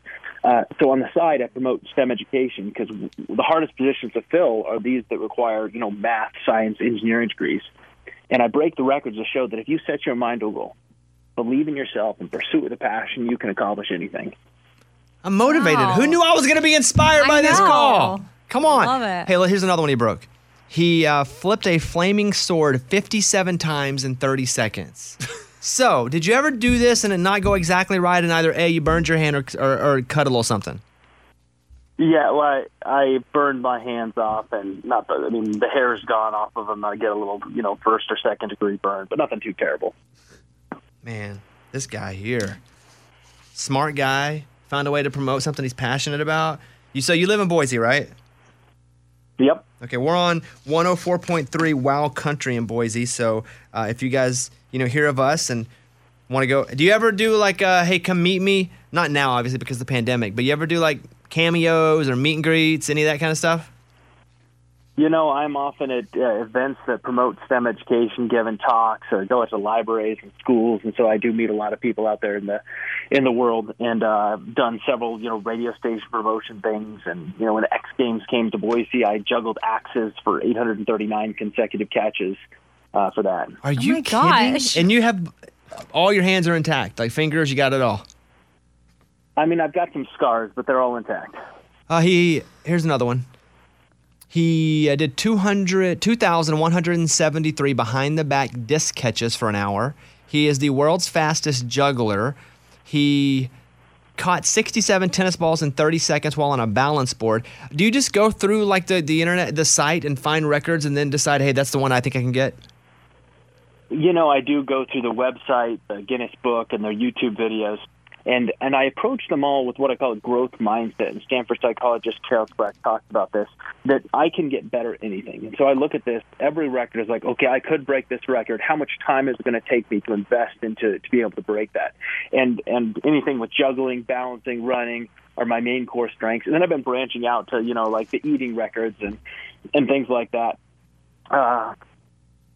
Speaker 20: Uh, so on the side, I promote STEM education because the hardest positions to fill are these that require, you know, math, science, engineering degrees. And I break the records to show that if you set your mind to a goal, believe in yourself, and pursue it with a passion, you can accomplish anything.
Speaker 2: I'm motivated.
Speaker 20: Wow.
Speaker 2: Who knew I was going to be inspired
Speaker 20: I
Speaker 2: by this
Speaker 20: know.
Speaker 2: call? Come on.
Speaker 20: Love it.
Speaker 2: Hey, look, here's another one he broke. He uh, flipped a flaming sword 57 times in 30 seconds. [LAUGHS] so, did you ever do this and it not go exactly right? And either A, you burned your hand or, or, or cut a little something?
Speaker 20: Yeah, well, I, I burned my hands off, and not the, I mean, the hair's gone off of them. I get a little, you know, first or second degree burn, but nothing too terrible.
Speaker 2: Man, this guy here, smart guy, found a way to promote something he's passionate about. You so you live in Boise, right?
Speaker 20: Yep.
Speaker 2: Okay, we're on 104.3 Wow Country in Boise. So uh, if you guys you know hear of us and want to go, do you ever do like, uh, hey, come meet me? Not now, obviously, because of the pandemic. But you ever do like cameos or meet and greets, any of that kind of stuff?
Speaker 20: You know, I'm often at uh, events that promote STEM education, giving talks, or go into libraries and schools, and so I do meet a lot of people out there in the in the world, and uh, I've done several, you know, radio station promotion things, and you know, when the X Games came to Boise, I juggled axes for 839 consecutive catches uh, for that.
Speaker 2: Are Oh you kidding? And you have all your hands are intact, like fingers, you got it all.
Speaker 20: I mean, I've got some scars, but they're all intact.
Speaker 2: Uh, he here's another one. He uh, did 200, 2,173 behind the back disc catches for an hour. He is the world's fastest juggler. He caught 67 tennis balls in 30 seconds while on a balance board. Do you just go through like the, the internet, the site, and find records and then decide, hey, that's the one I think I can get?
Speaker 20: You know, I do go through the website, the Guinness Book, and their YouTube videos, and and I approach them all with what I call a growth mindset. And Stanford psychologist Carol Dweck talked about this that I can get better at anything. And so I look at this every record is like, okay, I could break this record. How much time is it going to take me to invest into to be able to break that? And and anything with juggling, balancing, running are my main core strengths. And then I've been branching out to you know like the eating records and and things like that. Uh,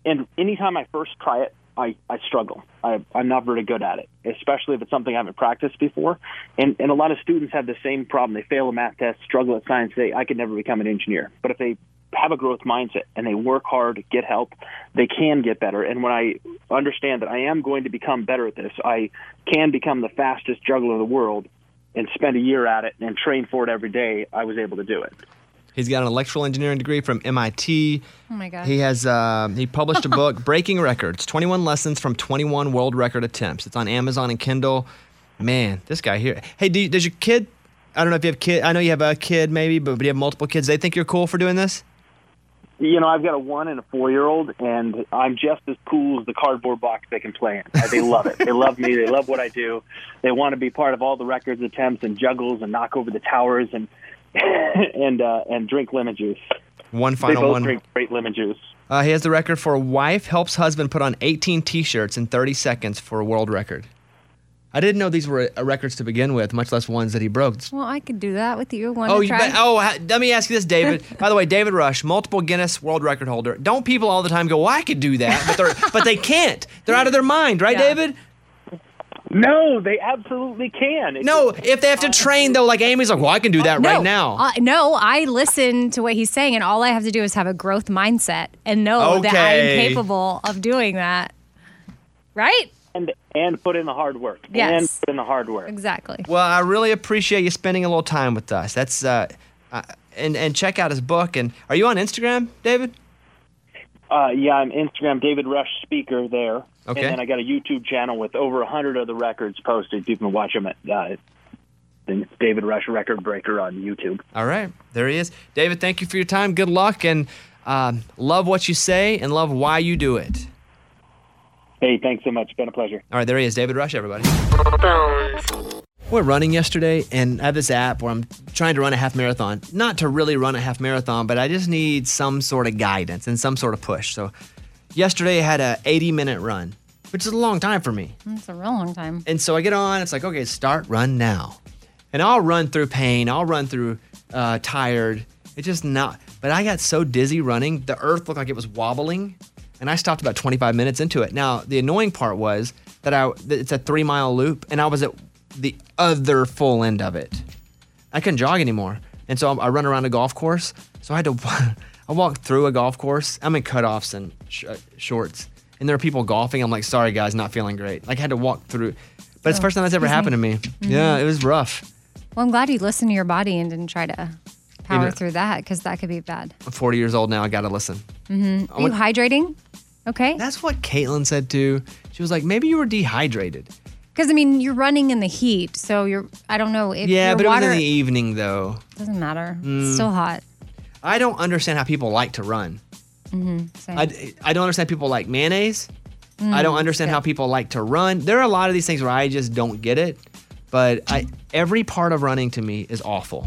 Speaker 20: and anytime I first try it, I, I struggle. I, I'm not very good at it, especially if it's something I haven't practiced before. And, and a lot of students have the same problem. They fail a math test, struggle at science, say, I could never become an engineer. But if they have a growth mindset and they work hard, get help, they can get better. And when I understand that I am going to become better at this, I can become the fastest juggler in the world and spend a year at it and train for it every day, I was able to do it.
Speaker 2: He's got an electrical engineering degree from MIT.
Speaker 5: Oh my God.
Speaker 2: He has um, he published a book, Breaking Records: 21 Lessons from 21 World Record Attempts. It's on Amazon and Kindle. Man, this guy here. Hey, do you, does your kid? I don't know if you have kid. I know you have a kid, maybe, but do you have multiple kids? They think you're cool for doing this.
Speaker 20: You know, I've got a one and a four year old, and I'm just as cool as the cardboard box they can play in. They love it. They love me. They love what I do. They want to be part of all the records attempts and juggles and knock over the towers and [LAUGHS] and uh, and drink lemon juice.
Speaker 2: One
Speaker 20: they
Speaker 2: final
Speaker 20: both
Speaker 2: one.
Speaker 20: drink great lemon juice.
Speaker 2: Uh, he has the record for wife helps husband put on 18 t-shirts in 30 seconds for a world record. I didn't know these were uh, records to begin with, much less ones that he broke.
Speaker 5: Well, I could do that with you. Want
Speaker 2: Oh,
Speaker 5: to
Speaker 2: you
Speaker 5: try?
Speaker 2: bet. oh! ha- Let me ask you
Speaker 5: [LAUGHS]
Speaker 2: this, David. By the way, David Rush, multiple Guinness World Record holder. Don't people all the time go, "Well, I could do that," but they're [LAUGHS] but they can't. They're out of their mind, right, David?
Speaker 20: No, they absolutely can.
Speaker 2: no, if they have to train though, like Amy's like, "Well, I can do that
Speaker 5: no,
Speaker 2: Uh, right now."
Speaker 5: I- no, I listen to what he's saying, and all I have to do is have a growth mindset and know that I am
Speaker 20: Okay.
Speaker 5: capable of doing that. Right?
Speaker 20: And and put in the hard work.
Speaker 5: Yes.
Speaker 20: And put in the hard work.
Speaker 5: Exactly.
Speaker 2: Well, I really appreciate you spending a little time with us. That's uh, uh, and and check out his book. And are you on Instagram, David?
Speaker 20: Uh, yeah, I'm Instagram David Rush Speaker there.
Speaker 2: Okay.
Speaker 20: And then I got a YouTube channel with over a hundred other records posted. You can watch them at uh, the David Rush Record Breaker on YouTube.
Speaker 2: All right, there he is, David. Thank you for your time. Good luck, and um, love what you say, and love why you do it.
Speaker 20: Hey, thanks so much. It's been a pleasure.
Speaker 2: All right, there he is, David Rush, everybody. We're running yesterday, and I have this app where I'm trying to run a half marathon. Not to really run a half marathon, but I just need some sort of guidance and some sort of push. So, yesterday I had a 80 minute run, which is a long time for me.
Speaker 5: It's a real long time.
Speaker 2: And so I get on, it's like, okay, start run now. And I'll run through pain, I'll run through uh, tired. It's just not, but I got so dizzy running, the earth looked like it was wobbling. And I stopped about 25 minutes into it. Now, the annoying part was that I, that it's a three mile loop, and I was at the other full end of it. I couldn't jog anymore. And so I, I run around a golf course. So I had to, [LAUGHS] I walked through a golf course. I'm in cutoffs and sh- uh, shorts. And there are people golfing. I'm like, sorry, guys, not feeling great. Like, I had to walk through. But it's
Speaker 5: Oh,
Speaker 2: the first time that's ever
Speaker 5: excuse
Speaker 2: happened
Speaker 5: me.
Speaker 2: to me. Yeah, it was rough.
Speaker 5: Well, I'm glad you listened to your body and didn't try to power
Speaker 2: know-
Speaker 5: through that because that could be bad.
Speaker 2: I'm 40 years old now. I got to listen.
Speaker 5: hmm
Speaker 2: I
Speaker 5: Are you
Speaker 2: want-
Speaker 5: hydrating? Okay.
Speaker 2: That's what Caitlin said too. She was like, maybe you were dehydrated.
Speaker 5: Because I mean, you're running in the heat, so you're. I don't know if
Speaker 2: yeah,
Speaker 5: your
Speaker 2: but it
Speaker 5: water
Speaker 2: was in the evening though.
Speaker 5: doesn't matter.
Speaker 2: Mm.
Speaker 5: It's still hot.
Speaker 2: I don't understand how people like to run.
Speaker 5: hmm
Speaker 2: I, I don't understand people like mayonnaise. I don't
Speaker 5: Mm,
Speaker 2: understand how people like to run. There are a lot of these things where I just don't get it. But I, every part of running to me is awful.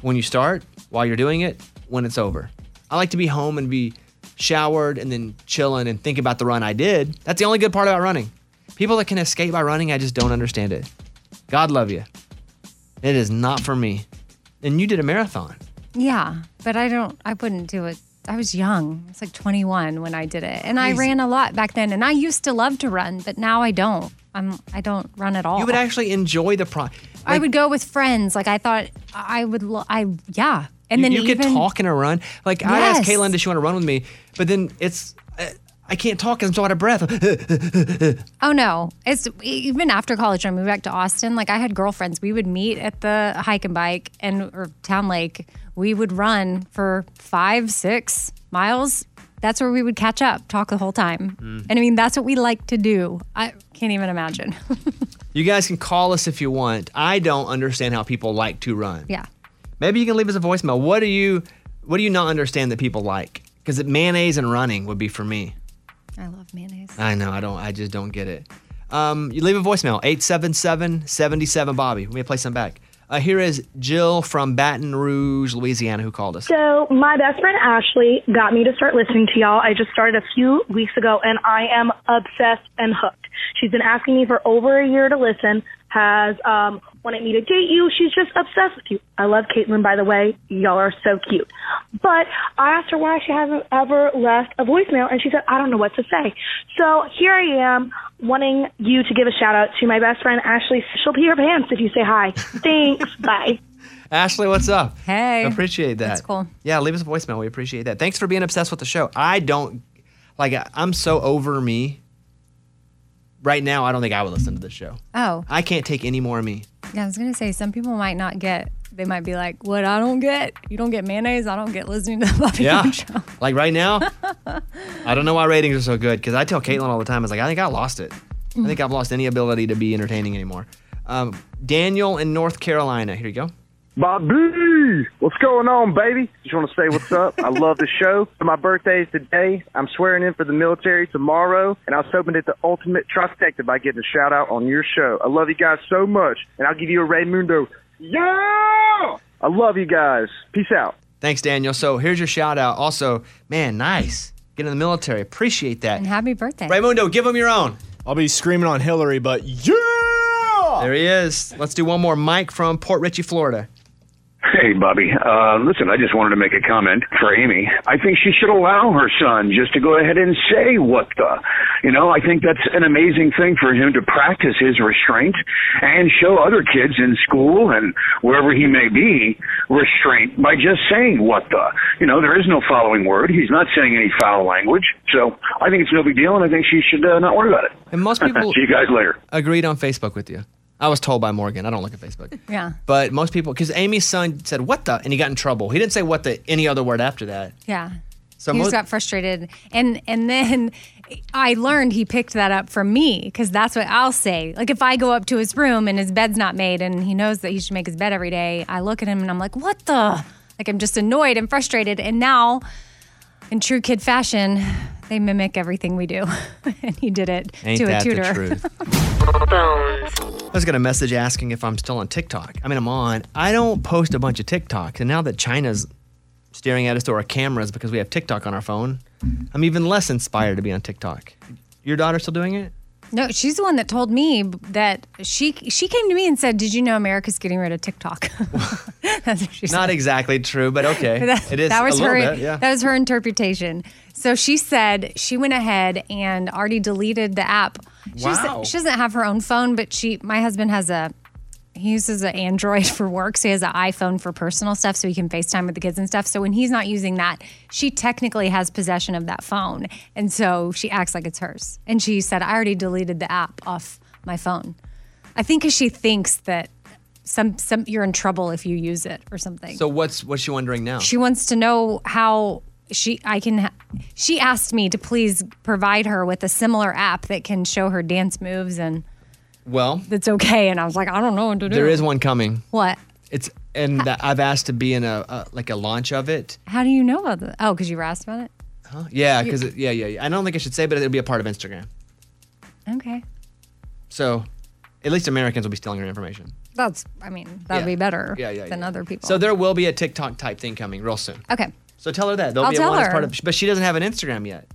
Speaker 2: When you start, while you're doing it, when it's over. I like to be home and be showered and then chilling and think about the run I did. That's the only good part about running. People that can escape by running, I just don't understand it. God love you. It is not for me. And you did a marathon.
Speaker 5: Yeah, but I don't. I wouldn't do it. I was young. I was like 21 when I did it, and I ran a lot back then. And I used to love to run, but now I don't. I'm. I don't run at all.
Speaker 2: You would actually enjoy the pro.
Speaker 5: I would go with friends. Like I thought I would. Lo- I yeah. And
Speaker 2: you,
Speaker 5: then
Speaker 2: you
Speaker 5: even,
Speaker 2: could talk in a run. Like I
Speaker 5: Yes.
Speaker 2: asked Caitlin, does she want to run with me? But then it's I, I can't talk because I'm so out of breath. [LAUGHS]
Speaker 5: Oh no! It's even after college. When I moved back to Austin, like I had girlfriends. We would meet at the hike and bike and or town lake. We would run for five, six miles. That's where we would catch up, talk the whole time.
Speaker 2: Mm.
Speaker 5: And I mean, that's what we like to do. I can't even imagine. [LAUGHS]
Speaker 2: you guys can call us if you want. I don't understand how people like to run.
Speaker 5: yeah.
Speaker 2: Maybe you can leave us a voicemail. What do you what do you not understand that people like? Because mayonnaise and running would be for me.
Speaker 5: I love mayonnaise.
Speaker 2: I know, I don't I just don't get it. Um, you leave a voicemail, 877-77 Bobby. We may play some back. Uh, here is Jill from Baton Rouge, Louisiana, who called us.
Speaker 21: So, my best friend Ashley got me to start listening to y'all. I just started a few weeks ago and I am obsessed and hooked. She's been asking me for over a year to listen. has um, wanted me to date you. She's just obsessed with you. I love Caitlin, by the way. Y'all are so cute. But I asked her why she hasn't ever left a voicemail, and she said, I don't know what to say. So here I am wanting you to give a shout out to my best friend, Ashley. She'll pee her pants if you say hi. Thanks. Bye.
Speaker 2: Ashley, what's up?
Speaker 5: Hey.
Speaker 2: Appreciate that.
Speaker 5: That's cool.
Speaker 2: Yeah, leave us a voicemail. We appreciate that. Thanks for being obsessed with the show. I don't like I- I'm so over me. Right now, I don't think I would listen to this show.
Speaker 5: Oh,
Speaker 2: I can't take any more
Speaker 5: [LAUGHS]
Speaker 2: of me.
Speaker 5: yeah. I was gonna say some people might not get. They might be like, "What I don't get? You don't get mayonnaise. I don't get listening to the Bobby
Speaker 2: Yeah.
Speaker 5: Bones show."
Speaker 2: like
Speaker 5: [LAUGHS]
Speaker 2: right now, I don't know why ratings are so good because I tell Caitlin all the time, it's like, I think I lost it. I
Speaker 5: Mm.
Speaker 2: think I've lost any ability to be entertaining anymore. Um, Daniel in North Carolina. Here you go.
Speaker 4: Bobby, what's going on, baby? Just want to say what's up. I love the show. [LAUGHS] My birthday is today. I'm swearing in for the military tomorrow, and I was hoping that the ultimate trifecta by getting a shout out on your show. I love you guys so much, and I'll give you a Raymundo. Yeah! I love you guys. Peace out.
Speaker 2: Thanks, Daniel. So here's your shout out. Also, man, nice. Get in the military. Appreciate that. And
Speaker 5: happy birthday.
Speaker 2: Raymundo, give him your own.
Speaker 17: I'll be screaming on Hillary, but yeah!
Speaker 2: Oh. There he is. Let's do one more. Mike from Port Richey, Florida.
Speaker 22: Hey, Bobby. Uh, listen, I just wanted to make a comment for Amy. I think she should allow her son just to go ahead and say what the, you know, I think that's an amazing thing for him to practice his restraint and show other kids in school and wherever he may be restraint by just saying what the. You know, there is no following word. He's not saying any foul language. So I think it's no big deal, and I think she should uh, not worry about it.
Speaker 2: And
Speaker 22: [LAUGHS]
Speaker 2: most people-
Speaker 22: See you guys later.
Speaker 2: Agreed on Facebook with you. I was told by Morgan. I don't look at Facebook.
Speaker 5: Yeah.
Speaker 2: But most people, because Amy's son said, what the? And he got in trouble. He didn't say what the, any other word after that.
Speaker 5: Yeah.
Speaker 2: So
Speaker 5: he
Speaker 2: mo-
Speaker 5: just got frustrated, and and then I learned he picked that up from me because that's what I'll say. Like if I go up to his room and his bed's not made, and he knows that he should make his bed every day, I look at him and I'm like, "What the?" Like I'm just annoyed and frustrated. And now, in true kid fashion, they mimic everything we do, [LAUGHS] and he did it
Speaker 2: Ain't
Speaker 5: to
Speaker 2: that
Speaker 5: a tutor.
Speaker 2: the truth? I was going to message asking if I'm still on TikTok. I mean, I'm on. I don't post a bunch of TikToks. And now that China's staring at us through our cameras because we have TikTok on our phone, I'm even less inspired to be on TikTok. Your daughter's still doing it?
Speaker 5: [LAUGHS] No, she's the one that told me that she she came to me and said, "Did you know America's getting rid of TikTok?" [LAUGHS]
Speaker 2: Not exactly true, but okay.
Speaker 5: That-
Speaker 2: it is
Speaker 5: that was
Speaker 2: a
Speaker 5: her.
Speaker 2: little bit, yeah.
Speaker 5: That was her interpretation. So she said she went ahead and already deleted the app. She, doesn't-
Speaker 23: Wow.
Speaker 5: she doesn't have her own phone, but she. My husband has a. He uses an Android [LAUGHS] for work, so he has an iPhone for personal stuff, so he can FaceTime with the kids and stuff. So when he's not using that, she technically has possession of that phone, and so she acts like it's hers. And she said, "I already deleted the app off my phone." I think 'cause she thinks that some some you're in trouble if you use it or something.
Speaker 2: So what's what's she wondering now?
Speaker 5: She wants to know how she I can. Ha- she asked me to please provide her with a similar app that can show her dance moves and
Speaker 2: well,
Speaker 5: that's okay. And I was like, I don't know what to do.
Speaker 2: there is one coming.
Speaker 5: What?
Speaker 2: It's and that I've asked to be in a, a like a launch of it.
Speaker 5: How do you know about that? Oh, because you were asked about it.
Speaker 2: Huh? Yeah,
Speaker 5: You-
Speaker 2: because yeah, yeah, yeah. I don't think I should say, but it'll be a part of Instagram.
Speaker 5: Okay,
Speaker 2: So, at least Americans will be stealing your information.
Speaker 5: that's. I mean, that'd
Speaker 2: Yeah.
Speaker 5: be better
Speaker 2: Yeah, yeah,
Speaker 5: than
Speaker 2: yeah.
Speaker 5: other people.
Speaker 2: So there will be a TikTok type thing coming real soon.
Speaker 5: okay.
Speaker 2: So tell her that there'll
Speaker 5: I'll
Speaker 2: be a
Speaker 5: tell
Speaker 2: one as
Speaker 5: her.
Speaker 2: part of, but she doesn't have an Instagram yet.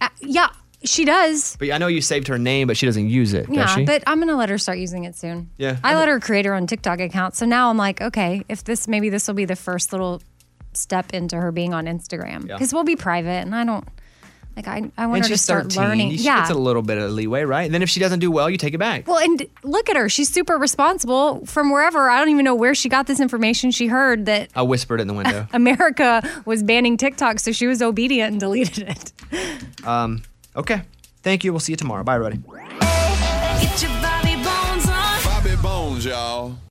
Speaker 5: Uh, yeah, she does.
Speaker 2: But I know you saved her name, but she doesn't use it. does
Speaker 5: Yeah,
Speaker 2: she?
Speaker 5: but I'm gonna let her start using it soon.
Speaker 2: yeah.
Speaker 5: I let her create her own TikTok account. So now I'm like, okay, if this maybe this will be the first little step into her being on Instagram
Speaker 2: Yeah.
Speaker 5: because we'll be private, and I don't like I I want
Speaker 2: and
Speaker 5: her to
Speaker 2: she's
Speaker 5: start
Speaker 2: 13.
Speaker 5: learning.
Speaker 2: You- She
Speaker 5: yeah.
Speaker 2: gets a little bit of leeway, right? And then if she doesn't do well, you take it back.
Speaker 5: well, and look at her. She's super responsible from wherever. I don't even know where she got this information. She heard that
Speaker 2: I whispered in
Speaker 5: [LAUGHS]
Speaker 2: the window.
Speaker 5: America was banning TikTok, so she was obedient and deleted it.
Speaker 2: um, okay. Thank you. We'll see you tomorrow. Bye, everybody.
Speaker 7: Get your Bobby Bones on. Bobby Bones, y'all.